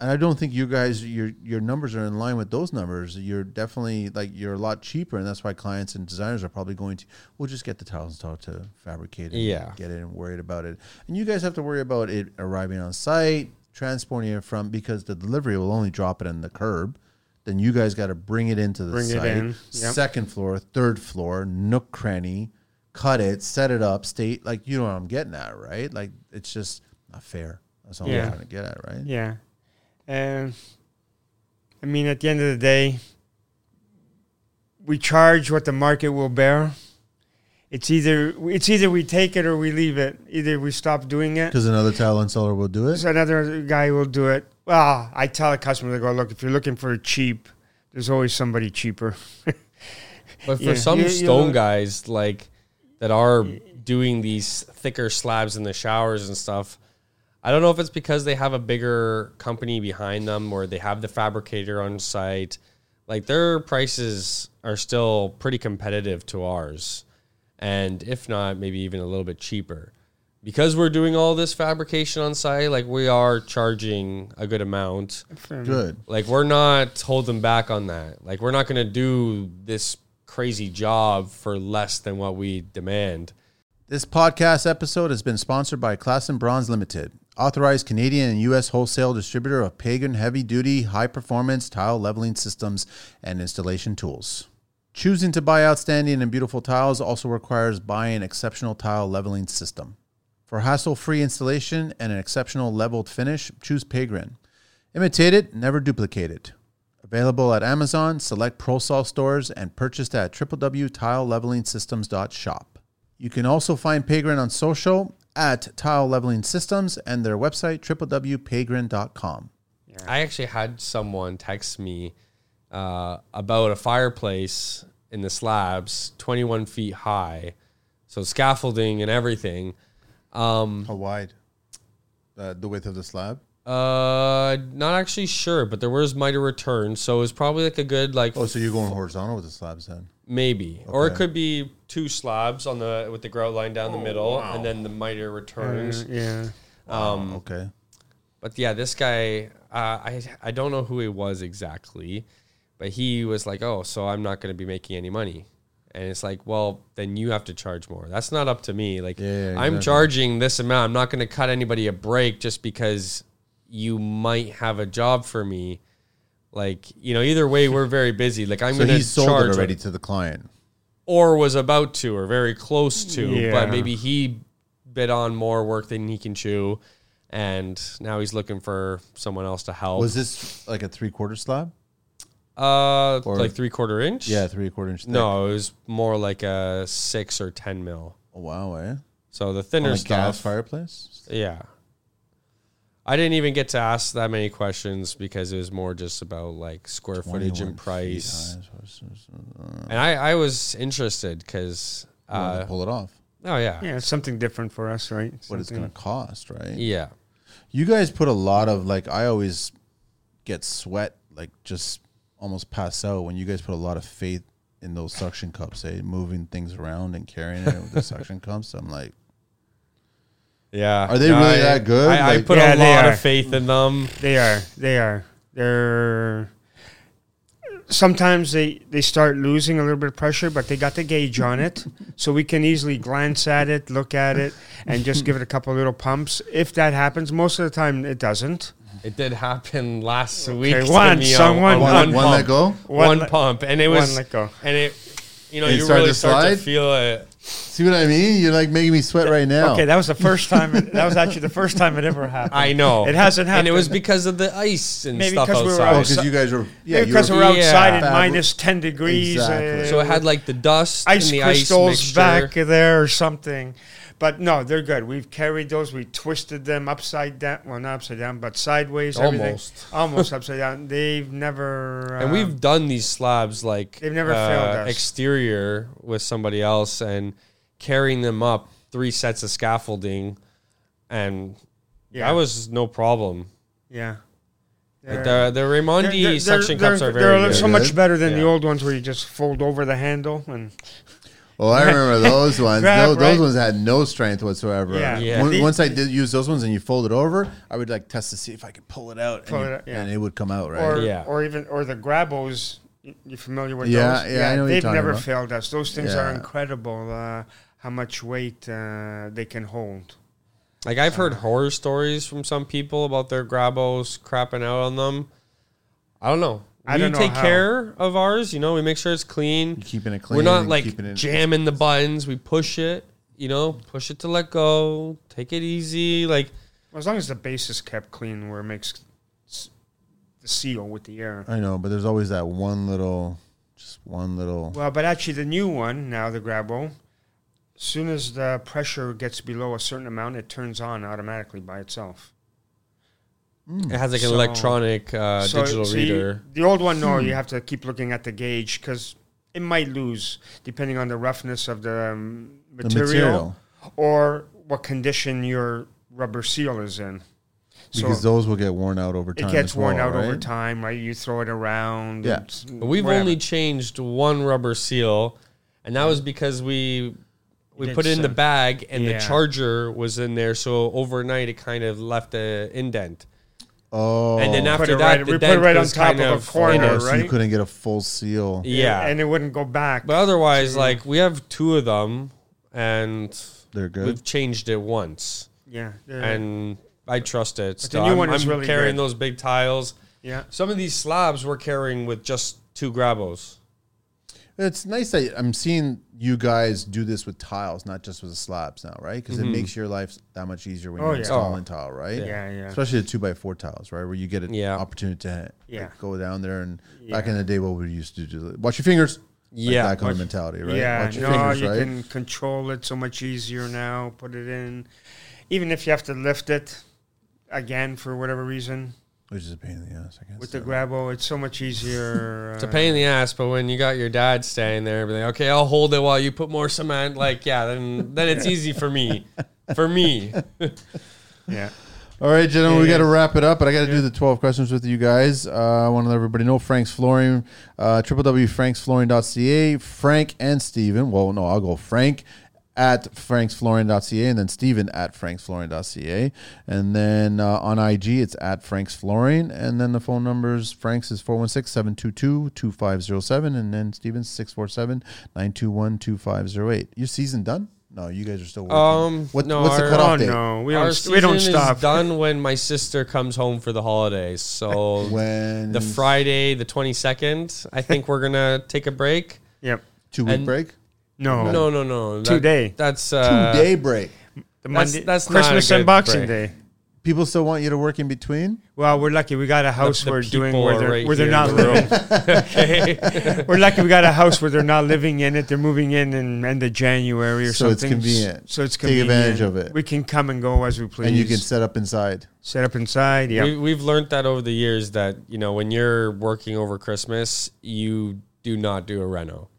C: And I don't think you guys your your numbers are in line with those numbers. You're definitely like you're a lot cheaper, and that's why clients and designers are probably going to. We'll just get the towels and talk to fabricate it, and
A: Yeah.
C: get it, and worried about it. And you guys have to worry about it arriving on site, transporting it from because the delivery will only drop it in the curb. Then you guys got to bring it into the
B: Bring it
C: site,
B: in, yep.
C: second floor, third floor, nook cranny, cut it, set it up, state like you know what I'm getting at, right? Like it's just not fair. That's all
B: Yeah.
C: I'm trying to get at, right?
B: Yeah. And I mean, at the end of the day, we charge what the market will bear. It's either it's either we take it or we leave it. Either we stop doing it.
C: Because another tile installer will do it.
B: So another guy will do it. Well, I tell a customer to go look. If you're looking for a cheap, there's always somebody cheaper.
A: But for
B: Yeah.
A: some
B: You- you
A: stone
B: know-
A: guys like that are doing these thicker slabs in the showers and stuff, I don't know if it's because they have a bigger company behind them or they have the fabricator on site. Like their prices are still pretty competitive to ours. And if not, maybe even a little bit cheaper. because we're doing all this fabrication on site, like we are charging a good amount.
C: Good.
A: Like we're not holding back on that. Like we're not going to do this crazy job for less than what we demand.
C: This podcast episode has been sponsored by Class and Bronze Limited, authorized Canadian and U.S. wholesale distributor of Pagan heavy duty, high performance tile leveling systems and installation tools. Choosing to buy outstanding and beautiful tiles also requires buying exceptional tile leveling system. For hassle free installation and an exceptional leveled finish, choose Pagrin. Imitate it, never duplicate it. Available at Amazon, select ProSol stores, and purchased at www.tilelevelingsystems.shop. You can also find Pagrin on social at Tile Leveling Systems and their website www.pagrin.com.
A: I actually had someone text me uh, about a fireplace in the slabs, 21 feet high, so scaffolding and everything. Um,
C: How wide? Uh, the width of the slab?
A: uh, not actually sure, but there was mitre return, so it was probably like a good like
C: Oh, so you're going horizontal with the slabs then?
A: maybe, or it
C: Okay.
A: could be two slabs on the with the grout line down the middle, and then the mitre returns.
B: yeah.
C: Um, okay.
A: But yeah, this guy, uh, I I don't know who he was exactly, but he was like, "Oh, so I'm not going to be making any money," and it's like, "Well, then you have to charge more. That's not up to me. Like,
C: Yeah, yeah,
A: I'm
C: exactly.
A: charging this amount. I'm not going to cut anybody a break just because you might have a job for me. Like, you know, either way, we're very busy. Like, I'm
C: So
A: going to
C: he sold
A: charge
C: it already to the client.
A: or was about to or very close to,
B: Yeah.
A: but maybe he bid on more work than he can chew, and now he's looking for someone else to help.
C: Was this like a three quarter slab?
A: uh
C: or-
A: like three quarter inch?
C: Yeah, three quarter inch. Thick.
A: No, it was more like a six or ten mil.
C: Oh, wow, eh?
A: So the thinner
C: On a gas
A: stuff.
C: fireplace?
A: Yeah. I didn't even get to ask that many questions because it was more just about like square footage
C: 21
A: and
C: feet
A: price.
C: high, so it's- it's- uh,
A: And I, I was interested because,
C: you wanted to
A: uh,
C: pull it off.
A: oh, yeah. Yeah.
B: Yeah, it's something different for us, right?
C: What it's
B: Something-
C: going to cost, right? You guys put a lot of like I always get sweat, like just almost pass out when you guys put a lot of faith in those suction cups, eh? Moving things around and carrying it with the suction cups. I'm like,
A: Yeah.
C: Are they really
A: I-
C: that good?
A: I, I
C: Like-
A: put
B: Yeah,
A: a
B: they
A: lot
B: are.
A: of faith in them.
B: They are. They are. They're. Sometimes they, they start losing a little bit of pressure, but they got the gauge on it, so we can easily glance at it, look at it, and just give it a couple little pumps. If that happens, most of the time it doesn't.
A: It did happen last week. to
B: one,
A: me on-
B: someone-
A: on
C: one,
A: one,
C: one,
A: pump.
C: let go.
A: One,
B: let-
A: pump, and it was
B: one let go.
A: and it, you know,
C: It
A: you
C: started
A: really
C: to
A: start to
C: slide?
A: feel it.
C: See what I mean? You're like making me sweat right now.
B: Okay, that was the first time. It, that was actually the first time it ever happened.
A: I know
B: It hasn't
A: and it was
B: happened.
A: because of the ice and
B: Maybe
A: stuff
B: 'cause we were
A: outside.
B: outside.
C: because Oh, you guys were yeah, you
B: because
C: were-
B: we're outside
A: Yeah.
B: at minus ten degrees.
C: Exactly.
B: uh,
A: so it had like the dust
B: ice
A: and the
B: crystals
A: ice
B: back
A: mixture.
B: there or something. But no, they're good. We've carried those. We twisted them upside down. Well, not upside down, but sideways.
A: Almost.
B: Everything. Almost upside down. They've never.
A: And
B: uh,
A: we've done these slabs like uh,
B: They've never failed us.
A: exterior with somebody else and carrying them up three sets of scaffolding, and
B: Yeah.
A: that was no problem.
B: um, Yeah. They're-
A: Like the the Raimondi
B: they're- they're-
A: suction
B: they're-
A: cups are
B: they're
A: very
B: a little-
A: good.
B: so much better than the
A: Yeah.
B: old ones where you just fold over the handle and
C: Oh, I remember those ones.
B: Grab,
C: those,
B: right?
C: those ones had no strength whatsoever.
B: Yeah.
A: Yeah.
C: Once- Once I did use those ones and you fold it over, I would like test to see if I could pull it out,
B: Pull
C: and,
B: it
C: you-
B: out, yeah.
C: and it would come out right.
B: or
A: Yeah.
B: or even or the grabos. You- You familiar with
C: Yeah,
B: those?
C: yeah, I know what you're
B: they've
C: talking
B: never
C: about.
B: failed us. Those things are
C: Yeah.
B: incredible. Uh, how much weight uh, they can hold.
A: Like I've heard horror stories from some people about their grabos crapping out on them. I don't know. We
B: I don't know
A: take
B: how.
A: care of ours. You know, we make sure it's clean.
C: You're keeping it clean.
A: We're not
C: and
A: like
C: keeping it,
A: jamming the buttons. We push it. You know, push it to let go. Take it easy. Like
B: As long as the base is kept clean, where it makes s- the seal with the air.
C: I know, but there's always that one little, just one little.
B: Well, but actually, the new one now, the grabo, soon as the pressure gets below a certain amount, it turns on automatically by itself.
A: it has like an
B: So-
A: electronic uh,
B: So-
A: digital
B: so you-
A: reader.
B: the old one, no,
C: Hmm.
B: you have to keep looking at the gauge because it might lose depending on the roughness of the, um,
C: the
B: material,
C: material,
B: or what condition your rubber seal is in.
C: because
B: so
C: those will get worn out over time.
B: it gets
C: as
B: worn
C: well,
B: out over
C: right?
B: time, right? You throw it around.
C: Yeah.
B: it's
A: But we've
B: whatever.
A: only changed one rubber seal, and that was because we we
B: did
A: put it in the
B: suck.
A: bag, and
B: Yeah.
A: the charger was in there. So overnight, it kind of left a indent.
C: Oh,
A: And then
B: Put
A: after
B: it
A: that, the
B: right- we put it
A: dent
B: right on
A: was
B: top
A: kind
B: of a
A: of
C: oh,
A: in
B: corner,
A: it.
C: so you
B: right?
C: couldn't get a full seal.
A: Yeah,
B: and it wouldn't go back.
A: but otherwise, like we have two of them, and
C: They're good.
A: we've changed it once,
B: yeah, yeah,
A: and I trust it.
B: the
A: Still,
B: new
A: I'm,
B: one is
A: I'm
B: really
A: carrying
B: good.
A: those big tiles.
B: yeah.
A: Some of these slabs we're carrying with just two grabos.
C: It's nice that I'm seeing you guys do this with tiles, not just with the slabs now,
A: Mm-hmm.
C: right? Because it makes your life that much easier when
B: Oh,
C: you're
B: yeah.
C: installing tile, right?
B: Yeah, yeah.
C: Especially the two by four tiles, right? Where you get an
A: Yeah.
C: opportunity to like,
B: Yeah.
C: go down there and back in the day, what we used to do, watch your fingers.
A: Yeah.
C: like that kind of mentality, right?
B: Yeah,
C: watch your
B: no,
C: fingers,
B: you
C: right?
B: can control it so much easier now. Put it in, even if you have to lift it again for whatever reason
C: Which is a pain in the ass, I guess.
B: with the
C: so.
B: grabo, it's so much easier. uh,
A: It's a pain in the ass, but when you got your dad standing there, be like, okay, I'll hold it while you put more cement. Like, yeah, then then it's easy for me, for me.
B: Yeah,
C: All right, gentlemen, we
B: Yeah,
C: got to
B: yeah.
C: wrap it up, but I got to do the 12 questions with you guys. Uh, I want to let everybody know Frank's Flooring, uh, www.franksflooring.ca. Frank and Steven. Well, no, I'll go Frank at franksflooring.ca and then Steven at franksflooring.ca. And then uh, on IG, it's at Frank's Flooring. And then the phone numbers Frank's is 416 722 2507. And then Steven's 647 921 2508. Your season done? No, you guys are still working.
A: Um,
C: What-
A: no,
C: what's the
A: our-
C: cutoff
B: oh
C: date?
B: no, we
A: Our
B: don't. We don't
A: season
B: stop.
A: Is done when my sister comes home for the holidays. So
C: When
A: the Friday, the twenty second, I think we're gonna take a break.
B: Yep.
C: two week
A: and-
C: break?
B: No.
A: No, no, no. that-
B: Today.
A: That's uh,
C: Oh. two day break.
B: The
A: That's-
B: Monday,
A: that's not a
B: Christmas
A: good
B: and Boxing
A: break.
B: Day.
C: People still want you to work in between.
B: Well, we're lucky we got a house
A: the
B: we're doing
A: people
B: where
A: are
B: they're
A: right
B: where they're
A: here in
B: not
A: the
B: living.
A: okay.
B: we're lucky we got a house where they're not living in it. They're moving in in end of January or
C: So it's
B: something.
C: convenient.
B: So it's
C: Take
B: convenient.
C: advantage of it.
B: We can come and go as we please.
C: And you can set up inside.
B: set up inside. Yeah.
A: we, we've learned that over the years that you know when you're working over Christmas, you do not do a reno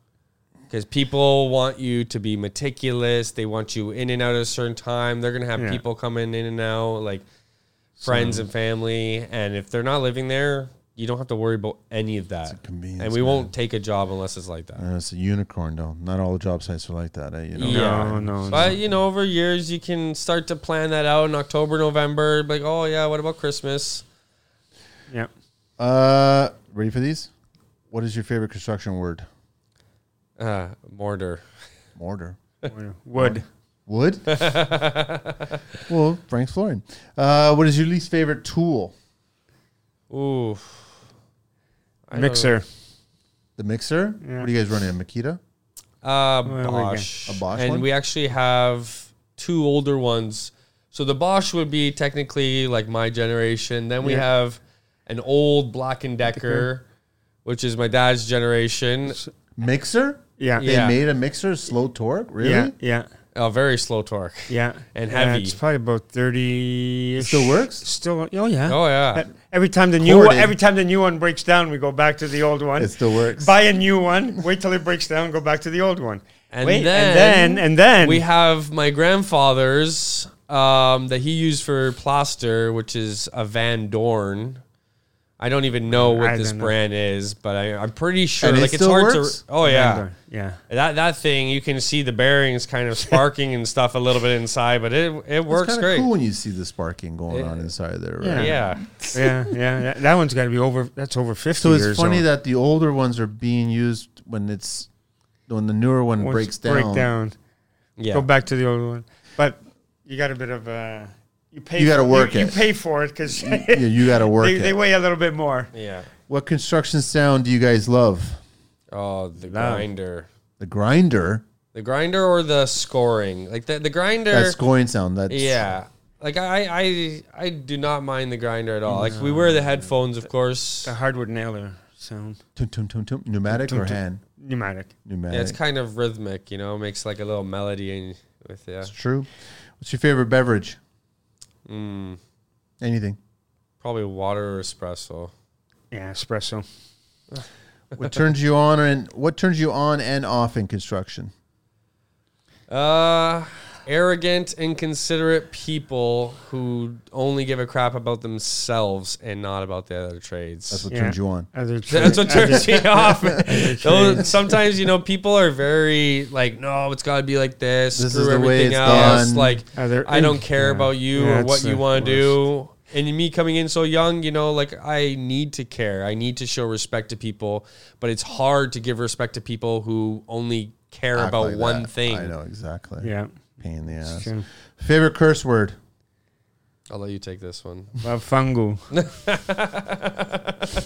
A: because people want you to be meticulous. They want you in and out at a certain time. They're gonna have
B: Yeah.
A: people coming in and out, like friends and family. And if they're not living there, you don't have to worry about any of that.
C: convenience,
A: and we
C: man.
A: won't take a job unless it's like that.
C: Uh, it's a unicorn, though. Not all job sites are like that. eh, You
B: No,
C: know.
B: no,
A: But you know, over years you can start to plan that out in October, November. Like, oh yeah, what about Christmas?
B: yeah.
C: Uh, ready for these? What is your favorite construction word?
A: Uh, mortar.
C: Mortar.
B: Wood.
C: Wood. well, Frank's flooring. Uh, what is your least favorite tool?
A: Ooh. I
B: Mixer.
C: The mixer.
B: Yeah.
C: What are you guys running? A Makita.
A: don't- Uh,
B: Where we go?
A: Bosch.
C: A Bosch
A: And
C: one?
A: we actually have two older ones. So the Bosch would be technically like my generation. Then we
B: Yeah.
A: have an old Black and Decker, which is my dad's generation.
C: Mixer.
B: Yeah.
A: Yeah.
B: Yeah.
C: They made a mixer slow torque. Really?
B: Yeah. Yeah.
A: A very slow torque. And
B: Yeah,
A: heavy.
B: it's probably about thirty.
C: Still works?
B: Still. Oh yeah.
A: Oh yeah.
B: E- Every time the new one,
C: Corded.
B: every time the new one breaks down, we go back to the old one.
C: It still works.
B: Buy a new one. Wait till it breaks down. Go back to the old one.
A: And
B: Wait,
A: then
B: and then and then
A: we have my grandfather's um, that he used for plaster, which is a Van Dorn. I don't even know what
B: Mm, I
A: this
B: don't know.
A: brand is, but I, I'm pretty sure.
C: And it
A: like it's
C: still
A: hard
C: works?
A: to. Oh yeah,
B: yeah.
A: that that thing you can see the bearings kind of sparking and stuff a little bit inside, but it it works
C: it's kinda
A: great.
C: cool when you see the sparking going
A: Yeah.
C: on inside there. Right?
A: Yeah,
B: Yeah. yeah, yeah, yeah. That one's got to be over. That's over fifty.
C: So it's
B: years
C: funny
B: old.
C: that the older ones are being used when it's when the newer one
B: Once
C: breaks down.
B: break down. Go
A: yeah.
B: back to the old one, but you got a bit of uh, you pay.
C: You gotta
B: for-
C: work
B: you, You
C: it.
B: pay for it because
C: Yeah, you got to work
B: they,
C: it.
B: they weigh a little bit more.
A: Yeah.
C: what construction sound do you guys love?
A: Oh, the
B: Love.
A: grinder,
C: The grinder.
A: the grinder or the scoring, like the the grinder.
C: That scoring sound. That's
A: Yeah. Like I, I I do not mind the grinder at all. Like we wear the headphones, of course.
B: The hardwood nailer sound,
C: Tum, tum, tum, tum. Pneumatic
B: Tum,
C: or
B: tum.
C: hand?
B: pneumatic.
C: Pneumatic.
A: Yeah, it's kind of rhythmic, you know. It makes like a little melody in with yeah.
C: It's true. What's your favorite beverage?
A: Mm,
C: Anything.
A: probably water or espresso.
B: Yeah, espresso.
C: What turns you on and what turns you on and off in construction?
A: Uh, arrogant, inconsiderate people who only give a crap about themselves and not about the other trades.
C: That's what
B: Yeah.
C: turns you on.
B: Other
A: That's
B: trade-
A: what turns me off. Those, sometimes you know people are very like, no, it's got to be like this.
C: This is
A: screw
C: the way
A: everything
C: it's
A: else.
C: done.
A: Like
B: Are there-
A: I don't care
B: Yeah.
A: about you
B: Yeah,
A: or
B: it's
A: what you
B: the
A: want to do. And me coming in so young, you know, like I need to care. I need to show respect to people, but it's hard to give respect to people who only care
C: Act
A: about
C: like
A: one
C: that.
A: thing.
C: I know exactly.
B: yeah.
C: Pain in the ass.
B: true.
C: Favorite curse word.
A: I'll let you take this one.
B: Well, fungu.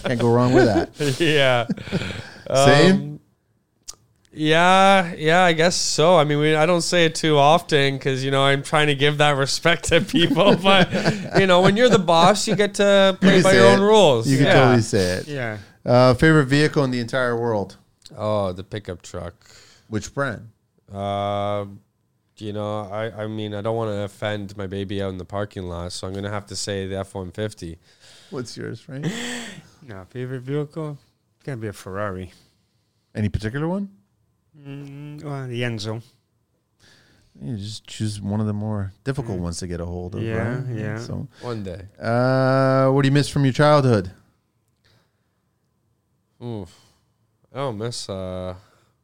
C: Can't go wrong with that.
A: yeah. Um,
C: Same.
A: Yeah, yeah, I guess so. I mean, we, I don't say it too often because you know I'm trying to give that respect to people. but you know, when you're the boss, you get to
C: You
A: play
C: can
A: by
C: say
A: your
C: it.
A: own rules.
C: You can
A: Yeah.
C: totally say it.
B: Yeah.
C: Uh, favorite vehicle in the entire world.
A: Oh, the pickup truck.
C: Which brand?
A: Uh, you know, I, I mean, I don't want to offend my baby out in the parking lot, so I'm gonna have to say the F-150.
C: What's yours, right?
B: No, favorite vehicle? It's got to be a Ferrari.
C: Any particular one?
B: Mm, well, the Enzo.
C: You just choose one of the more difficult ones to get a hold of.
B: Yeah,
C: right?
B: yeah.
C: So,
A: One day.
C: uh, what do you miss from your childhood?
A: Oof. I don't miss uh,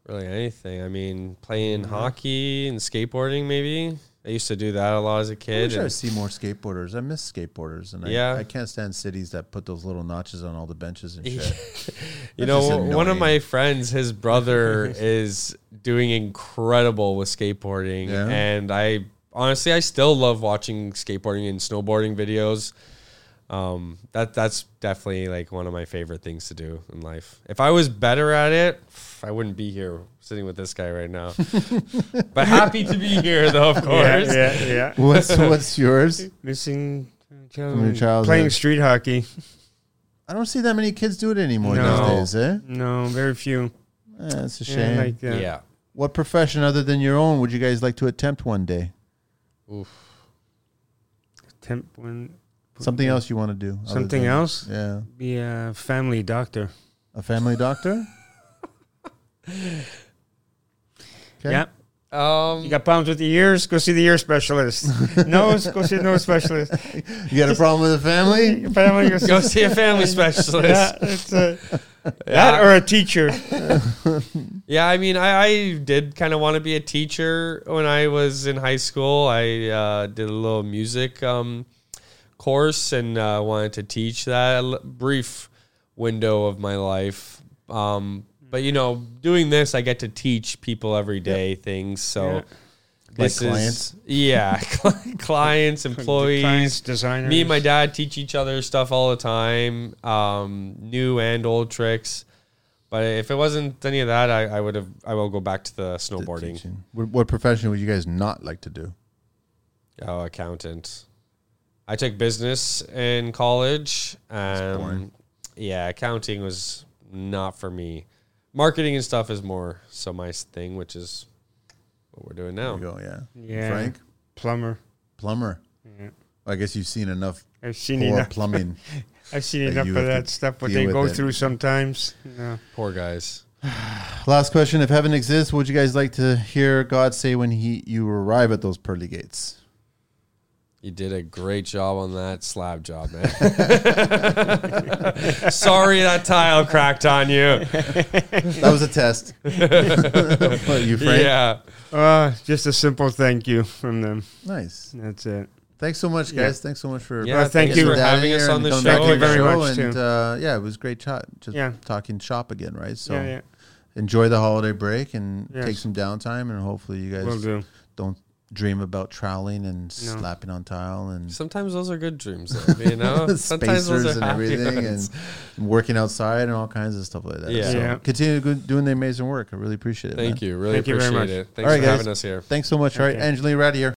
A: really anything. I mean, playing hockey and skateboarding, maybe. I used to do that a lot as a
C: I
A: kid.
C: wish I
A: and-
C: would see more skateboarders. I miss skateboarders, and
A: Yeah.
C: I, I can't stand cities that put those little notches on all the benches and
A: Yeah.
C: shit.
A: you
C: That's
A: know,
C: just
A: one one of
C: annoying.
A: my friends, his brother is doing incredible with skateboarding,
C: Yeah.
A: and I honestly, I still love watching skateboarding and snowboarding videos. Um, that that's definitely like one of my favorite things to do in life. If I was better at it, I wouldn't be here sitting with this guy right now. but happy to be here, though, of
B: Yeah,
A: course.
B: yeah, yeah.
C: what's what's yours?
B: Missing uh,
C: your childhood.
B: Playing street hockey.
C: I don't see that many kids do it anymore
B: No.
C: these days. Eh?
B: No, very few.
C: Eh, that's a
B: Yeah,
C: shame.
B: like, uh,
A: yeah.
C: what profession other than your own would you guys like to attempt one day?
B: Temp when
C: Something else you want to do? other
B: Something
C: than-
B: else?
C: Yeah,
B: Be a family doctor.
C: a family doctor. 'Kay.
B: Yeah.
A: Um,
B: You got problems with the ears? Go see the ear specialist. nose? Go see the nose specialist.
C: You got a problem with the family?
B: Your family? Go see
A: go see a family specialist.
B: yeah, it's a, that or a teacher.
A: Yeah, I mean, I, I did kind of want to be a teacher when I was in high school. I uh, did a little music um, course and uh, wanted to teach that l- brief window of my life. Um, but you know, doing this, I get to teach people every day things. So
B: Yeah.
A: this
C: Like
A: is-
C: clients?
A: yeah, clients, employees,
B: Clients, designers.
A: me and my dad teach each other stuff all the time, um, new and old tricks. But if it wasn't any of that, I, I would have. I will go back to the snowboarding.
C: Teaching. What, what profession would you guys not like to do?
A: Oh, accountant. I took business in college. Um,
C: boring.
A: yeah, accounting was not for me. Marketing and stuff is more so my thing, which is what we're doing
C: There
A: now.
C: you go. Yeah.
B: yeah,
C: Frank,
B: plumber.
C: plumber.
B: Yeah.
C: I guess you've seen enough
B: I've seen
C: poor
B: enough.
C: plumbing.
B: I've seen
C: that
B: enough
C: you
B: of
C: have to
B: that stuff. What
C: deal
B: they
C: with
B: go
C: it.
B: through sometimes. No.
A: Poor guys.
C: Last question: If heaven exists, would you guys like to hear God say when He you arrive at those pearly gates?
A: You did a great job on that slab job, man. Sorry that tile cracked on you.
C: That was a test. What, you Frank?
A: Yeah.
B: Uh, just a simple thank you from them.
C: Nice.
B: That's it.
C: Thanks so much, guys.
B: Yeah.
C: Thanks so much for
A: Yeah,
B: thank
A: thank
B: you
A: you for
B: for
C: that
A: having
C: here
A: us
C: and
A: on the show.
C: coming back on
B: Thank you
A: again.
B: very
C: show.
B: much,
C: And
B: too.
C: uh, yeah, it was great chat. Just
B: Yeah.
C: talking shop again, right? So
B: yeah, yeah,
C: enjoy the holiday break and
B: Yes.
C: take some downtime, and hopefully you guys
B: will do.
C: don't dream about troweling and slapping on tile and
A: Sometimes those are good dreams, though, you know. Sometimes
C: spacers
A: those are
C: and
A: happy
C: everything
A: ones.
C: and working outside and all kinds of stuff like that.
A: Yeah.
C: So
B: Yeah.
C: continue go- doing the amazing work. I really appreciate it.
A: Thank
C: man.
A: you, really
B: Thank you very
A: appreciate
B: much.
A: it. Thanks
C: All right,
A: for
C: guys.
A: having us here.
C: Thanks so much. All right,
B: Okay.
C: Angelina, right here.